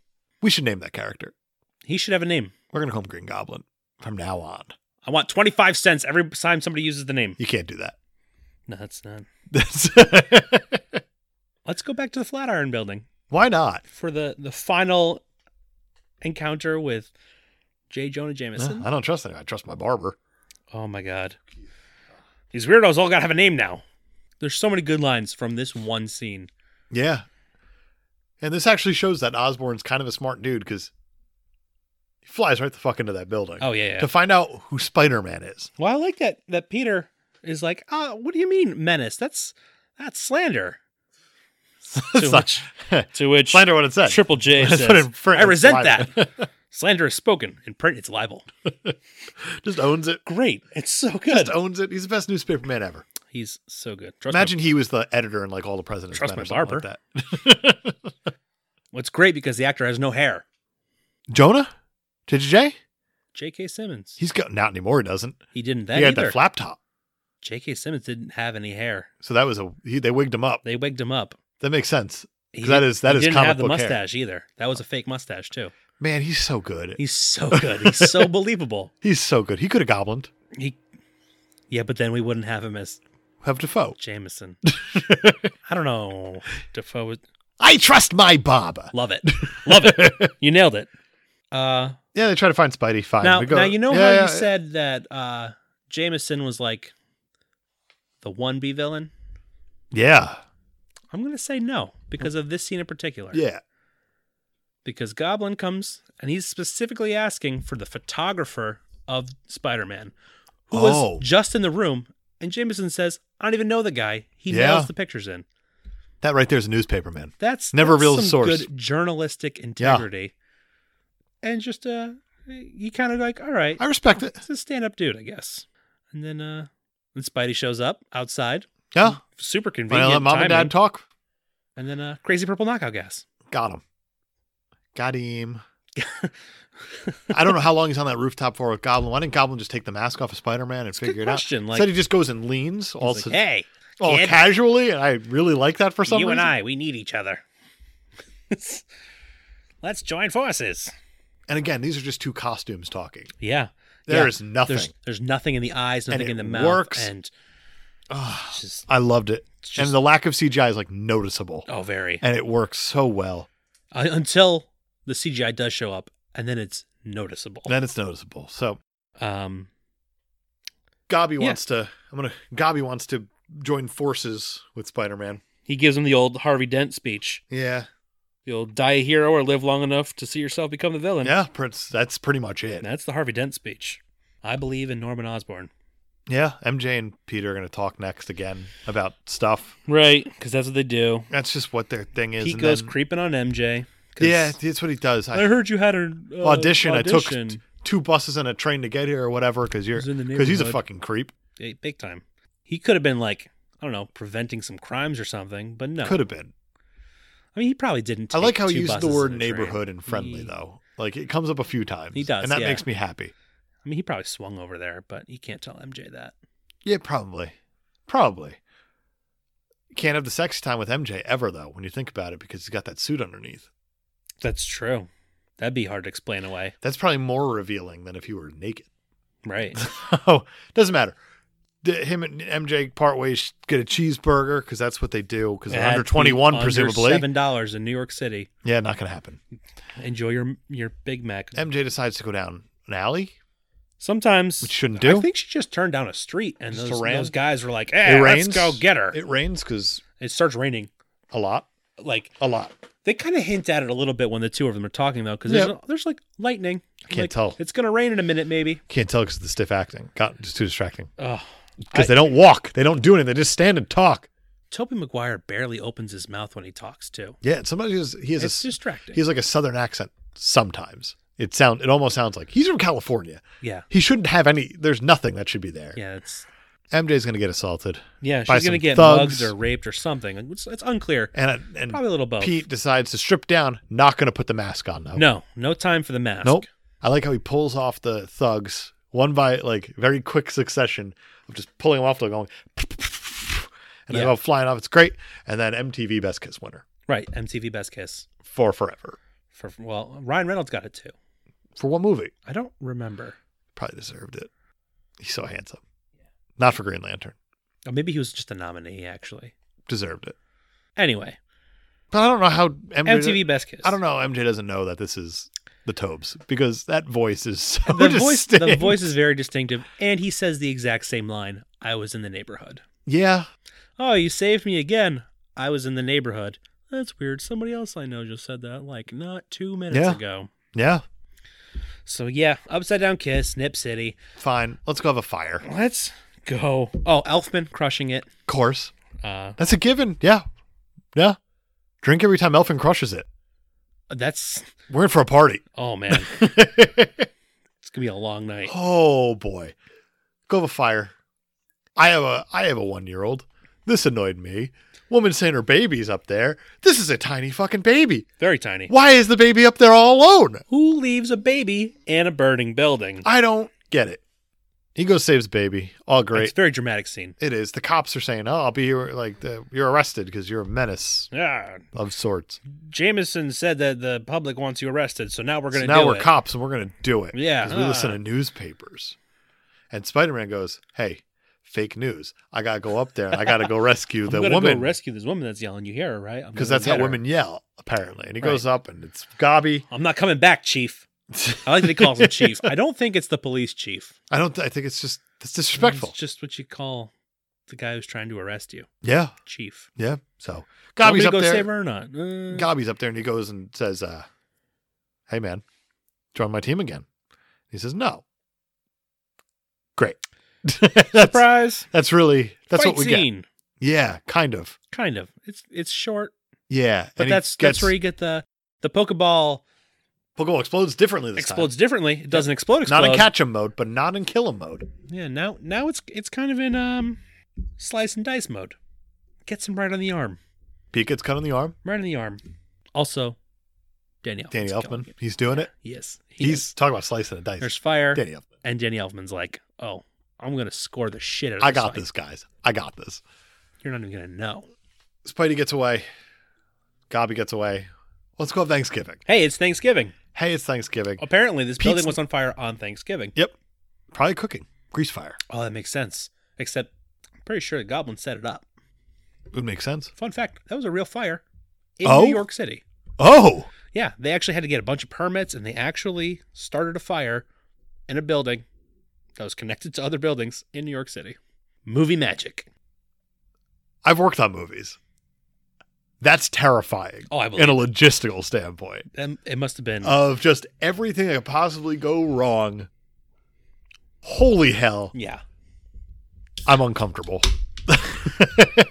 Speaker 2: We should name that character.
Speaker 1: He should have a name.
Speaker 2: We're going to call him Green Goblin from now on.
Speaker 1: I want twenty five cents every time somebody uses the name.
Speaker 2: You can't do that. (laughs)
Speaker 1: No, that's not.
Speaker 2: That's-
Speaker 1: Let's go back to the Flatiron Building
Speaker 2: why not?
Speaker 1: for the the final encounter with J. Jonah
Speaker 2: No,
Speaker 1: Jameson.
Speaker 2: I don't trust anyone. I trust my barber.
Speaker 1: Oh my god. These weirdos all gotta have a name now. There's so many good lines from this one scene.
Speaker 2: Yeah. And this actually shows that Osborne's kind of a smart dude because he flies right the fuck into that building
Speaker 1: Oh yeah.
Speaker 2: to find out who Spider Man is. (laughs)
Speaker 1: Well, I like that that Peter is like, uh, what do you mean menace? That's that's slander. (laughs)
Speaker 2: That's
Speaker 1: To
Speaker 2: not-
Speaker 1: which, to which
Speaker 2: slander what it said.
Speaker 1: Triple (laughs) J
Speaker 2: That's
Speaker 1: says,
Speaker 2: what in print
Speaker 1: I
Speaker 2: it's
Speaker 1: resent
Speaker 2: libel."
Speaker 1: that. (laughs) slander is spoken. In print, it's libel.
Speaker 2: Just owns it.
Speaker 1: Great. It's so good.
Speaker 2: Just owns it. He's the best newspaper man ever.
Speaker 1: He's so good. Trust
Speaker 2: Imagine he was the editor and like all the presidents.
Speaker 1: Trust
Speaker 2: Men or
Speaker 1: my
Speaker 2: something
Speaker 1: barber.
Speaker 2: Like that. (laughs)
Speaker 1: Me. What's great because the actor has no hair.
Speaker 2: Jonah, JJ,
Speaker 1: J.K. Simmons.
Speaker 2: he's got not anymore. He doesn't.
Speaker 1: He didn't
Speaker 2: he
Speaker 1: then
Speaker 2: had
Speaker 1: either.
Speaker 2: that flap top,
Speaker 1: J.K. Simmons didn't have any hair.
Speaker 2: so that was a he, they wigged him up.
Speaker 1: They wigged him up.
Speaker 2: That makes sense.
Speaker 1: He
Speaker 2: 'Cause that is- that
Speaker 1: he
Speaker 2: is
Speaker 1: didn't
Speaker 2: comic
Speaker 1: have the
Speaker 2: book hair.
Speaker 1: mustache either. That was a fake mustache too.
Speaker 2: Man, he's so good. He's,
Speaker 1: He's so good. He's
Speaker 2: (laughs)
Speaker 1: so believable.
Speaker 2: so good. He could have goblined.
Speaker 1: He, yeah, but then we wouldn't have him as
Speaker 2: Have Defoe. (laughs)
Speaker 1: Jameson. I don't know. Defoe would
Speaker 2: I trust my barber.
Speaker 1: love it. Love
Speaker 2: (laughs)
Speaker 1: it. You nailed it. Uh,
Speaker 2: Yeah, they try to find Spidey. Fine.
Speaker 1: now,
Speaker 2: We go-
Speaker 1: now you know
Speaker 2: Yeah,
Speaker 1: how you
Speaker 2: yeah,
Speaker 1: said that uh, Jameson was like the one B villain.
Speaker 2: Yeah,
Speaker 1: I'm gonna say no because
Speaker 2: Hmm.
Speaker 1: of this scene in particular.
Speaker 2: yeah.
Speaker 1: because Goblin comes and he's specifically asking for the photographer of Spider Man, who
Speaker 2: Oh.
Speaker 1: was just in the room. And Jameson says, I don't even know the guy. He
Speaker 2: Yeah.
Speaker 1: nails the pictures in.
Speaker 2: That right there is a newspaper man.
Speaker 1: That's
Speaker 2: Never
Speaker 1: that's
Speaker 2: revealed
Speaker 1: some
Speaker 2: the source.
Speaker 1: good journalistic integrity. And just, uh, you kind of like, all right,
Speaker 2: I respect it.
Speaker 1: it's a stand up dude, I guess. And then, uh, then Spidey shows up outside.
Speaker 2: Yeah.
Speaker 1: Super convenient.
Speaker 2: Well, let mom and
Speaker 1: timing.
Speaker 2: dad talk.
Speaker 1: And then, uh, crazy purple knockout gas.
Speaker 2: Got him.
Speaker 1: (laughs)
Speaker 2: Got him. I don't know how long he's on that rooftop for with Goblin. Why didn't Goblin just take the mask off of Spider Man and
Speaker 1: a good
Speaker 2: figure it out?
Speaker 1: question. Like-
Speaker 2: Said he just goes and leans all,
Speaker 1: He's
Speaker 2: sa-
Speaker 1: like, hey,
Speaker 2: all
Speaker 1: kid.
Speaker 2: casually, and I really like that for some
Speaker 1: you
Speaker 2: reason.
Speaker 1: and I, we need each other. (laughs) Let's join forces.
Speaker 2: And again, these are just two costumes talking.
Speaker 1: Yeah.
Speaker 2: There
Speaker 1: Yeah.
Speaker 2: is nothing.
Speaker 1: There's, there's nothing in the eyes,
Speaker 2: And
Speaker 1: nothing in
Speaker 2: it
Speaker 1: the mouth.
Speaker 2: works.
Speaker 1: And it's just,
Speaker 2: I loved it.
Speaker 1: it's just-
Speaker 2: and the lack of CGI is like noticeable.
Speaker 1: oh, very.
Speaker 2: And it works so well.
Speaker 1: Uh, until the CGI does show up, and then it's noticeable.
Speaker 2: Then it's noticeable. So
Speaker 1: um,
Speaker 2: Gobby
Speaker 1: Yeah.
Speaker 2: wants to I'm gonna Gobby wants to join forces with Spider Man.
Speaker 1: he gives him the old Harvey Dent speech.
Speaker 2: Yeah.
Speaker 1: You'll die a hero or live long enough to see yourself become the villain.
Speaker 2: Yeah, Prince that's pretty much it.
Speaker 1: And that's the Harvey Dent speech. I believe in Norman Osborn.
Speaker 2: Yeah, MJ and Peter are going to talk next again about stuff.
Speaker 1: Right. Because that's what they do.
Speaker 2: That's just what their thing is.
Speaker 1: He
Speaker 2: and
Speaker 1: goes
Speaker 2: then-
Speaker 1: creeping on MJ. 'cause
Speaker 2: Yeah, that's what he does.
Speaker 1: I
Speaker 2: I,
Speaker 1: heard you had an uh,
Speaker 2: audition. I took
Speaker 1: audition.
Speaker 2: t- two buses and a train to get here or whatever because you're
Speaker 1: was in the
Speaker 2: because he's a
Speaker 1: neighborhood.
Speaker 2: fucking creep.
Speaker 1: Yeah, big time. He could have been like, I don't know, preventing some crimes or something. But no,
Speaker 2: Could have been.
Speaker 1: I mean, he probably didn't.
Speaker 2: I
Speaker 1: take
Speaker 2: like how
Speaker 1: two
Speaker 2: he used the
Speaker 1: buses
Speaker 2: word
Speaker 1: and a train.
Speaker 2: neighborhood and friendly
Speaker 1: He-
Speaker 2: though. Like it comes up a few times.
Speaker 1: He does,
Speaker 2: and that
Speaker 1: yeah.
Speaker 2: makes me happy.
Speaker 1: I mean, he probably swung over there, but you can't tell MJ that.
Speaker 2: Yeah, probably, probably. Can't have the sexy time with MJ ever though. When you think about it, because he's got that suit underneath.
Speaker 1: That's true. That'd be hard to explain away,
Speaker 2: That's probably more revealing than if you were naked. (laughs)
Speaker 1: right?
Speaker 2: oh, doesn't matter. The- him and MJ part ways, get a cheeseburger because that's what they do. Because they're
Speaker 1: That'd
Speaker 2: under
Speaker 1: be
Speaker 2: twenty one,
Speaker 1: under
Speaker 2: presumably.
Speaker 1: Seven dollars in New York City.
Speaker 2: Yeah, not gonna happen.
Speaker 1: Enjoy your your Big Mac.
Speaker 2: MJ decides to go down an alley,
Speaker 1: Sometimes
Speaker 2: which she shouldn't
Speaker 1: I
Speaker 2: do.
Speaker 1: think she just turned down a street, and
Speaker 2: Just
Speaker 1: those,
Speaker 2: ran.
Speaker 1: those guys were like, "Hey, let's go get her." It,
Speaker 2: It rains because
Speaker 1: starts raining.
Speaker 2: a lot,
Speaker 1: Like
Speaker 2: a lot.
Speaker 1: they kind of hint at it a little bit when the two of them are talking though, because there's, there's like lightning.
Speaker 2: I can't
Speaker 1: Like,
Speaker 2: tell.
Speaker 1: It's gonna rain in a minute, maybe.
Speaker 2: Can't tell because the stiff acting got just too distracting.
Speaker 1: Oh,
Speaker 2: Because they don't walk, they don't do anything. They just stand and talk.
Speaker 1: Toby Maguire barely opens his mouth when he talks too.
Speaker 2: Yeah, sometimes he has, he has a
Speaker 1: It's
Speaker 2: s-
Speaker 1: distracting.
Speaker 2: he has like a southern accent. Sometimes it sound it almost sounds like he's from California.
Speaker 1: yeah,
Speaker 2: He shouldn't have any. There's nothing that should be there.
Speaker 1: yeah, it's
Speaker 2: MJ's gonna get assaulted,
Speaker 1: yeah.
Speaker 2: By
Speaker 1: She's gonna
Speaker 2: some
Speaker 1: get
Speaker 2: thugs.
Speaker 1: mugged or raped or something. It's, it's unclear.
Speaker 2: and and
Speaker 1: Probably a little both.
Speaker 2: Pete decides to strip down. Not gonna put the mask on though.
Speaker 1: No, no time for the mask.
Speaker 2: Nope. I like how he pulls off the thugs one by like very quick succession of just pulling them off, like going, and they
Speaker 1: Yeah.
Speaker 2: go flying off. It's great. And then MTV Best Kiss winner
Speaker 1: Right. MTV Best Kiss
Speaker 2: for forever.
Speaker 1: for well, Ryan Reynolds got it too.
Speaker 2: For what movie?
Speaker 1: I don't remember.
Speaker 2: Probably deserved it. He's so handsome. Not for Green Lantern.
Speaker 1: Or maybe he was just a nominee actually.
Speaker 2: Deserved it.
Speaker 1: Anyway,
Speaker 2: But I don't know how MJ
Speaker 1: MTV Best Kiss.
Speaker 2: I don't know. how MJ doesn't know that this is the Tobes because that voice is so.
Speaker 1: The voice, the
Speaker 2: distinct.
Speaker 1: voice is very distinctive, and he says the exact same line. I was in the neighborhood.
Speaker 2: Yeah.
Speaker 1: Oh, you saved me again. I was in the neighborhood. That's weird. Somebody else I know just said that like not two minutes
Speaker 2: Yeah.
Speaker 1: ago.
Speaker 2: Yeah.
Speaker 1: So yeah, upside down kiss, Nip City.
Speaker 2: Fine. Let's go have a fire.
Speaker 1: Let's go. Oh, Elfman crushing it.
Speaker 2: Of course.
Speaker 1: Uh,
Speaker 2: That's a given. Yeah. Yeah. Drink every time Elfin crushes it.
Speaker 1: that's
Speaker 2: We're in for a party.
Speaker 1: oh
Speaker 2: (laughs)
Speaker 1: man, it's gonna be a long night.
Speaker 2: oh boy. Go have a fire. I have a I have a one year old. This annoyed me. Woman saying her baby's up there. This is a tiny fucking baby.
Speaker 1: Very tiny.
Speaker 2: Why is the baby up there all alone?
Speaker 1: Who leaves a baby in a burning building?
Speaker 2: I don't get it. He goes saves baby. All
Speaker 1: It's
Speaker 2: great.
Speaker 1: a very dramatic scene.
Speaker 2: It is. The cops are saying, "Oh, I'll be here." Like the, you're arrested because you're a menace
Speaker 1: Yeah.
Speaker 2: of sorts.
Speaker 1: Jameson said that the public wants you arrested, so now we're
Speaker 2: so
Speaker 1: gonna
Speaker 2: now
Speaker 1: do
Speaker 2: we're
Speaker 1: it.
Speaker 2: cops and we're gonna do it.
Speaker 1: Yeah.
Speaker 2: 'Cause we listen
Speaker 1: Ah.
Speaker 2: to newspapers. And Spider Man goes, Hey, fake news. I gotta go up there and I gotta go (laughs) rescue
Speaker 1: I'm
Speaker 2: the
Speaker 1: gonna
Speaker 2: woman.
Speaker 1: go rescue this woman that's yelling. You hear her, right? I'm
Speaker 2: because
Speaker 1: gonna
Speaker 2: that's how
Speaker 1: get her.
Speaker 2: women yell, apparently. And he goes up and it's Gobby. (laughs)
Speaker 1: I'm not coming back, Chief. I like that he calls him Chief. I don't think it's the police chief.
Speaker 2: I don't I think it's just that's disrespectful.
Speaker 1: It's just what you call the guy who's trying to arrest you,
Speaker 2: yeah.
Speaker 1: Chief.
Speaker 2: Yeah. So
Speaker 1: Want me
Speaker 2: Gobby's
Speaker 1: to
Speaker 2: up
Speaker 1: go
Speaker 2: there.
Speaker 1: save her or not? Uh,
Speaker 2: Gobby's up there and he goes and says, uh, hey man, join my team again. He says, No. Great. (laughs) that's,
Speaker 1: Surprise!
Speaker 2: that's really that's
Speaker 1: Fight
Speaker 2: what we get.
Speaker 1: scene.
Speaker 2: Yeah, kind of.
Speaker 1: Kind of. It's it's short,
Speaker 2: Yeah,
Speaker 1: but
Speaker 2: and he
Speaker 1: that's
Speaker 2: gets,
Speaker 1: that's where you get the the Pokeball
Speaker 2: Pokeball explodes differently this
Speaker 1: explodes
Speaker 2: time.
Speaker 1: differently. It doesn't explode. explode.
Speaker 2: Not in catch 'em mode, but not in kill 'em mode.
Speaker 1: Yeah, now now it's it's kind of in um slice and dice mode. Gets him right on the arm.
Speaker 2: Pete gets cut on the arm.
Speaker 1: Right on the arm. Also, Danny Elfman's
Speaker 2: Danny
Speaker 1: Oh, killing
Speaker 2: Elfman,
Speaker 1: it.
Speaker 2: he's doing it.
Speaker 1: Yes. he
Speaker 2: He's
Speaker 1: is.
Speaker 2: talking about slicing a dice.
Speaker 1: there's fire
Speaker 2: Danny Elfman.
Speaker 1: and Danny Elfman's like, Oh, I'm gonna score the shit out of
Speaker 2: I got
Speaker 1: fight.
Speaker 2: this, guys. I got this.
Speaker 1: You're not even gonna know.
Speaker 2: Spidey gets away. Gobby gets away. Let's go have Thanksgiving.
Speaker 1: Hey, it's Thanksgiving.
Speaker 2: Hey, it's Thanksgiving.
Speaker 1: Apparently this
Speaker 2: Pete's-
Speaker 1: building was on fire on Thanksgiving.
Speaker 2: Yep. Probably cooking. Grease fire.
Speaker 1: Oh, that makes sense. Except I'm pretty sure the goblin set it up.
Speaker 2: Would make sense.
Speaker 1: Fun fact, that was a real fire in
Speaker 2: Oh?
Speaker 1: New York City.
Speaker 2: Oh,
Speaker 1: Yeah, they actually had to get a bunch of permits and they actually started a fire in a building that was connected to other buildings in New York City. Movie magic.
Speaker 2: I've worked on movies. That's terrifying
Speaker 1: Oh, I
Speaker 2: in
Speaker 1: believe
Speaker 2: a Uh, logistical standpoint.
Speaker 1: it. It must have been.
Speaker 2: of just everything that could possibly go wrong. Holy hell,
Speaker 1: yeah.
Speaker 2: I'm uncomfortable. (laughs)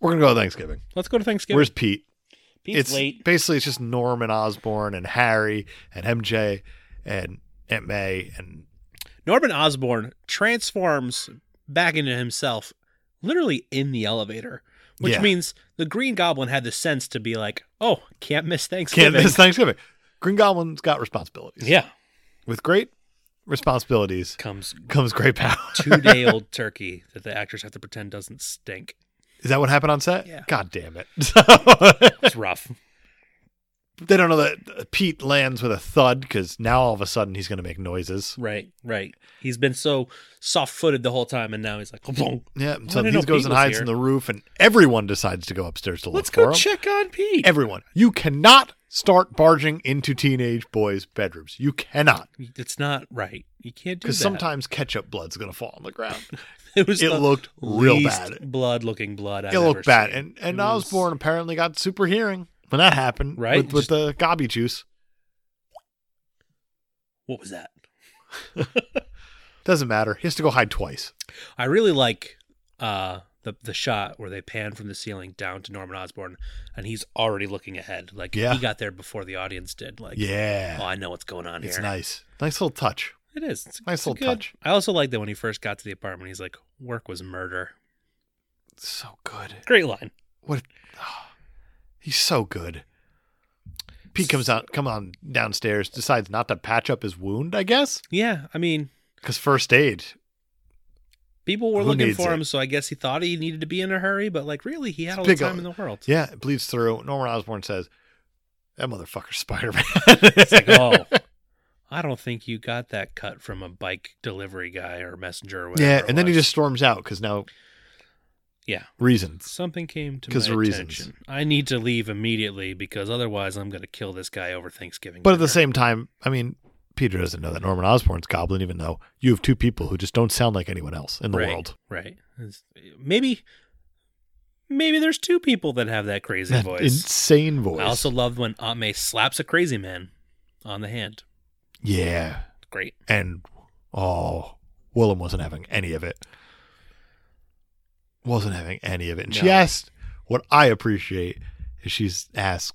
Speaker 2: We're gonna go to Thanksgiving.
Speaker 1: Let's go to Thanksgiving.
Speaker 2: Where's Pete?
Speaker 1: Pete's
Speaker 2: it's
Speaker 1: late.
Speaker 2: basically it's just Norman Osborn and Harry and MJ and Aunt May and
Speaker 1: Norman Osborn transforms back into himself literally in the elevator, which
Speaker 2: Yeah.
Speaker 1: means the Green Goblin had the sense to be like, "Oh, can't miss Thanksgiving."
Speaker 2: Can't miss Thanksgiving. Green Goblin's got responsibilities.
Speaker 1: Yeah,
Speaker 2: With great responsibilities
Speaker 1: comes
Speaker 2: comes great power. (laughs)
Speaker 1: two day old turkey that the actors have to pretend doesn't stink.
Speaker 2: Is that what happened on set?
Speaker 1: Yeah.
Speaker 2: God damn it. (laughs) So-
Speaker 1: It's rough.
Speaker 2: they don't know that Pete lands with a thud because now all of a sudden he's going to make noises.
Speaker 1: right, right. He's been so soft footed the whole time, and now he's like, "Kaplong."
Speaker 2: Yeah. So
Speaker 1: didn't
Speaker 2: he
Speaker 1: know
Speaker 2: goes
Speaker 1: Pete
Speaker 2: and
Speaker 1: was
Speaker 2: hides
Speaker 1: here.
Speaker 2: in the roof, and everyone decides to go upstairs to
Speaker 1: "Let's
Speaker 2: look for
Speaker 1: go
Speaker 2: him.
Speaker 1: check on Pete."
Speaker 2: everyone, you cannot start barging into teenage boys' bedrooms. You cannot
Speaker 1: it's not right. You can't do that.
Speaker 2: because sometimes ketchup blood's going to fall on the ground.
Speaker 1: (laughs) it was
Speaker 2: it
Speaker 1: the
Speaker 2: looked real
Speaker 1: least
Speaker 2: bad.
Speaker 1: Blood-looking blood. I've
Speaker 2: It
Speaker 1: ever
Speaker 2: looked bad,
Speaker 1: seen.
Speaker 2: and and
Speaker 1: It was-
Speaker 2: Osborne apparently got super hearing when that happened.
Speaker 1: Right?
Speaker 2: with,
Speaker 1: Just-
Speaker 2: with the gobby juice.
Speaker 1: What was that?
Speaker 2: Doesn't matter. He has to go hide twice.
Speaker 1: I really like uh the the shot where they pan from the ceiling down to Norman Osborn and he's already looking ahead. Like
Speaker 2: Yeah.
Speaker 1: he got there before the audience did. Like oh
Speaker 2: yeah,
Speaker 1: I know what's going on
Speaker 2: it's
Speaker 1: here.
Speaker 2: nice. Nice little touch.
Speaker 1: It is. It's,
Speaker 2: Nice
Speaker 1: it's a
Speaker 2: little
Speaker 1: good-
Speaker 2: touch.
Speaker 1: I also like that when he first got to the apartment, he's like, work was murder.
Speaker 2: So good.
Speaker 1: Great line.
Speaker 2: What? ah, (sighs) he's so good. Pete comes out, come on downstairs, decides not to patch up his wound, I guess,
Speaker 1: Yeah, I mean
Speaker 2: because first aid.
Speaker 1: people were
Speaker 2: Who
Speaker 1: looking
Speaker 2: needs
Speaker 1: for
Speaker 2: it?
Speaker 1: him, so I guess he thought he needed to be in a hurry, but like really he had all the
Speaker 2: Big
Speaker 1: time
Speaker 2: ol-
Speaker 1: in the world.
Speaker 2: Yeah, it bleeds through. Norman Osborn says, "That motherfucker's (laughs) Spider Man."
Speaker 1: It's like, oh, I don't think you got that cut from a bike delivery guy or messenger or whatever.
Speaker 2: yeah,
Speaker 1: it
Speaker 2: and then he
Speaker 1: was.
Speaker 2: just storms out because now,
Speaker 1: Yeah.
Speaker 2: reasons.
Speaker 1: Something came to my
Speaker 2: 'Cause
Speaker 1: attention.
Speaker 2: of reasons.
Speaker 1: I need to leave immediately because otherwise I'm going to kill this guy over Thanksgiving.
Speaker 2: But at the
Speaker 1: dinner.
Speaker 2: same time, I mean, Peter doesn't know that Norman Osborn's Goblin, even though you have two people who just don't sound like anyone else in the
Speaker 1: right,
Speaker 2: world.
Speaker 1: right? It's- Maybe, maybe there's two people that have that crazy
Speaker 2: That
Speaker 1: voice.
Speaker 2: insane voice.
Speaker 1: I also loved when Aunt May slaps a crazy man on the hand.
Speaker 2: yeah,
Speaker 1: Great.
Speaker 2: and oh, Willem wasn't having any of it. Wasn't having any of it. And she
Speaker 1: No.
Speaker 2: asked, what I appreciate is she's asked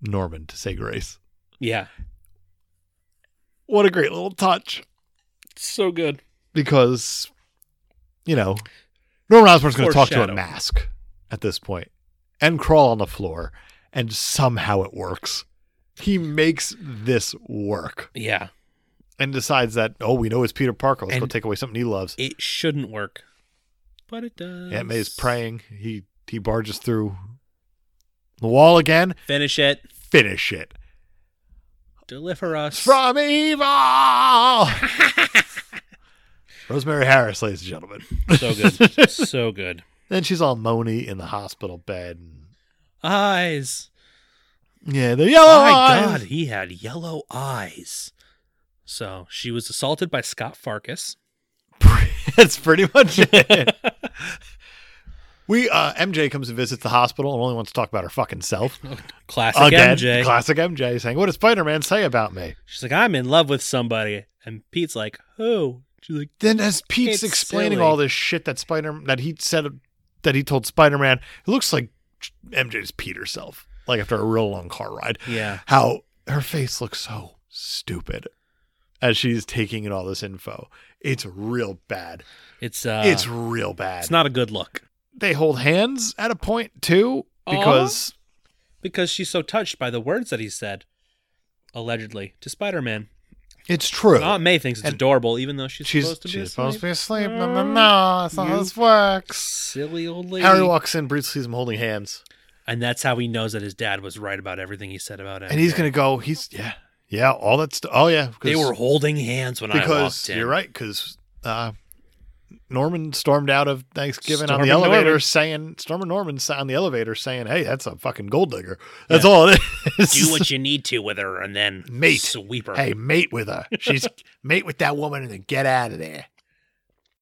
Speaker 2: Norman to say grace.
Speaker 1: Yeah,
Speaker 2: What a great little touch
Speaker 1: so good.
Speaker 2: because, you know, Norman Osborn's going to talk to a
Speaker 1: Foreshadow.
Speaker 2: mask at this point and crawl on the floor, and somehow it works. He makes this work
Speaker 1: Yeah,
Speaker 2: and decides that, oh, we know it's Peter Parker. Let's go
Speaker 1: And-
Speaker 2: take away something he loves.
Speaker 1: it shouldn't work, but it does.
Speaker 2: Aunt May's praying. He he barges through the wall again.
Speaker 1: Finish it.
Speaker 2: Finish it.
Speaker 1: Deliver us.
Speaker 2: From evil. Rosemary Harris, ladies and gentlemen.
Speaker 1: (laughs) so good. so good.
Speaker 2: (laughs) Then she's all moany in the hospital bed.
Speaker 1: Eyes.
Speaker 2: Yeah, the yellow
Speaker 1: My
Speaker 2: eyes.
Speaker 1: God, he had yellow eyes. So she was assaulted by Scott Farkas.
Speaker 2: (laughs) That's pretty much it. (laughs) we uh, MJ comes and visits the hospital and only wants to talk about her fucking self
Speaker 1: Classic
Speaker 2: again.
Speaker 1: MJ.
Speaker 2: Classic MJ saying, "What did Spider Man say about me?"
Speaker 1: She's like, I'm in love with somebody. And Pete's like, who? She's like,
Speaker 2: then as
Speaker 1: It's
Speaker 2: Pete's explaining
Speaker 1: silly.
Speaker 2: all this shit that Spider that he said that he told Spider Man, it looks like MJ's Pete herself, like after a real long car ride,
Speaker 1: yeah.
Speaker 2: how her face looks so stupid as she's taking in all this info. It's real bad.
Speaker 1: It's uh
Speaker 2: it's real bad.
Speaker 1: it's not a good look.
Speaker 2: they hold hands at a point too
Speaker 1: Aw.
Speaker 2: because
Speaker 1: Because she's so touched by the words that he said, allegedly, to Spider Man.
Speaker 2: it's true.
Speaker 1: Aunt May thinks it's
Speaker 2: And
Speaker 1: adorable, even though she's,
Speaker 2: she's
Speaker 1: supposed to be
Speaker 2: she's
Speaker 1: asleep.
Speaker 2: supposed to be asleep. No, no,
Speaker 1: Mm.
Speaker 2: no, that's not how
Speaker 1: You-
Speaker 2: this works.
Speaker 1: Silly old lady.
Speaker 2: Harry walks in, Bruce sees him holding hands.
Speaker 1: and that's how he knows that his dad was right about everything he said about him.
Speaker 2: and he's gonna go. He's yeah, yeah. All that stuff. Oh yeah,
Speaker 1: They
Speaker 2: because-
Speaker 1: were holding hands when I walked
Speaker 2: because
Speaker 1: in.
Speaker 2: you're right. Because uh, Norman stormed out of Thanksgiving on
Speaker 1: Storming
Speaker 2: the elevator,
Speaker 1: Norman.
Speaker 2: saying Storming Norman sa- on the elevator, saying, "Hey, that's a fucking gold digger. That's all it is."
Speaker 1: Do
Speaker 2: (laughs)
Speaker 1: what you need to with her, and then
Speaker 2: Mate.
Speaker 1: sweep her.
Speaker 2: hey, mate with her.
Speaker 1: (laughs)
Speaker 2: She's mate with that woman, and then get out of there.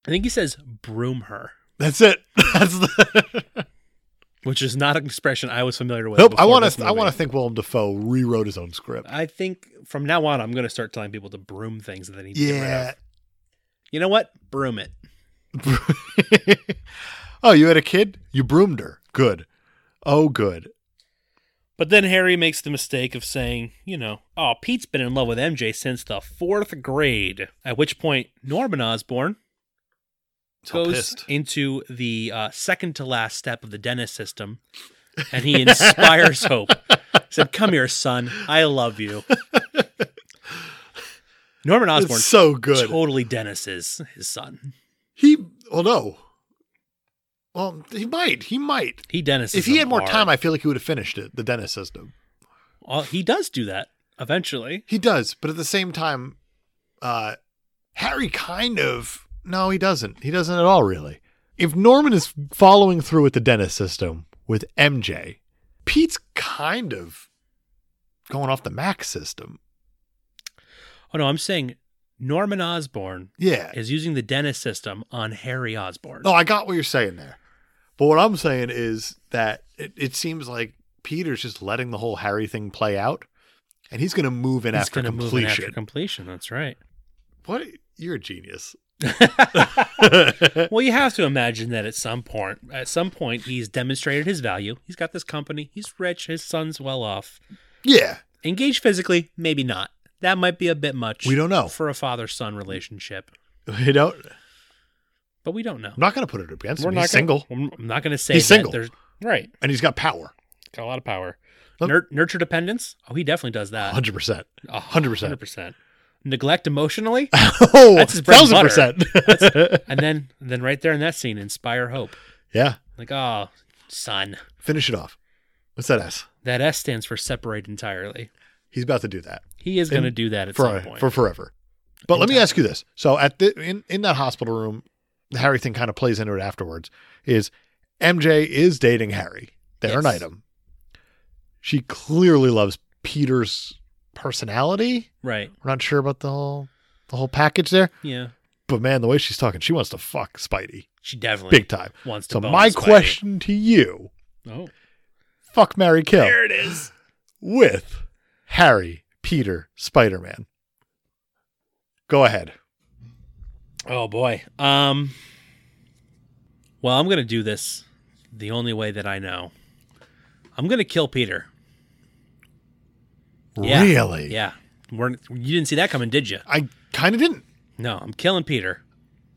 Speaker 1: I think he says broom her,
Speaker 2: That's it. (laughs) That's the.
Speaker 1: which is not an expression I was familiar with.
Speaker 2: nope. I
Speaker 1: before
Speaker 2: want
Speaker 1: this
Speaker 2: to. I want to
Speaker 1: movie.
Speaker 2: think Willem Dafoe rewrote his own script.
Speaker 1: I think from now on, I'm going to start telling people to broom things that they need to get rid
Speaker 2: Yeah.
Speaker 1: of. You know what? Broom it.
Speaker 2: (laughs) oh, you had a kid. You broomed her. Good. Oh, good.
Speaker 1: But then Harry makes the mistake of saying, you know, oh, Pete's been in love with MJ since the fourth grade. At which point, Norman Osborn
Speaker 2: It's all
Speaker 1: goes
Speaker 2: pissed.
Speaker 1: into the uh, second to last step of the dentist system, and he
Speaker 2: (laughs)
Speaker 1: inspires hope. He said, "Come here, son. I love you." Norman Osborn
Speaker 2: It's so good.
Speaker 1: totally Dennis is his son.
Speaker 2: He well no. Well, he might. He might.
Speaker 1: He Dennis.
Speaker 2: if he had more time, I feel like he would have finished it. The dentist system.
Speaker 1: he does do that eventually.
Speaker 2: He does, but at the same time, uh, Harry kind of no, he doesn't. He doesn't at all, really. If Norman is following through with the dentist system with MJ, Pete's kind of going off the Mac system.
Speaker 1: Oh no, I'm saying Norman Osborn
Speaker 2: Yeah.
Speaker 1: is using the Dennis system on Harry Osborn.
Speaker 2: No, I got what you're saying there. But what I'm saying is that it, it seems like Peter's just letting the whole Harry thing play out, and he's going to move in
Speaker 1: He's
Speaker 2: after
Speaker 1: gonna move in after
Speaker 2: completion.
Speaker 1: completion. That's right.
Speaker 2: what? You're a genius.
Speaker 1: Well, you have to imagine that at some point, at some point, he's demonstrated his value. He's got this company. He's rich. His son's well off.
Speaker 2: yeah.
Speaker 1: Engaged physically, maybe not. That might be a bit much.
Speaker 2: We don't know. (laughs)
Speaker 1: for a father-son relationship,
Speaker 2: You don't.
Speaker 1: but we don't know.
Speaker 2: I'm not going to put it against him.
Speaker 1: not
Speaker 2: He's single,
Speaker 1: Gonna, I'm not going to say
Speaker 2: He's
Speaker 1: that
Speaker 2: single.
Speaker 1: There's, right.
Speaker 2: and he's got power.
Speaker 1: Got a lot of power.
Speaker 2: Look-
Speaker 1: Nur- nurture dependence. Oh, he definitely does that.
Speaker 2: 100. percent
Speaker 1: A
Speaker 2: 100%.
Speaker 1: (laughs) Hundred percent. Neglect
Speaker 2: (laughs)
Speaker 1: emotionally,
Speaker 2: Oh,
Speaker 1: That's his bread and
Speaker 2: 1000%.
Speaker 1: and then and then right there in that scene, inspire hope.
Speaker 2: (laughs) yeah.
Speaker 1: Like, oh, son,
Speaker 2: Finish it off. What's that S?
Speaker 1: that S stands for separate entirely.
Speaker 2: He's about to do that
Speaker 1: He is going to
Speaker 2: In-
Speaker 1: do that at
Speaker 2: for
Speaker 1: some point.
Speaker 2: for forever. But let me
Speaker 1: Okay.
Speaker 2: ask you this: so at the in in that hospital room, the Harry thing kind of plays into it afterwards. Is MJ is dating Harry? They're an
Speaker 1: Yes.
Speaker 2: item. She clearly loves Peter's personality.
Speaker 1: right.
Speaker 2: We're not sure about the whole the whole package there,
Speaker 1: Yeah.
Speaker 2: but man, the way she's talking, she wants to fuck Spidey
Speaker 1: She definitely
Speaker 2: big time.
Speaker 1: wants to.
Speaker 2: So
Speaker 1: bone
Speaker 2: my
Speaker 1: Spidey.
Speaker 2: question to you:
Speaker 1: Oh,
Speaker 2: fuck Mary Kill
Speaker 1: there it is.
Speaker 2: with Harry, Peter, Spider Man. Go ahead.
Speaker 1: Oh boy. Um. Well, I'm going to do this the only way that I know. I'm going to kill Peter. Yeah.
Speaker 2: Really?
Speaker 1: Yeah. We're, you didn't see that coming, did you?
Speaker 2: I kind of didn't.
Speaker 1: No, I'm killing Peter.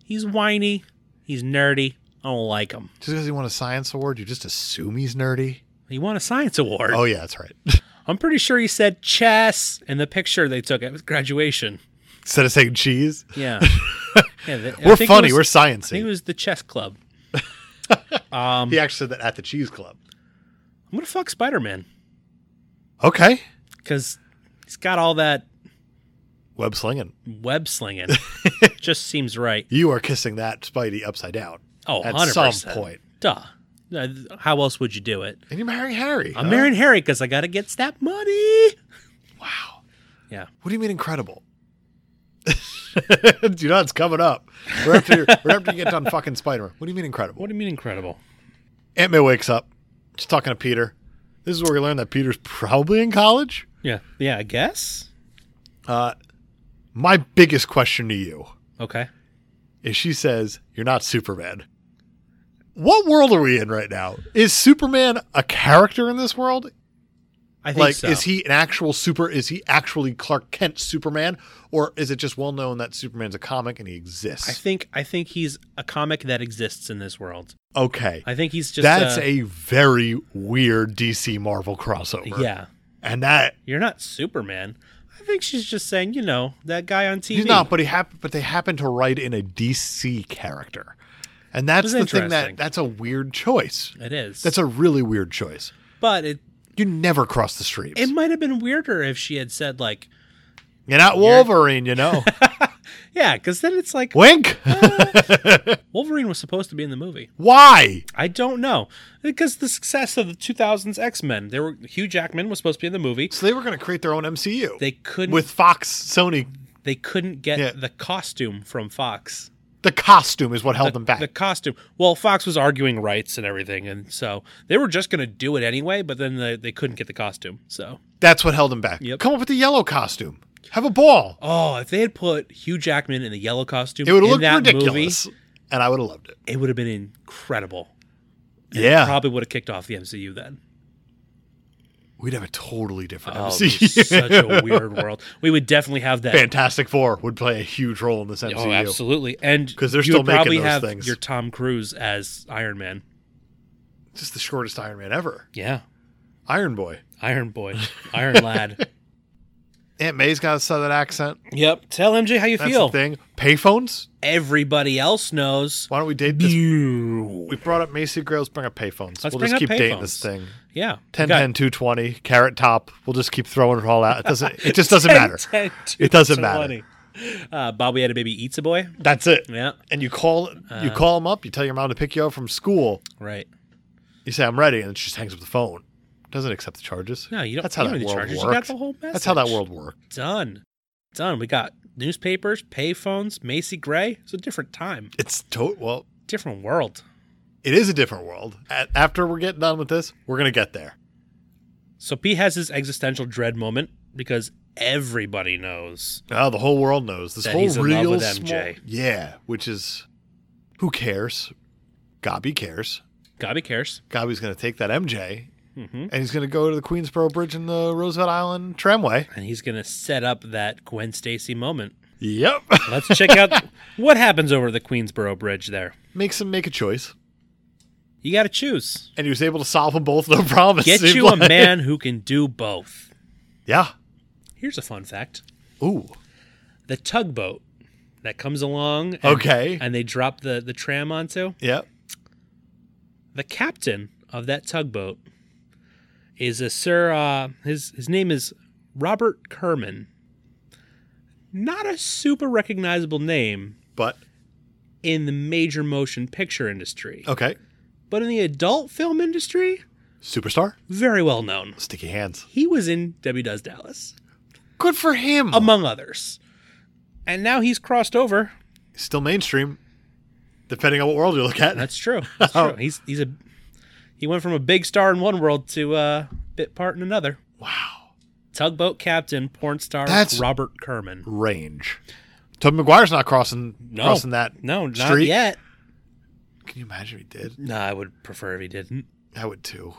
Speaker 1: He's whiny. He's nerdy. I don't like him.
Speaker 2: Just because he won a science award, you just assume he's nerdy.
Speaker 1: He won a science award.
Speaker 2: Oh yeah, that's right. (laughs)
Speaker 1: I'm pretty sure he said chess in the picture they took at graduation.
Speaker 2: Instead of saying cheese, (laughs)
Speaker 1: Yeah. yeah th- I
Speaker 2: we're
Speaker 1: think it
Speaker 2: funny.
Speaker 1: was-
Speaker 2: we're
Speaker 1: I think
Speaker 2: sciencey.
Speaker 1: it was the chess
Speaker 2: (laughs)
Speaker 1: club. um,
Speaker 2: he actually said that at the cheese club.
Speaker 1: I'm going to fuck Spider Man
Speaker 2: Okay.
Speaker 1: because he's got all that
Speaker 2: Web slinging.
Speaker 1: web
Speaker 2: (laughs)
Speaker 1: slinging. Just seems right.
Speaker 2: You are kissing that Spidey upside down
Speaker 1: Oh,
Speaker 2: at
Speaker 1: 100%.
Speaker 2: some point.
Speaker 1: Duh. Uh, How else would you do it?
Speaker 2: And you marry Harry.
Speaker 1: I'm
Speaker 2: huh?
Speaker 1: marrying Harry because I got to get that money.
Speaker 2: Wow.
Speaker 1: Yeah.
Speaker 2: What do you mean incredible? (laughs) do you know it's coming up? We're after, we're after you get done fucking Spider Man. What do you mean incredible?
Speaker 1: What do you mean incredible?
Speaker 2: Aunt May wakes up. She's talking to Peter. This is where we learn that Peter's probably in college.
Speaker 1: Yeah. Yeah, I guess.
Speaker 2: Uh, my biggest question to you
Speaker 1: Okay.
Speaker 2: is she says, You're not Superman. What world are we in right now? Is Superman a character in this world?
Speaker 1: I think
Speaker 2: Like,
Speaker 1: so.
Speaker 2: is he an actual super? Is he actually Clark Kent Superman? Or is it just well known that Superman's a comic and he exists?
Speaker 1: I think I think he's a comic that exists in this world.
Speaker 2: okay.
Speaker 1: I think he's just
Speaker 2: That's
Speaker 1: uh,
Speaker 2: a very weird DC Marvel crossover.
Speaker 1: yeah.
Speaker 2: And that
Speaker 1: You're not Superman. I think she's just saying, you know, that guy on TV.
Speaker 2: he's not, but he hap- but they happen to write in a DC character. And that's
Speaker 1: That's
Speaker 2: the thing
Speaker 1: interesting.
Speaker 2: that that's a weird choice.
Speaker 1: it is.
Speaker 2: That's a really weird choice.
Speaker 1: but it
Speaker 2: You never cross the streets.
Speaker 1: it might have been weirder if she had said like,
Speaker 2: You're not Wolverine,
Speaker 1: (laughs)
Speaker 2: you know.
Speaker 1: yeah, because then it's like
Speaker 2: Wink.
Speaker 1: Wolverine was supposed to be in the movie.
Speaker 2: Why?
Speaker 1: I don't know because the success of the 2000s X-Men, there were Hugh Jackman was supposed to be in the movie.
Speaker 2: So they were going to create their own MCU
Speaker 1: They couldn't
Speaker 2: with Fox, Sony.
Speaker 1: they couldn't get
Speaker 2: Yeah.
Speaker 1: the costume from Fox.
Speaker 2: The costume is what held them back.
Speaker 1: the costume. Well, Fox was arguing rights and everything, and so they were just going to do it anyway. But then they, they couldn't get the costume. So,
Speaker 2: that's what held them back.
Speaker 1: Yep.
Speaker 2: Come up with the yellow costume. Have a ball.
Speaker 1: oh, if they had put Hugh Jackman in the yellow costume
Speaker 2: It would
Speaker 1: in
Speaker 2: have looked
Speaker 1: that
Speaker 2: ridiculous, and I would have loved it.
Speaker 1: movie, it would have been incredible.
Speaker 2: yeah.
Speaker 1: Probably would have kicked off the MCU then.
Speaker 2: We'd have a totally
Speaker 1: (laughs)
Speaker 2: different
Speaker 1: Oh,
Speaker 2: MCU.
Speaker 1: it'd be such
Speaker 2: (laughs)
Speaker 1: a weird world. We would definitely have that.
Speaker 2: Fantastic Four would play a huge role in this MCU.
Speaker 1: Oh, absolutely. And
Speaker 2: 'Cause they're
Speaker 1: you
Speaker 2: still
Speaker 1: would
Speaker 2: making
Speaker 1: probably
Speaker 2: those
Speaker 1: have
Speaker 2: things.
Speaker 1: your Tom Cruise as Iron Man.
Speaker 2: Just the shortest Iron Man ever.
Speaker 1: Yeah,
Speaker 2: Iron Boy.
Speaker 1: Iron Boy, (laughs) Iron Lad.
Speaker 2: Aunt May's got a southern accent.
Speaker 1: Yep. Tell MJ how you
Speaker 2: That's the
Speaker 1: feel.
Speaker 2: thing. Payphones?
Speaker 1: Everybody else knows.
Speaker 2: Why don't we date this? We
Speaker 1: Yeah.
Speaker 2: brought up Macy Grails, bring up payphones.
Speaker 1: Let's
Speaker 2: we'll
Speaker 1: bring
Speaker 2: just
Speaker 1: up
Speaker 2: keep dating this
Speaker 1: payphones.
Speaker 2: thing.
Speaker 1: we
Speaker 2: 10,
Speaker 1: got
Speaker 2: 10, 220, carrot top. We'll just keep throwing it all out. It doesn't it
Speaker 1: (laughs)
Speaker 2: just doesn't
Speaker 1: 10,
Speaker 2: matter.
Speaker 1: 10,
Speaker 2: It doesn't
Speaker 1: 20. Uh, Bobby had a baby eats a boy.
Speaker 2: That's it.
Speaker 1: Yeah.
Speaker 2: And you call
Speaker 1: Uh.
Speaker 2: you call them up, you tell your mom to pick you up from school,
Speaker 1: Right.
Speaker 2: you say I'm ready, and she just hangs up the phone. Doesn't accept the charges.
Speaker 1: No, you don't.
Speaker 2: That's how
Speaker 1: you
Speaker 2: that
Speaker 1: don't need
Speaker 2: world
Speaker 1: charges. You got
Speaker 2: worked.
Speaker 1: the whole message.
Speaker 2: That's how that world worked.
Speaker 1: Done. Done. We got newspapers, payphones, Macy Gray. It's a different time,
Speaker 2: It's to- well,
Speaker 1: different world.
Speaker 2: it is a different world. A- after we're getting done with this, we're gonna get there.
Speaker 1: So P has his existential dread moment because everybody knows.
Speaker 2: Now the whole world knows this
Speaker 1: That
Speaker 2: whole
Speaker 1: he's in
Speaker 2: real
Speaker 1: love with
Speaker 2: small-
Speaker 1: MJ.
Speaker 2: yeah, which is who cares? Gobby cares.
Speaker 1: Gabi cares.
Speaker 2: Gobby's gonna take that MJ
Speaker 1: hmm
Speaker 2: and he's gonna go to the Queensboro Bridge and the Roosevelt Island tramway.
Speaker 1: And he's going to set up that Gwen Stacy moment.
Speaker 2: Yep.
Speaker 1: Let's check out what happens over the Queensboro Bridge there.
Speaker 2: (laughs) Makes him make a choice.
Speaker 1: You got to choose.
Speaker 2: And he was able to solve them both, (laughs) no problem. it
Speaker 1: Get
Speaker 2: seemed
Speaker 1: you a
Speaker 2: like.
Speaker 1: man who can do both.
Speaker 2: Yeah.
Speaker 1: Here's a fun fact
Speaker 2: Ooh.
Speaker 1: the tugboat that comes along and,
Speaker 2: Okay.
Speaker 1: and they drop the, the tram onto,
Speaker 2: Yeah.
Speaker 1: the captain of that tugboat is a sir, uh, his, his name is Robert Kerman. Not a super recognizable name
Speaker 2: But
Speaker 1: in the major motion picture industry,
Speaker 2: okay.
Speaker 1: but in the adult film industry,
Speaker 2: Superstar.
Speaker 1: very well known.
Speaker 2: Sticky hands.
Speaker 1: He was in Debbie Does Dallas,
Speaker 2: Good for him.
Speaker 1: among others. And now he's crossed over.
Speaker 2: Still mainstream, depending on what world you look at.
Speaker 1: That's true. That's true. He's he's a he went from a big star in one world to a bit part in another.
Speaker 2: (laughs) wow.
Speaker 1: Tugboat captain, porn star
Speaker 2: That's-
Speaker 1: Robert Kerman.
Speaker 2: Range. Toby McGuire's not crossing
Speaker 1: No.
Speaker 2: crossing that.
Speaker 1: No, not
Speaker 2: Street.
Speaker 1: yet.
Speaker 2: Can you imagine if he did?
Speaker 1: No, I would prefer if he didn't.
Speaker 2: I would too.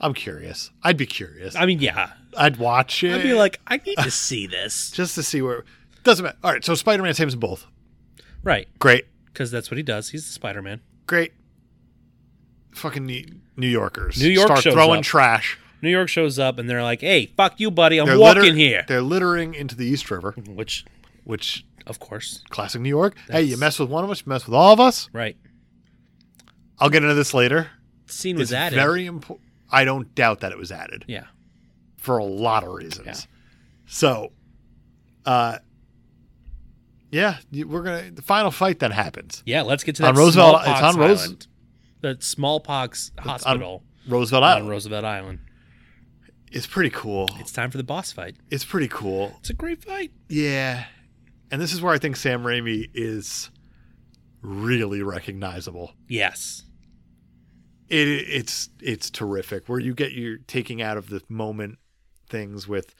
Speaker 2: I'm curious. I'd be curious.
Speaker 1: I mean, yeah.
Speaker 2: I'd watch it.
Speaker 1: I'd be like, I need to see this.
Speaker 2: just to see where. Doesn't matter. All right. So Spider Man saves them both.
Speaker 1: (laughs) Right.
Speaker 2: Great.
Speaker 1: Because that's what he does. He's the Spider Man.
Speaker 2: Great. Fucking New New Yorkers.
Speaker 1: New York
Speaker 2: start
Speaker 1: shows
Speaker 2: throwing
Speaker 1: up.
Speaker 2: trash.
Speaker 1: New York shows up and they're like, "Hey, fuck you, buddy! I'm
Speaker 2: They're
Speaker 1: walking
Speaker 2: litter-
Speaker 1: here."
Speaker 2: They're littering into the East River,
Speaker 1: Which,
Speaker 2: which
Speaker 1: of course,
Speaker 2: classic New York. Hey, you
Speaker 1: That's-
Speaker 2: mess with one of us, you mess with all of us.
Speaker 1: right?
Speaker 2: I'll get into this later.
Speaker 1: Scene was
Speaker 2: it's
Speaker 1: added.
Speaker 2: very important. I don't doubt that it was added
Speaker 1: yeah,
Speaker 2: for a lot of reasons. So, uh, yeah, you- we're gonna the final fight that happens.
Speaker 1: yeah. Let's get to that
Speaker 2: On Roosevelt-
Speaker 1: smallpox
Speaker 2: it's on Rose-
Speaker 1: island. the smallpox hospital
Speaker 2: Roosevelt
Speaker 1: on,
Speaker 2: Island
Speaker 1: Roosevelt Island.
Speaker 2: It's pretty cool.
Speaker 1: It's time for the boss fight.
Speaker 2: It's pretty cool.
Speaker 1: It's a great fight.
Speaker 2: Yeah, and this is where I think Sam Raimi is really recognizable.
Speaker 1: Yes,
Speaker 2: it it's it's terrific where you get your taking out of the moment things with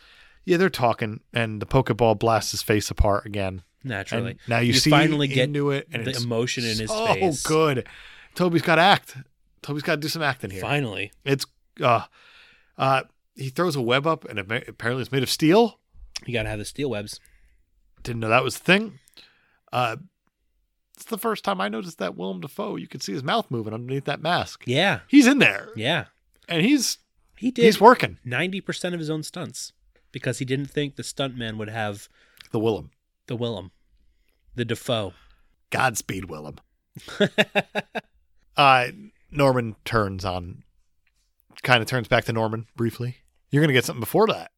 Speaker 2: yeah they're talking and the pokeball blasts his face apart again
Speaker 1: naturally.
Speaker 2: and now you, see
Speaker 1: finally get
Speaker 2: into it and
Speaker 1: the
Speaker 2: it's
Speaker 1: emotion in his
Speaker 2: so
Speaker 1: face.
Speaker 2: Oh, good toby's got to act toby's got to do some acting here
Speaker 1: Finally,
Speaker 2: it's uh uh he throws a web up and it ma- apparently it's made of steel
Speaker 1: you gotta have the steel webs.
Speaker 2: didn't know that was a thing uh it's the first time i noticed that willem dafoe you could see his mouth moving underneath that mask
Speaker 1: Yeah,
Speaker 2: he's in there
Speaker 1: yeah.
Speaker 2: and he's
Speaker 1: He did
Speaker 2: he's working
Speaker 1: ninety percent of his own stunts because he didn't think the stuntman would have
Speaker 2: the willem
Speaker 1: the Willem, the Defoe. (laughs)
Speaker 2: Godspeed, Willem. Uh, Norman turns on, kind of turns back to Norman briefly. You're going to get something before that.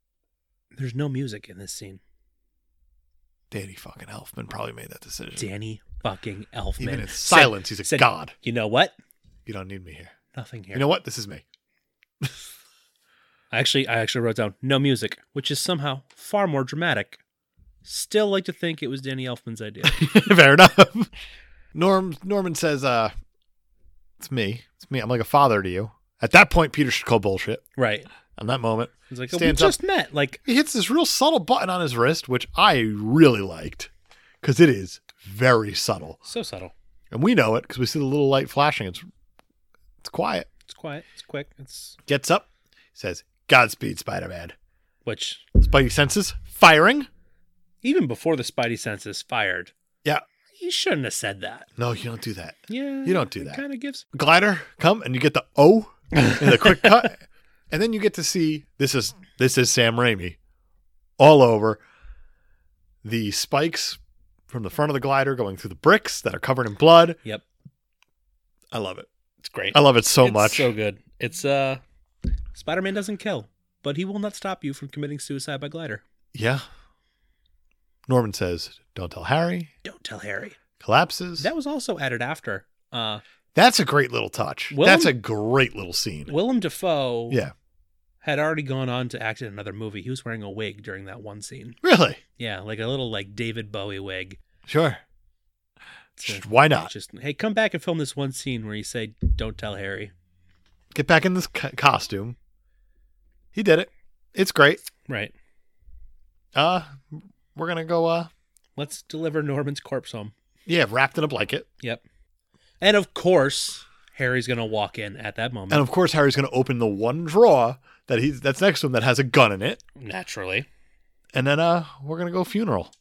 Speaker 1: There's no music in this scene.
Speaker 2: Danny fucking Elfman probably made that decision.
Speaker 1: Danny fucking Elfman.
Speaker 2: Even in
Speaker 1: Said-
Speaker 2: silence, he's a
Speaker 1: said,
Speaker 2: god.
Speaker 1: You know what?
Speaker 2: You don't need me here.
Speaker 1: Nothing here.
Speaker 2: You know what? This is me. (laughs)
Speaker 1: I actually, I actually wrote down no music, which is somehow far more dramatic. Still like to think it was Danny Elfman's
Speaker 2: (laughs)
Speaker 1: idea.
Speaker 2: Fair enough. Norm Norman says, uh, it's me. It's me. I'm like a father to you. At that point, Peter should call bullshit.
Speaker 1: right.
Speaker 2: On that moment,
Speaker 1: It's like oh, we
Speaker 2: Stands up.
Speaker 1: just met. Like
Speaker 2: he hits this real subtle button on his wrist, which I really liked because it is very subtle.
Speaker 1: so subtle.
Speaker 2: and we know it because we see the little light flashing. It's it's quiet.
Speaker 1: It's quiet. It's quick. It's
Speaker 2: Gets up, says, Godspeed, Spider Man.
Speaker 1: Which
Speaker 2: Spidey senses firing.
Speaker 1: even before the Spidey senses fired.
Speaker 2: Yeah.
Speaker 1: You shouldn't have said that.
Speaker 2: No, you don't do that.
Speaker 1: Yeah.
Speaker 2: You don't do that.
Speaker 1: Kind of gives.
Speaker 2: Glider, come and you get the O in the quick cut, and then you get to see this is this is Sam Raimi, all over. The spikes from the front of the glider going through the bricks that are covered in blood.
Speaker 1: Yep.
Speaker 2: I love it.
Speaker 1: It's great.
Speaker 2: I love it so
Speaker 1: It's
Speaker 2: much.
Speaker 1: So good. It's uh Spider-Man doesn't kill, but he will not stop you from committing suicide by glider.
Speaker 2: yeah. Norman says, "Don't tell Harry."
Speaker 1: Don't tell Harry.
Speaker 2: Collapses.
Speaker 1: That was also added after. Uh
Speaker 2: That's a great little touch.
Speaker 1: Willem-
Speaker 2: That's a great little scene.
Speaker 1: Willem Dafoe
Speaker 2: Yeah.
Speaker 1: had already gone on to act in another movie. He was wearing a wig during that one scene.
Speaker 2: Really?
Speaker 1: Yeah, like a little like David Bowie wig.
Speaker 2: Sure.
Speaker 1: So
Speaker 2: Sh- Why not?
Speaker 1: Just hey, come back and film this one scene where you say, "Don't tell Harry."
Speaker 2: Get back in this co- costume. He did it. It's great.
Speaker 1: Right.
Speaker 2: Uh we're going to go uh
Speaker 1: Let's deliver Norman's corpse home.
Speaker 2: yeah, wrapped in a blanket.
Speaker 1: Yep. And of course, Harry's gonna walk in at that moment.
Speaker 2: And of course Harry's going to open the one drawer that he's that's next to him that has a gun in it.
Speaker 1: naturally.
Speaker 2: And then uh we're going to go funeral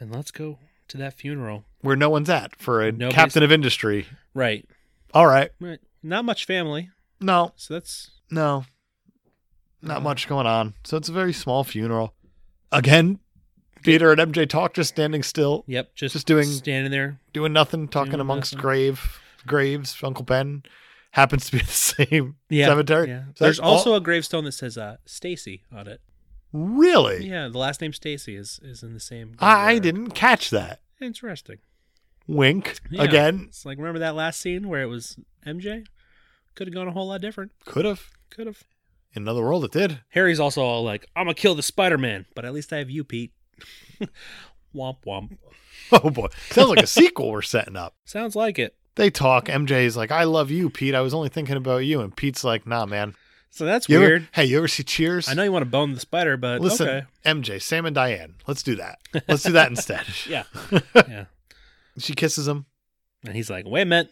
Speaker 1: And let's go to that funeral.
Speaker 2: where no one's at for a
Speaker 1: Nobody's-
Speaker 2: captain of industry.
Speaker 1: Right.
Speaker 2: All right.
Speaker 1: Right. Not much family,
Speaker 2: No,
Speaker 1: so that's
Speaker 2: no. Not
Speaker 1: Uh.
Speaker 2: much going on. So it's a very small funeral. Again, Peter and MJ talk just standing still,
Speaker 1: yep. Just
Speaker 2: Just doing-
Speaker 1: standing there.
Speaker 2: doing nothing, talking
Speaker 1: Doing
Speaker 2: amongst
Speaker 1: nothing.
Speaker 2: grave graves. Uncle Ben happens to be (laughs) the same
Speaker 1: Yeah.
Speaker 2: cemetery. oh,
Speaker 1: yeah.
Speaker 2: So
Speaker 1: There's
Speaker 2: that's all-
Speaker 1: also a gravestone that says uh, Stacy on it.
Speaker 2: really.
Speaker 1: Yeah, the last name Stacy is is in the same.
Speaker 2: I
Speaker 1: graveyard.
Speaker 2: didn't catch that.
Speaker 1: Interesting.
Speaker 2: Wink
Speaker 1: Yeah.
Speaker 2: again.
Speaker 1: It's like remember that last scene where it was MJ? Could have gone a whole lot different.
Speaker 2: Could have
Speaker 1: Could have.
Speaker 2: in another world. It did. (laughs)
Speaker 1: Harry's also all like, "I'm gonna kill the Spider-Man," but at least I have you, Pete. (laughs) womp womp.
Speaker 2: Oh boy, sounds
Speaker 1: (laughs)
Speaker 2: like a sequel we're setting up.
Speaker 1: Sounds like it.
Speaker 2: They talk. MJ's like, "I love you, Pete. I was only thinking about you." And Pete's like, "Nah, man.
Speaker 1: So that's
Speaker 2: You ever-
Speaker 1: weird.
Speaker 2: hey, you ever see Cheers?
Speaker 1: I know you want to bone the spider, but
Speaker 2: Listen,
Speaker 1: okay.
Speaker 2: MJ, Sam, and Diane. Let's do
Speaker 1: (laughs)
Speaker 2: that. Let's do that instead." (laughs)
Speaker 1: Yeah. Yeah.
Speaker 2: She kisses him,
Speaker 1: And he's like, "Wait a minute."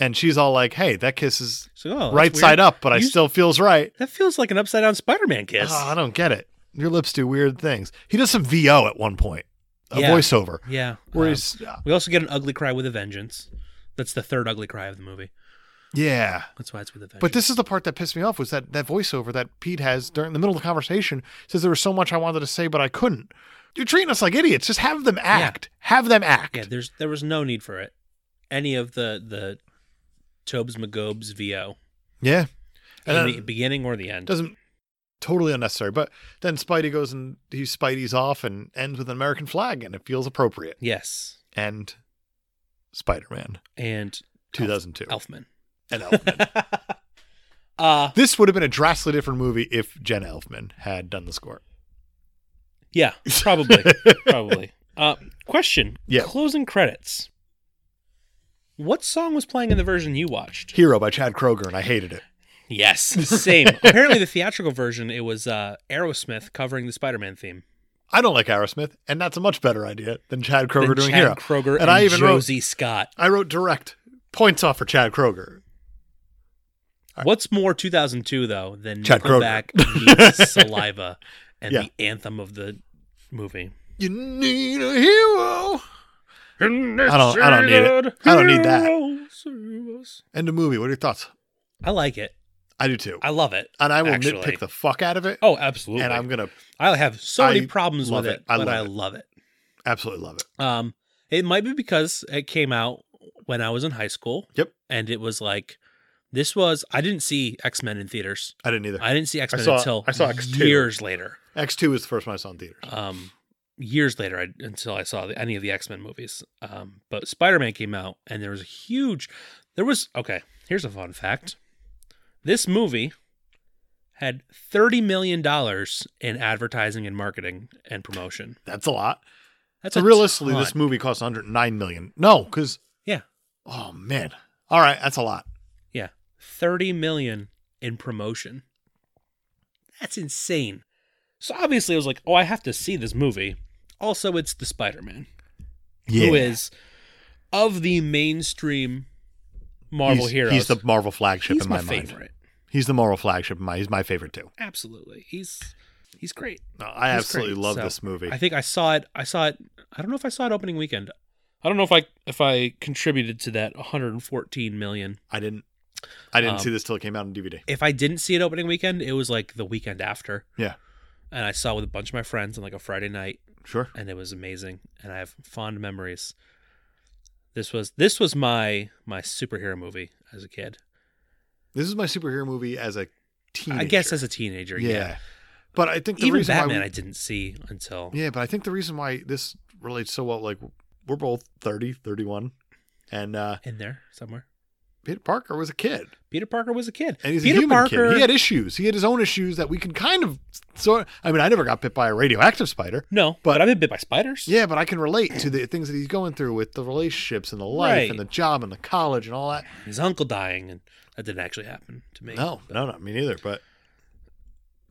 Speaker 2: and she's all like, "Hey, that kiss is
Speaker 1: So oh, that's
Speaker 2: right
Speaker 1: weird.
Speaker 2: side up, but I
Speaker 1: You-
Speaker 2: still feels right."
Speaker 1: That feels like an upside down Spider-Man kiss.
Speaker 2: Oh, I don't get it. Your lips do weird things. He does some VO at one point, a
Speaker 1: Yeah.
Speaker 2: voiceover
Speaker 1: yeah.
Speaker 2: where
Speaker 1: Um,
Speaker 2: he's uh,
Speaker 1: we also get an ugly cry with a vengeance. That's the third ugly cry of the movie.
Speaker 2: yeah.
Speaker 1: That's why it's with a vengeance.
Speaker 2: But this is the part that pissed me off was that that voiceover that Pete has during the middle of the conversation says there was so much I wanted to say but I couldn't. You're treating us like idiots. Just have them act. Have them act.
Speaker 1: yeah, there's there was no need for it. Any of the the Tobes McGobes VO
Speaker 2: yeah.
Speaker 1: in
Speaker 2: And then
Speaker 1: the beginning or the end.
Speaker 2: doesn't totally unnecessary. But then Spidey goes and he Spidey's off and ends with an American flag and it feels appropriate.
Speaker 1: yes.
Speaker 2: And Spider-Man
Speaker 1: And
Speaker 2: 2002.
Speaker 1: Elfman.
Speaker 2: And Elfman. (laughs)
Speaker 1: (laughs) uh
Speaker 2: This would have been a drastically different movie if Jen Elfman had done the score.
Speaker 1: yeah,
Speaker 2: (laughs)
Speaker 1: probably. probably. Uh question.
Speaker 2: Yeah.
Speaker 1: Closing credits. What song was playing in the version you watched?
Speaker 2: Hero by Chad Kroger, and I hated it.
Speaker 1: Yes,
Speaker 2: (laughs)
Speaker 1: same. Apparently the theatrical version it was uh Aerosmith covering the Spider-Man theme.
Speaker 2: I don't like Aerosmith, and that's a much better idea than Chad Kroger
Speaker 1: Then
Speaker 2: doing
Speaker 1: Chad
Speaker 2: Hero.
Speaker 1: Kroger
Speaker 2: And
Speaker 1: and,
Speaker 2: I even wrote-
Speaker 1: Josie Scott.
Speaker 2: I wrote direct points off for Chad Kroger.
Speaker 1: What's more 2002 though than
Speaker 2: Chad Kroger.
Speaker 1: Nickelback meets
Speaker 2: (laughs)
Speaker 1: Saliva and
Speaker 2: Yeah.
Speaker 1: the anthem of the movie?
Speaker 2: You need a hero
Speaker 1: I
Speaker 2: don't- I don't need it. I don't need that.
Speaker 1: that.
Speaker 2: and a movie. What are your thoughts?
Speaker 1: I like it.
Speaker 2: I do too,
Speaker 1: I love it.
Speaker 2: and I will
Speaker 1: actually.
Speaker 2: nitpick the fuck out of it,
Speaker 1: Oh, absolutely.
Speaker 2: and I'm gonna
Speaker 1: I have so
Speaker 2: I
Speaker 1: many problems
Speaker 2: love
Speaker 1: with it,
Speaker 2: it. I
Speaker 1: but
Speaker 2: love
Speaker 1: I
Speaker 2: it.
Speaker 1: love it.
Speaker 2: absolutely love it.
Speaker 1: Um, it might be because it came out when I was in high school.
Speaker 2: Yep.
Speaker 1: And it was like, this was I didn't see X Men in theaters.
Speaker 2: I didn't either.
Speaker 1: I didn't see X Men
Speaker 2: saw-
Speaker 1: until
Speaker 2: I saw X2.
Speaker 1: years later.
Speaker 2: X two is the first one I saw in theaters.
Speaker 1: Um, years later I, until I saw the, any of the X Men movies. Um, but Spider Man came out, and there was a huge. There was okay. Here's a fun fact: this movie had thirty million dollars in advertising and marketing and promotion.
Speaker 2: That's a lot.
Speaker 1: That's
Speaker 2: so
Speaker 1: a
Speaker 2: realistically,
Speaker 1: ton.
Speaker 2: this movie cost 109 million. No, because
Speaker 1: Yeah.
Speaker 2: Oh man. All right, that's a lot.
Speaker 1: Yeah. 30 million in promotion. That's insane. So obviously I was like, "Oh, I have to see this movie." Also, it's the Spider-Man, who is of the mainstream Marvel
Speaker 2: he's,
Speaker 1: heroes.
Speaker 2: He's the Marvel flagship
Speaker 1: he's
Speaker 2: in
Speaker 1: my,
Speaker 2: my, mind.
Speaker 1: favorite.
Speaker 2: He's the moral flagship of my he's my favorite too.
Speaker 1: Absolutely. He's he's great.
Speaker 2: No, I
Speaker 1: He's
Speaker 2: absolutely
Speaker 1: great,
Speaker 2: love
Speaker 1: so
Speaker 2: this movie.
Speaker 1: I think I saw it. I saw it. I don't know if I saw it opening weekend. I don't know if I if I contributed to that 114 million.
Speaker 2: I didn't I didn't
Speaker 1: Um,
Speaker 2: see this till it came out on DVD.
Speaker 1: If I didn't see it opening weekend, it was like the weekend after.
Speaker 2: Yeah.
Speaker 1: And I saw it with a bunch of my friends on like a Friday night,
Speaker 2: Sure.
Speaker 1: and it was amazing. And I have fond memories. This was this was my my superhero movie as a kid.
Speaker 2: This is my superhero movie as a teenager.
Speaker 1: I guess as a teenager. Yeah.
Speaker 2: yeah. But I think the
Speaker 1: Even
Speaker 2: reason
Speaker 1: Batman,
Speaker 2: why
Speaker 1: I didn't see until
Speaker 2: we, Yeah, but I think the reason why this relates so well like we're both 30, 31 and uh
Speaker 1: in there somewhere.
Speaker 2: Peter Parker was a kid.
Speaker 1: Peter Parker was a kid.
Speaker 2: And he's
Speaker 1: Peter
Speaker 2: a human
Speaker 1: Parker.
Speaker 2: kid. He had issues. He had his own issues that we can kind of sort I mean, I never got bit by a radioactive spider.
Speaker 1: no, but,
Speaker 2: but-
Speaker 1: I've been bit by spiders.
Speaker 2: Yeah, but I can relate to the things that he's going through with the relationships and the life
Speaker 1: Right.
Speaker 2: and the job and the college and all that.
Speaker 1: his uncle dying, and that didn't actually happen to me.
Speaker 2: No, no, no, me neither. But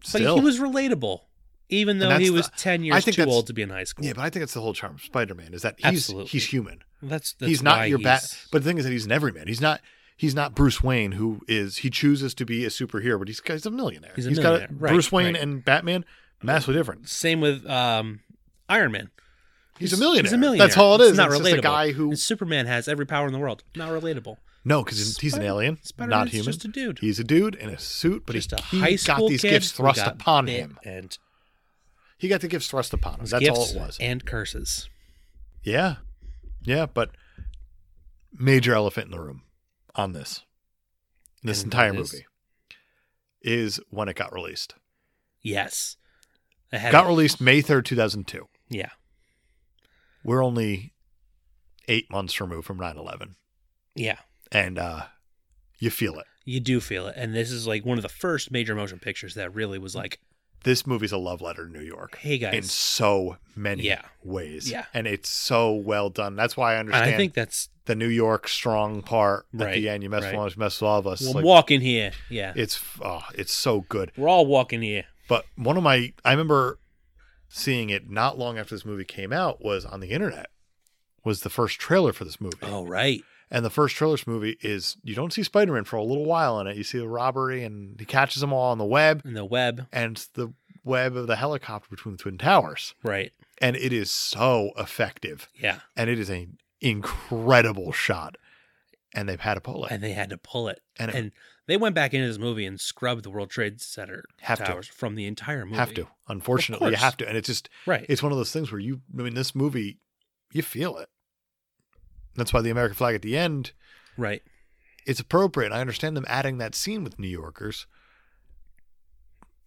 Speaker 1: but
Speaker 2: still,
Speaker 1: he was relatable, even though
Speaker 2: that's
Speaker 1: he
Speaker 2: the-
Speaker 1: was ten years
Speaker 2: think
Speaker 1: too
Speaker 2: that's-
Speaker 1: old to be in high school.
Speaker 2: yeah. But I think that's the whole charm of Spider-Man is that he's
Speaker 1: Absolutely.
Speaker 2: he's human.
Speaker 1: that's, that's
Speaker 2: he's
Speaker 1: why
Speaker 2: not your bat.
Speaker 1: he's-
Speaker 2: But the thing is that he's an everyman. He's not. He's not Bruce Wayne, who is he chooses to be a superhero, but he's, he's a millionaire.
Speaker 1: He's a
Speaker 2: got
Speaker 1: millionaire, right,
Speaker 2: Bruce Wayne
Speaker 1: right.
Speaker 2: and Batman, massively different.
Speaker 1: Same with um, Iron Man.
Speaker 2: He's, a millionaire.
Speaker 1: He's a millionaire.
Speaker 2: That's all it is.
Speaker 1: It's not
Speaker 2: It's
Speaker 1: relatable.
Speaker 2: just a guy who
Speaker 1: And Superman has every power in the world. Not relatable.
Speaker 2: no, because he's, he's an
Speaker 1: Spider-
Speaker 2: alien, not
Speaker 1: Spider-Man's
Speaker 2: human.
Speaker 1: just a dude.
Speaker 2: He's a dude in a suit, but
Speaker 1: Just a
Speaker 2: he,
Speaker 1: high
Speaker 2: he
Speaker 1: school
Speaker 2: got these
Speaker 1: kid
Speaker 2: gifts
Speaker 1: who
Speaker 2: thrust
Speaker 1: got
Speaker 2: upon
Speaker 1: bit
Speaker 2: him.
Speaker 1: and
Speaker 2: He got the gifts thrust upon him.
Speaker 1: was
Speaker 2: That's all
Speaker 1: gifts
Speaker 2: it was.
Speaker 1: and curses.
Speaker 2: Yeah. Yeah, but major elephant in the room on this. This
Speaker 1: And
Speaker 2: entire
Speaker 1: it is-
Speaker 2: movie is when it got released.
Speaker 1: Yes, It had
Speaker 2: Got
Speaker 1: a-
Speaker 2: released May 3rd, 2002.
Speaker 1: Yeah,
Speaker 2: We're only 8 months removed from 9/11
Speaker 1: yeah.
Speaker 2: and uh you feel it.
Speaker 1: You do feel it, and this is like one of the first major motion pictures that really was like,
Speaker 2: This movie's a love letter to New York
Speaker 1: "Hey guys,
Speaker 2: in so many
Speaker 1: Yeah.
Speaker 2: ways.
Speaker 1: Yeah.
Speaker 2: And it's so well done. That's why I
Speaker 1: And
Speaker 2: understand
Speaker 1: I think that's
Speaker 2: the New York strong part at
Speaker 1: Right,
Speaker 2: the end. You mess,
Speaker 1: right.
Speaker 2: with all- you mess with all of us.
Speaker 1: well,
Speaker 2: like,
Speaker 1: walking here. Yeah,
Speaker 2: it's oh, it's so good.
Speaker 1: we're all walking here.
Speaker 2: But one of my, I remember seeing it not long after this movie came out was on the internet. Was the first trailer for this movie,
Speaker 1: Oh right,
Speaker 2: and the first trailer for this movie is you don't see Spider Man for a little while in it. You see the robbery, and he catches them all on the web,
Speaker 1: and the web.
Speaker 2: and it's the web of the helicopter between the twin towers,
Speaker 1: Right.
Speaker 2: and it is so effective,
Speaker 1: Yeah,
Speaker 2: and it is an incredible shot, and they've had a pole,
Speaker 1: and they had to pull it,
Speaker 2: and it,
Speaker 1: and they went back into this movie and scrubbed the World Trade Center
Speaker 2: Have to.
Speaker 1: towers from the entire movie.
Speaker 2: have to. Unfortunately, you
Speaker 1: course.
Speaker 2: have to, and it's just
Speaker 1: Right.
Speaker 2: it's one of those things where you i mean this movie you feel it that's why the american flag at the end
Speaker 1: right.
Speaker 2: it's appropriate i understand them adding that scene with new yorkers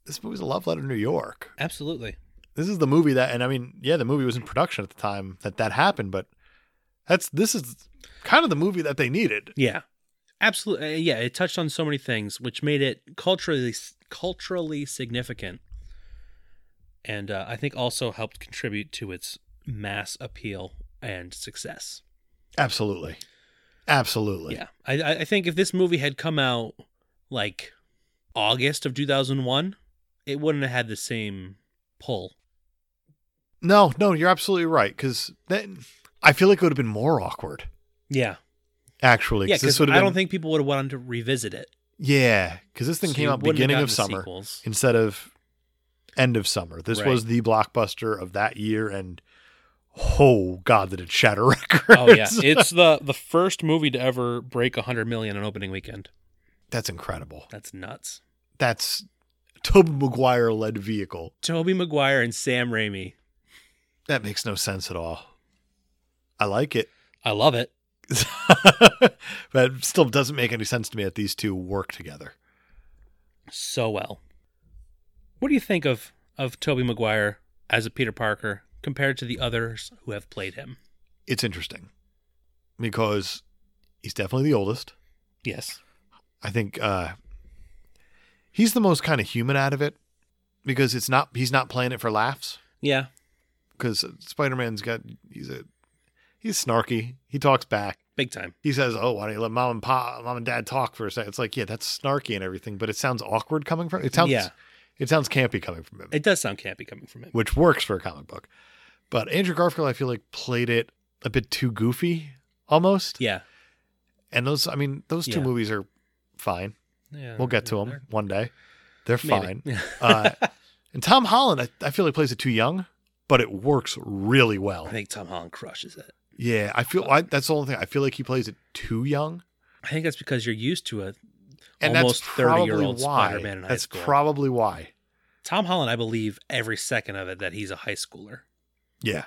Speaker 2: this movie's a love letter to new york
Speaker 1: Absolutely.
Speaker 2: this is the movie that and i mean yeah the movie was in production at the time that that happened but that's this is kind of the movie that they needed
Speaker 1: Yeah. Absolutely. Yeah. It touched on so many things, which made it culturally culturally significant, and uh, I think also helped contribute to its mass appeal and success.
Speaker 2: absolutely absolutely
Speaker 1: yeah, I I I think if this movie had come out like August of 2001, it wouldn't have had the same pull.
Speaker 2: no no you're absolutely right because then i feel like it would have been more awkward
Speaker 1: Yeah,
Speaker 2: actually
Speaker 1: yeah,
Speaker 2: 'cause
Speaker 1: because
Speaker 2: this
Speaker 1: I
Speaker 2: would have been-
Speaker 1: don't think people would have wanted to revisit it.
Speaker 2: Yeah, because this thing
Speaker 1: So
Speaker 2: came
Speaker 1: you
Speaker 2: out
Speaker 1: wouldn't have
Speaker 2: beginning
Speaker 1: gotten
Speaker 2: of
Speaker 1: the
Speaker 2: summer
Speaker 1: sequels.
Speaker 2: (laughs) instead of end of summer. This
Speaker 1: Right.
Speaker 2: was the blockbuster of that year, and oh god, did it shatter (laughs) records!
Speaker 1: Oh yeah, it's the the first movie to ever break 100 million on opening weekend.
Speaker 2: that's incredible.
Speaker 1: That's nuts.
Speaker 2: That's Tobey Maguire led vehicle.
Speaker 1: Toby Maguire and Sam Raimi.
Speaker 2: That makes no sense at all. I like it,
Speaker 1: I love it.
Speaker 2: but (laughs) it still doesn't make any sense to me that these two work together.
Speaker 1: so well. What do you think of of Toby Maguire as a Peter Parker compared to the others who have played him?
Speaker 2: It's interesting because he's definitely the oldest.
Speaker 1: Yes.
Speaker 2: I think uh, he's the most kind of human out of it because it's not he's not playing it for laughs
Speaker 1: Yeah.
Speaker 2: because Spider Man's got he's a he's snarky. He talks back.
Speaker 1: Big time.
Speaker 2: He says, "Oh, why don't you let mom and pa, mom and dad talk for a second? It's like, yeah, that's snarky and everything, but it sounds awkward coming from it sounds
Speaker 1: Yeah.
Speaker 2: it sounds campy coming from him,
Speaker 1: It does sound campy coming from him.
Speaker 2: which works for a comic book. But Andrew Garfield, I feel like played it a bit too goofy almost.
Speaker 1: Yeah.
Speaker 2: And those, I mean, those two
Speaker 1: Yeah. Uh,
Speaker 2: movies are fine.
Speaker 1: Yeah,
Speaker 2: We'll get to them one day. They're fine.
Speaker 1: Maybe.
Speaker 2: uh, and Tom Holland, I, I feel like plays it too young, but it works really well.
Speaker 1: (laughs) I think Tom Holland crushes it.
Speaker 2: Yeah, I feel I, that's the only thing. I feel like he plays it too young,
Speaker 1: I think that's because you're used to a
Speaker 2: and
Speaker 1: almost
Speaker 2: that's
Speaker 1: thirty
Speaker 2: probably
Speaker 1: year old
Speaker 2: why.
Speaker 1: Spider Man in high
Speaker 2: that's
Speaker 1: school.
Speaker 2: probably why.
Speaker 1: Tom Holland, I believe every second of it that he's a high schooler,
Speaker 2: Yeah,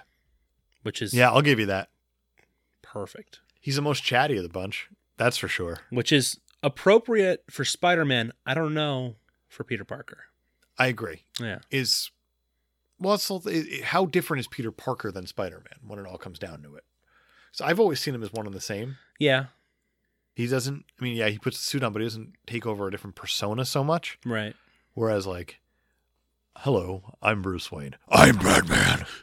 Speaker 1: which is
Speaker 2: yeah, I'll give you that.
Speaker 1: perfect.
Speaker 2: He's the most chatty of the bunch. That's for sure.
Speaker 1: Which is appropriate for Spider Man. I don't know for Peter Parker.
Speaker 2: I agree.
Speaker 1: Yeah.
Speaker 2: Is well, it's, all- it, it- how different is Peter Parker than Spider Man when it all comes down to it? So I've always seen him as one and the same.
Speaker 1: Yeah.
Speaker 2: He doesn't. I mean, yeah, he puts the suit on, but he doesn't take over a different persona so much.
Speaker 1: Right.
Speaker 2: Whereas, like, hello, I'm Bruce Wayne. I'm Batman. (laughs)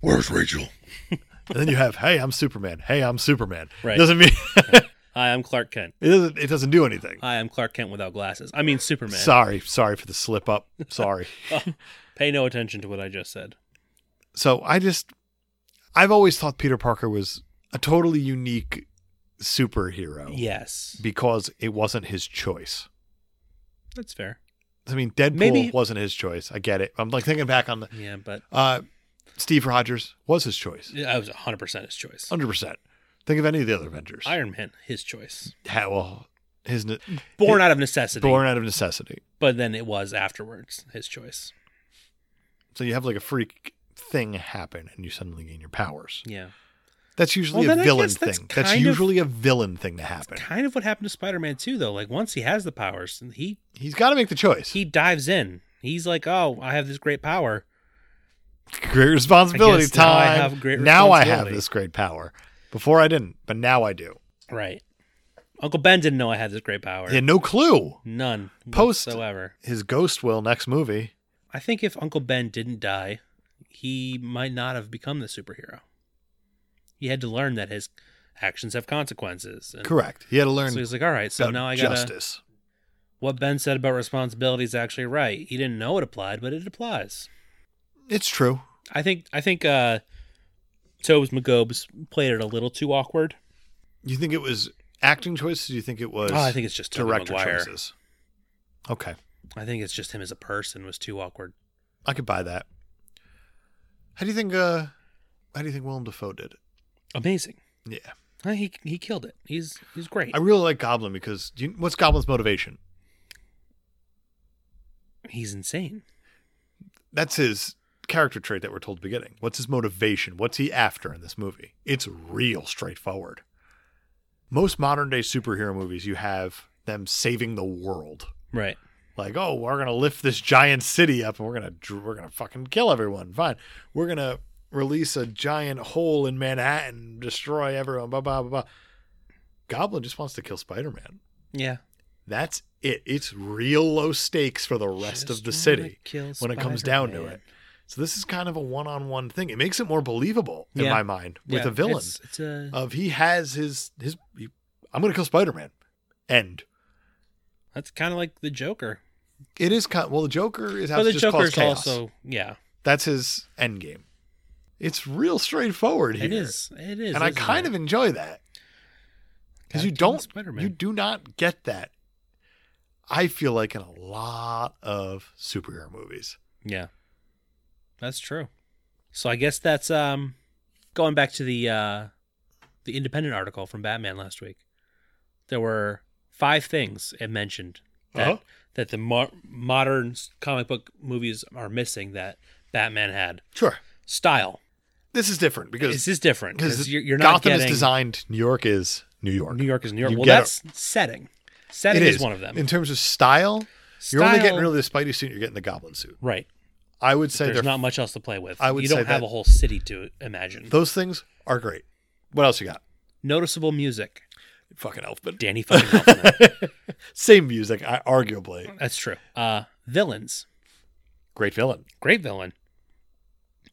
Speaker 3: Where's Rachel?
Speaker 2: and then you have, hey, I'm Superman. Hey, I'm Superman.
Speaker 1: Right.
Speaker 2: Doesn't mean (laughs)
Speaker 1: Hi, I'm Clark Kent.
Speaker 2: it doesn't it doesn't do anything.
Speaker 1: Hi, I'm Clark Kent without glasses. I mean Superman.
Speaker 2: Sorry, sorry for the slip up. Sorry.
Speaker 1: Pay no attention to what I just said.
Speaker 2: so I just I've always thought Peter Parker was a totally unique superhero
Speaker 1: Oh. Yes.
Speaker 2: because it wasn't his choice.
Speaker 1: That's fair.
Speaker 2: I mean, Deadpool
Speaker 1: Maybe-
Speaker 2: wasn't his choice. I get it. I'm like thinking back on the
Speaker 1: Yeah, but
Speaker 2: uh, Steve Rogers was his choice,
Speaker 1: I was 100% his choice.
Speaker 2: hundred percent. Think of any of the other Avengers.
Speaker 1: Iron Man, his choice.
Speaker 2: Ha- well, his ne-
Speaker 1: Born out of necessity,
Speaker 2: born out of necessity.
Speaker 1: but then it was afterwards his choice.
Speaker 2: So you have like a freak thing happen, and you suddenly gain your powers.
Speaker 1: Yeah.
Speaker 2: That's usually
Speaker 1: Well,
Speaker 2: a
Speaker 1: then I
Speaker 2: villain
Speaker 1: guess that's
Speaker 2: thing. That's
Speaker 1: kind of-
Speaker 2: usually a villain thing to happen.
Speaker 1: Kind of what happened to Spider-Man too though. Like once he has the powers, he
Speaker 2: He's got to make the choice.
Speaker 1: he dives in. He's like, "Oh, I have this great power."
Speaker 2: great responsibility
Speaker 1: I guess now I
Speaker 2: time.
Speaker 1: have great
Speaker 2: Now I have
Speaker 1: responsibility.
Speaker 2: this great power. Before I didn't, but now I do.
Speaker 1: Right. Uncle Ben didn't know I had this great power.
Speaker 2: He had no clue.
Speaker 1: None
Speaker 2: Post-
Speaker 1: whatsoever.
Speaker 2: His ghost will next movie.
Speaker 1: I think if Uncle Ben didn't die, he might not have become the superhero. He had to learn that his actions have consequences. And
Speaker 2: Correct. He had to learn
Speaker 1: So he's like, all right, so
Speaker 2: about
Speaker 1: now I gotta.
Speaker 2: justice.
Speaker 1: What Ben said about responsibility is actually right. He didn't know it applied, but it applies.
Speaker 2: It's true.
Speaker 1: I think. I think. uh Tobes McGobes played it a little too awkward.
Speaker 2: You think it was acting choices? You think it was
Speaker 1: Oh, I think it's just Tobey
Speaker 2: director
Speaker 1: Maguire.
Speaker 2: choices? Okay,
Speaker 1: I think it's just him as a person was too awkward.
Speaker 2: I could buy that. How do you think? uh How do you think Willem Dafoe did it?
Speaker 1: Amazing.
Speaker 2: Yeah,
Speaker 1: Uh, He he killed it. He's he's great.
Speaker 2: I really like Goblin because do you, what's Goblin's motivation?
Speaker 1: He's insane.
Speaker 2: that's his character trait that we're told at the beginning. What's his motivation? What's he after in this movie? It's real straightforward. Most modern day superhero movies, you have them saving the world.
Speaker 1: Right.
Speaker 2: Like, oh, we're gonna lift this giant city up, and we're gonna dr- we're gonna fucking kill everyone. Fine, we're gonna release a giant hole in Manhattan, destroy everyone. Blah blah blah. blah. Goblin just wants to kill Spider Man.
Speaker 1: Yeah.
Speaker 2: That's it. It's real low stakes for the rest of the city. when it comes down to it. So this is kind of a one-on-one thing. It makes it more believable in
Speaker 1: Yeah.
Speaker 2: my mind with
Speaker 1: Yeah,
Speaker 2: a villain Uh,
Speaker 1: It's, it's uh, a,
Speaker 2: of he has his his. He, I'm going to kill Spider-Man. End.
Speaker 1: that's kind of like the Joker.
Speaker 2: It is kind. Well, the Joker is out
Speaker 1: But the
Speaker 2: to just cause
Speaker 1: Joker's
Speaker 2: chaos.
Speaker 1: also yeah.
Speaker 2: That's his end game. It's real straightforward here.
Speaker 1: It is. It is.
Speaker 2: and I kind of enjoy that because you don't.
Speaker 1: Spider-Man.
Speaker 2: You do not get that. I feel like in a lot of superhero movies.
Speaker 1: yeah. That's true. So I guess that's um going back to the uh the independent article from Batman last week. There were five things it mentioned that
Speaker 2: Uh-huh.
Speaker 1: that the mo- modern comic book movies are missing that Batman had.
Speaker 2: Sure,
Speaker 1: Style.
Speaker 2: this is different because
Speaker 1: This is different
Speaker 2: because
Speaker 1: because you're, you're not
Speaker 2: Gotham is
Speaker 1: getting-
Speaker 2: designed. New York is New York.
Speaker 1: New York is New York.
Speaker 2: You
Speaker 1: well,
Speaker 2: get
Speaker 1: that's setting. Setting is. one of them.
Speaker 2: In terms of style, you're only getting
Speaker 1: Style-
Speaker 2: really the Spidey suit. You're getting the Goblin suit.
Speaker 1: right.
Speaker 2: I would say
Speaker 1: There's
Speaker 2: they're,
Speaker 1: not much else to play with.
Speaker 2: I would
Speaker 1: you don't
Speaker 2: say
Speaker 1: have
Speaker 2: that-
Speaker 1: a whole city to imagine.
Speaker 2: those things are great. What else you got?
Speaker 1: Noticeable music.
Speaker 2: Fucking Elfman.
Speaker 1: Danny fucking Elfman.
Speaker 2: (laughs) Same music, I, arguably.
Speaker 1: That's true. Uh, villains.
Speaker 2: Great villain.
Speaker 1: Great villain.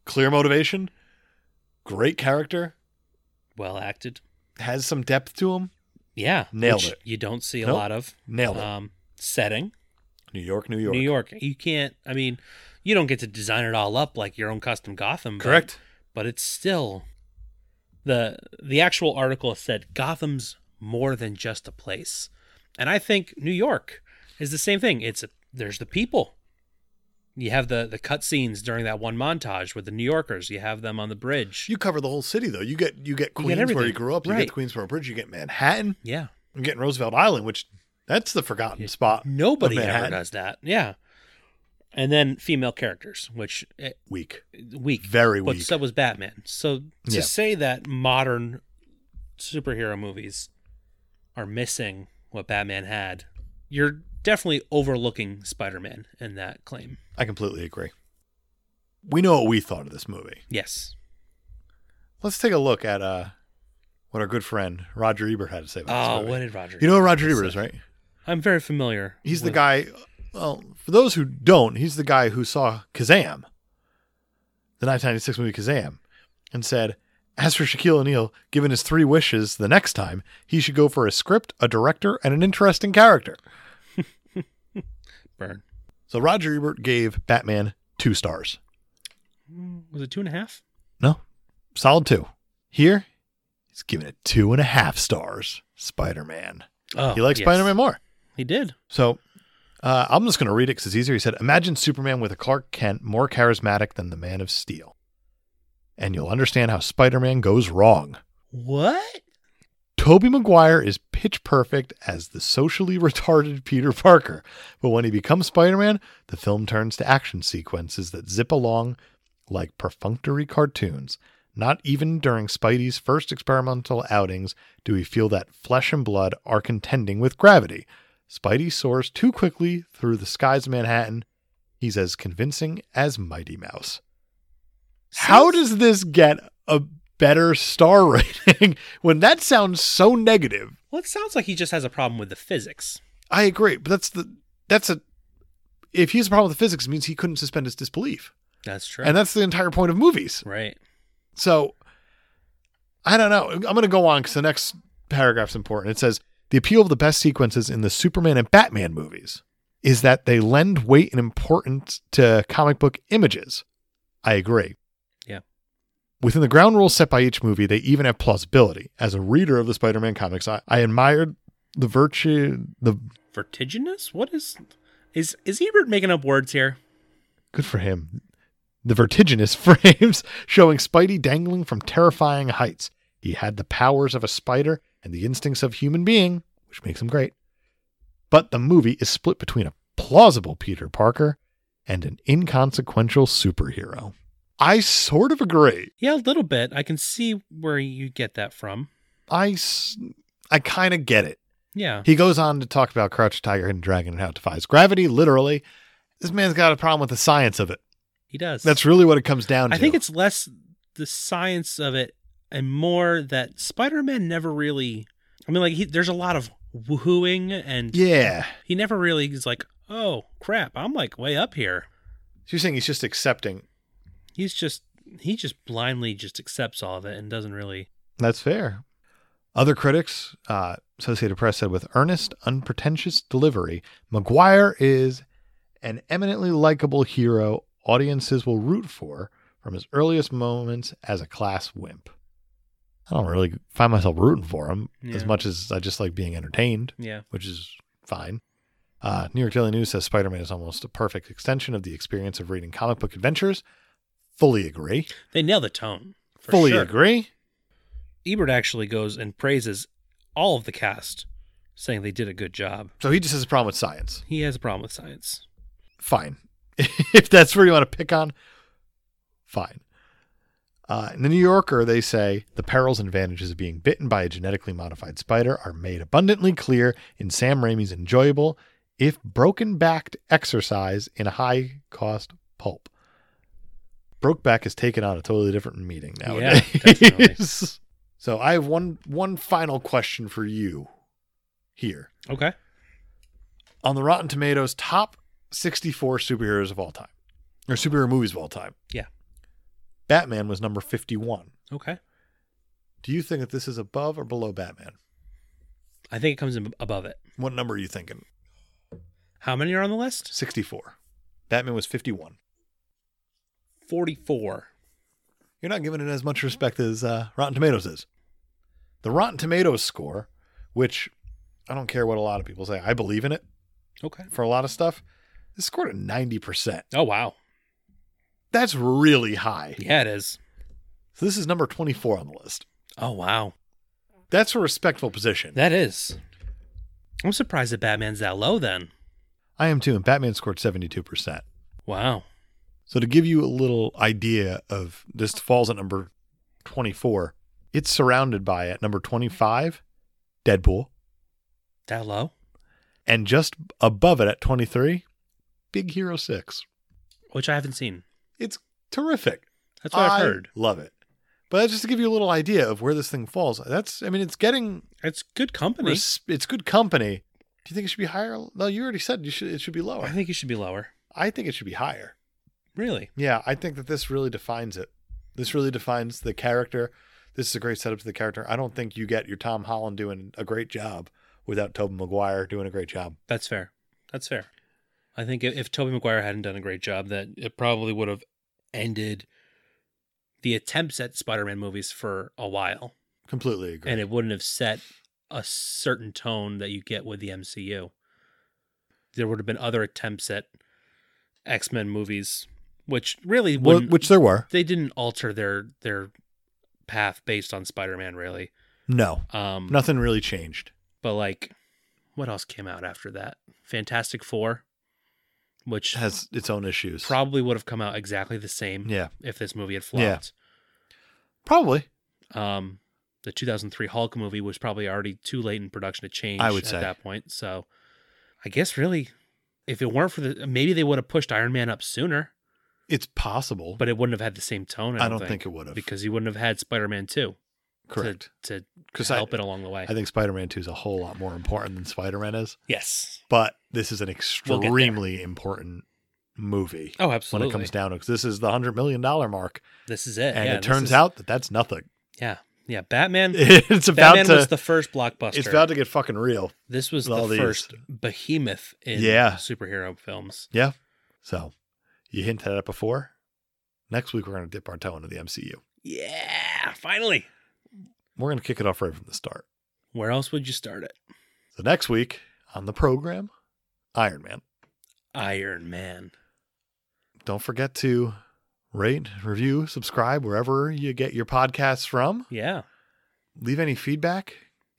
Speaker 2: Clear motivation. Great character.
Speaker 1: Well acted.
Speaker 2: Has some depth to him.
Speaker 1: Yeah.
Speaker 2: Nailed
Speaker 1: which
Speaker 2: it.
Speaker 1: You don't see a
Speaker 2: Nope.
Speaker 1: lot of.
Speaker 2: Nailed it.
Speaker 1: Um, setting.
Speaker 2: New York, New York.
Speaker 1: New York. You can't. I mean, you don't get to design it all up like your own custom Gotham. but-
Speaker 2: Correct.
Speaker 1: but it's still the the actual article said Gotham's more than just a place. And I think New York is the same thing. It's there's the people. You have the the cut scenes during that one montage with the New Yorkers. You have them on the bridge.
Speaker 2: You cover the whole city though. You get
Speaker 1: You
Speaker 2: you get
Speaker 1: get
Speaker 2: Queens where you
Speaker 1: everything.
Speaker 2: grew up. You
Speaker 1: Right.
Speaker 2: get Queensboro Bridge. You get Manhattan.
Speaker 1: yeah.
Speaker 2: You get Roosevelt Island, which that's the forgotten spot.
Speaker 1: Nobody ever
Speaker 2: Manhattan.
Speaker 1: does that. Yeah. And then female characters, which eh,
Speaker 2: Weak,
Speaker 1: weak,
Speaker 2: very
Speaker 1: but
Speaker 2: weak.
Speaker 1: so was Batman. So to
Speaker 2: Yeah.
Speaker 1: say that modern superhero movies are missing what Batman had, you're definitely overlooking Spider-Man in that claim.
Speaker 2: I completely agree. We know what we thought of this movie.
Speaker 1: Yes.
Speaker 2: Let's take a look at uh, what our good friend Roger Ebert had to say about
Speaker 1: Oh,
Speaker 2: this movie.
Speaker 1: what did Roger?
Speaker 2: you know what
Speaker 1: Ebert
Speaker 2: Roger
Speaker 1: say?
Speaker 2: Ebert is, right?
Speaker 1: I'm very familiar.
Speaker 2: He's the
Speaker 1: with-
Speaker 2: guy. Well, for those who don't, he's the guy who saw Kazam, the 1996 movie Kazam, and said, as for Shaquille O'Neal, given his three wishes the next time, he should go for a script, a director, and an interesting character.
Speaker 1: Burn.
Speaker 2: So Roger Ebert gave Batman two stars.
Speaker 1: Mm, Was it two and a half?
Speaker 2: No, solid two. Here, he's giving it two and a half stars. Spider Man.
Speaker 1: Oh,
Speaker 2: he likes
Speaker 1: yes.
Speaker 2: Spider Man more.
Speaker 1: He did.
Speaker 2: So uh, I'm just going to read it because it's easier. He said, Imagine Superman with a Clark Kent more charismatic than the Man of Steel. And you'll understand how Spider Man goes wrong.
Speaker 1: What?
Speaker 2: Toby Maguire is pitch perfect as the socially (laughs) retarded Peter Parker, but when he becomes Spider-Man, the film turns to action sequences that zip along like perfunctory cartoons. Not even during Spidey's first experimental outings do we feel that flesh and blood are contending with gravity. Spidey soars too quickly through the skies of Manhattan. He's as convincing as Mighty Mouse. How does this get a better star (laughs) rating when that sounds so negative?
Speaker 1: Well, it sounds like he just has a problem with the physics.
Speaker 2: I agree, but that's the that's a if he has a problem with the physics, it means he couldn't suspend his disbelief,
Speaker 1: That's true.
Speaker 2: and that's the entire point of movies.
Speaker 1: right.
Speaker 2: So I don't know. I'm going to go on because the next paragraph's important. It says the appeal of the best sequences in the Superman and Batman movies is that they lend weight and importance to comic book images. I agree.
Speaker 1: Yeah.
Speaker 2: Within the ground rules set by each movie, they even have plausibility. As a reader of the Spider-Man comics, I, I admired the virtue, the
Speaker 1: Vertiginous? What is? Is is Ebert making up words here?
Speaker 2: Good for him. The vertiginous (laughs) frames showing Spidey dangling from terrifying heights. He had the powers of a spider and the instincts of human being, which makes him great. But the movie is split between a plausible Peter Parker and an inconsequential superhero. I sort of agree.
Speaker 1: Yeah, a little bit. I can see where you get that from.
Speaker 2: I, s- I kind of get it.
Speaker 1: Yeah.
Speaker 2: He goes on to talk about Crouch Tiger and Dragon and how it defies gravity, literally. This man's got a problem with the science of it.
Speaker 1: He does.
Speaker 2: That's really what it comes down to.
Speaker 1: I think it's less the science of it and more that Spider-Man never really. I mean, like he, there's a lot of woohooing and
Speaker 2: Yeah.
Speaker 1: he never really is like, oh crap, I'm like way up here.
Speaker 2: So you're saying he's just accepting.
Speaker 1: He's just he just blindly just accepts all of it and doesn't really.
Speaker 2: That's fair. Other critics, uh, Associated Press said, with earnest, unpretentious delivery, McGuire is an eminently likable hero audiences will root for from his earliest moments as a class wimp. I don't really find myself rooting for him as
Speaker 1: Yeah.
Speaker 2: much as I just like being entertained.
Speaker 1: Yeah.
Speaker 2: which is fine. Uh, New York Daily News says Spider Man is almost a perfect extension of the experience of reading comic book adventures. Fully agree.
Speaker 1: They nail the tone. For
Speaker 2: Fully
Speaker 1: sure.
Speaker 2: agree.
Speaker 1: Ebert actually goes and praises all of the cast, saying they did a good job.
Speaker 2: So he just has a problem with science.
Speaker 1: He has a problem with science.
Speaker 2: Fine. (laughs) if that's where you want to pick on, fine. Uh, in the New Yorker, they say the perils and advantages of being bitten by a genetically modified spider are made abundantly clear in Sam Raimi's enjoyable, if broken backed, exercise in high cost pulp. Brokeback has taken on a totally different meaning
Speaker 1: Yeah,
Speaker 2: nowadays.
Speaker 1: definitely.
Speaker 2: (laughs) so I have one one final question for you here
Speaker 1: Okay.
Speaker 2: on the Rotten Tomatoes top 64 superheroes of all time, or superhero movies of all time.
Speaker 1: Yeah.
Speaker 2: Batman was number 51.
Speaker 1: Okay.
Speaker 2: Do you think that this is above or below Batman?
Speaker 1: I think it comes in above it.
Speaker 2: What number are you thinking?
Speaker 1: How many are on the list?
Speaker 2: 64. Batman was 51.
Speaker 1: 44.
Speaker 2: You're not giving it as much respect as uh, Rotten Tomatoes is. The Rotten Tomatoes score, which I don't care what a lot of people say. I believe in it
Speaker 1: Okay.
Speaker 2: for a lot of stuff. This scored a 90%.
Speaker 1: Oh wow.
Speaker 2: That's really high.
Speaker 1: Yeah, it is.
Speaker 2: So this is number 24 on the list.
Speaker 1: Oh wow.
Speaker 2: That's a respectful position.
Speaker 1: That is. I'm surprised that Batman's that low then.
Speaker 2: I am too, and Batman scored 72%.
Speaker 1: Wow.
Speaker 2: So to give you a little idea of this falls at number 24, it's surrounded by at number 25, Deadpool,
Speaker 1: That low?
Speaker 2: and just above it at 23, Big Hero 6.
Speaker 1: Which I haven't seen.
Speaker 2: It's terrific.
Speaker 1: That's what I,
Speaker 2: I
Speaker 1: have heard.
Speaker 2: Love it. But that's just to give you a little idea of where this thing falls. That's I mean it's getting
Speaker 1: It's good company.
Speaker 2: res- it's good company. Do you think it should be higher? No, you already said you should it should be lower.
Speaker 1: I think it should be lower.
Speaker 2: I think it should be higher.
Speaker 1: Really?
Speaker 2: Yeah, I think that this really defines it. This really defines the character. This is a great setup to the character. I don't think you get your Tom Holland doing a great job without Tobey Maguire doing a great job.
Speaker 1: That's fair. That's fair. I think if, if Toby Maguire hadn't done a great job, that it probably would have ended the attempts at Spider-Man movies for a while,
Speaker 2: Completely agree.
Speaker 1: and it wouldn't have set a certain tone that you get with the MCU. There would have been other attempts at X-Men movies, which really
Speaker 2: Wh-
Speaker 1: wouldn't,
Speaker 2: which there were.
Speaker 1: they didn't alter their their path based on Spider-Man really.
Speaker 2: No,
Speaker 1: Um,
Speaker 2: nothing really changed.
Speaker 1: But like, what else came out after that? Fantastic Four, which
Speaker 2: It has its own issues.
Speaker 1: probably would have come out exactly the same
Speaker 2: yeah,
Speaker 1: if this movie had
Speaker 2: Yeah.
Speaker 1: flopped.
Speaker 2: probably.
Speaker 1: Um, the 2003 Hulk movie was probably already too late in production to change
Speaker 2: I would
Speaker 1: at
Speaker 2: say.
Speaker 1: that point. So I guess really, if it weren't for the, maybe they would have pushed Iron Man up sooner,
Speaker 2: It's possible, but
Speaker 1: but it wouldn't have had the same tone. I
Speaker 2: I
Speaker 1: don't,
Speaker 2: don't think, it would have.
Speaker 1: because you wouldn't have had Spider Man 2
Speaker 2: Correct.
Speaker 1: to, to
Speaker 2: Because I,
Speaker 1: help it along the way.
Speaker 2: I think Spider-Man Two is a whole lot more important than Spider-Man is.
Speaker 1: yes.
Speaker 2: But this is an
Speaker 1: We'll get there.
Speaker 2: extremely important movie
Speaker 1: Oh,
Speaker 2: when
Speaker 1: absolutely.
Speaker 2: it comes down to because this is the hundred million dollar mark.
Speaker 1: this is it.
Speaker 2: and
Speaker 1: yeah,
Speaker 2: it
Speaker 1: this
Speaker 2: turns
Speaker 1: is-
Speaker 2: out that that's
Speaker 1: (laughs)
Speaker 2: nothing. (laughs)
Speaker 1: Yeah. Yeah. Batman.
Speaker 2: It's about
Speaker 1: Batman
Speaker 2: to
Speaker 1: was the first blockbuster.
Speaker 2: it's about to get fucking real.
Speaker 1: this was
Speaker 2: with
Speaker 1: the
Speaker 2: all these.
Speaker 1: first behemoth in
Speaker 2: Yeah.
Speaker 1: superhero films.
Speaker 2: Yeah. So you hinted at it before. Next week we're gonna dip our toe into the MCU.
Speaker 1: Yeah, finally.
Speaker 2: We're gonna kick it off right from the start.
Speaker 1: Where else would you start it?
Speaker 2: So next week on the program, Iron Man.
Speaker 1: Iron Man.
Speaker 2: Don't forget to rate, review, subscribe wherever you get your podcasts from.
Speaker 1: Yeah.
Speaker 2: Leave any feedback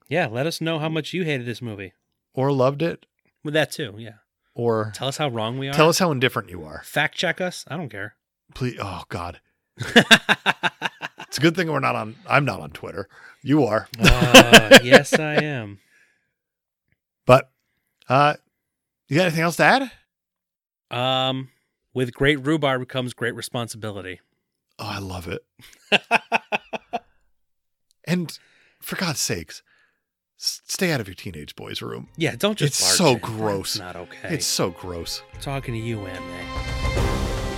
Speaker 1: Yeah, let us know how much you hated this movie.
Speaker 2: or loved it
Speaker 1: With that too, yeah.
Speaker 2: or
Speaker 1: Tell us how wrong we are.
Speaker 2: tell us how indifferent you are.
Speaker 1: Fact check us. I don't
Speaker 2: (laughs)
Speaker 1: care.
Speaker 2: Please oh god. It's a good thing we're not on I'm not on Twitter. You are.
Speaker 1: Uh, yes, I am.
Speaker 2: But uh you got anything else to add?
Speaker 1: Um, with great rhubarb comes great responsibility.
Speaker 2: Oh, I love it. And for God's sakes, s- stay out of your teenage boy's room.
Speaker 1: yeah, don't just.
Speaker 2: It's
Speaker 1: barge
Speaker 2: so
Speaker 1: it.
Speaker 2: gross.
Speaker 1: That's not okay.
Speaker 2: It's so gross.
Speaker 1: talking to you, Aunt May.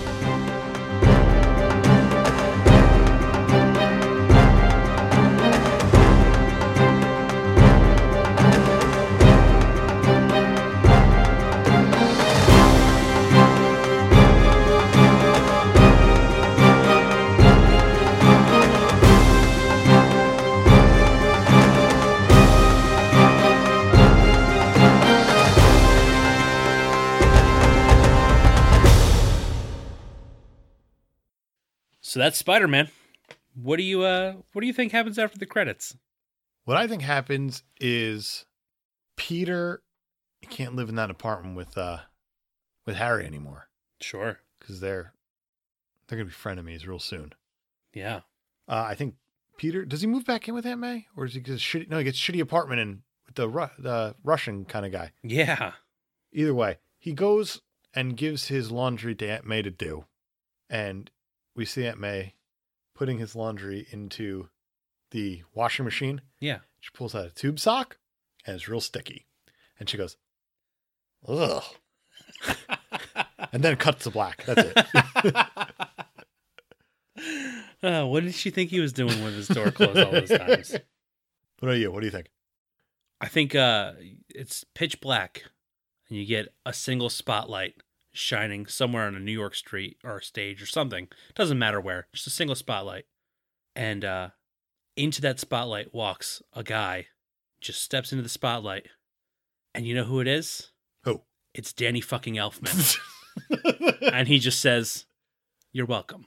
Speaker 1: So that's Spider Man. What do you uh what do you think happens after the credits?
Speaker 2: What I think happens is Peter he can't live in that apartment with uh with Harry anymore
Speaker 1: Sure.
Speaker 2: because they're they're gonna be frenemies real soon.
Speaker 1: Yeah.
Speaker 2: Uh, I think Peter does he move back in with Aunt May or does he get a shitty? No, he gets a shitty apartment in with the Ru- the Russian kind of guy.
Speaker 1: Yeah.
Speaker 2: Either way, he goes and gives his laundry to Aunt May to do. And we see Aunt May putting his laundry into the washing machine.
Speaker 1: (laughs) Yeah.
Speaker 2: She pulls out a tube sock and it's real sticky. And she goes, ugh. And then it cuts to black. That's it.
Speaker 1: oh, what did she think he was doing with his (laughs) door closed all those times?
Speaker 2: what about you? What do you think?
Speaker 1: I think uh it's pitch black and you get a single spotlight shining somewhere on a New York street or a stage or something. Doesn't matter where. Just a single spotlight. And uh into that spotlight walks a guy, just steps into the spotlight And you know who it is?
Speaker 2: Who? (laughs)
Speaker 1: (laughs) It's Danny fucking Elfman. and he just says, You're welcome.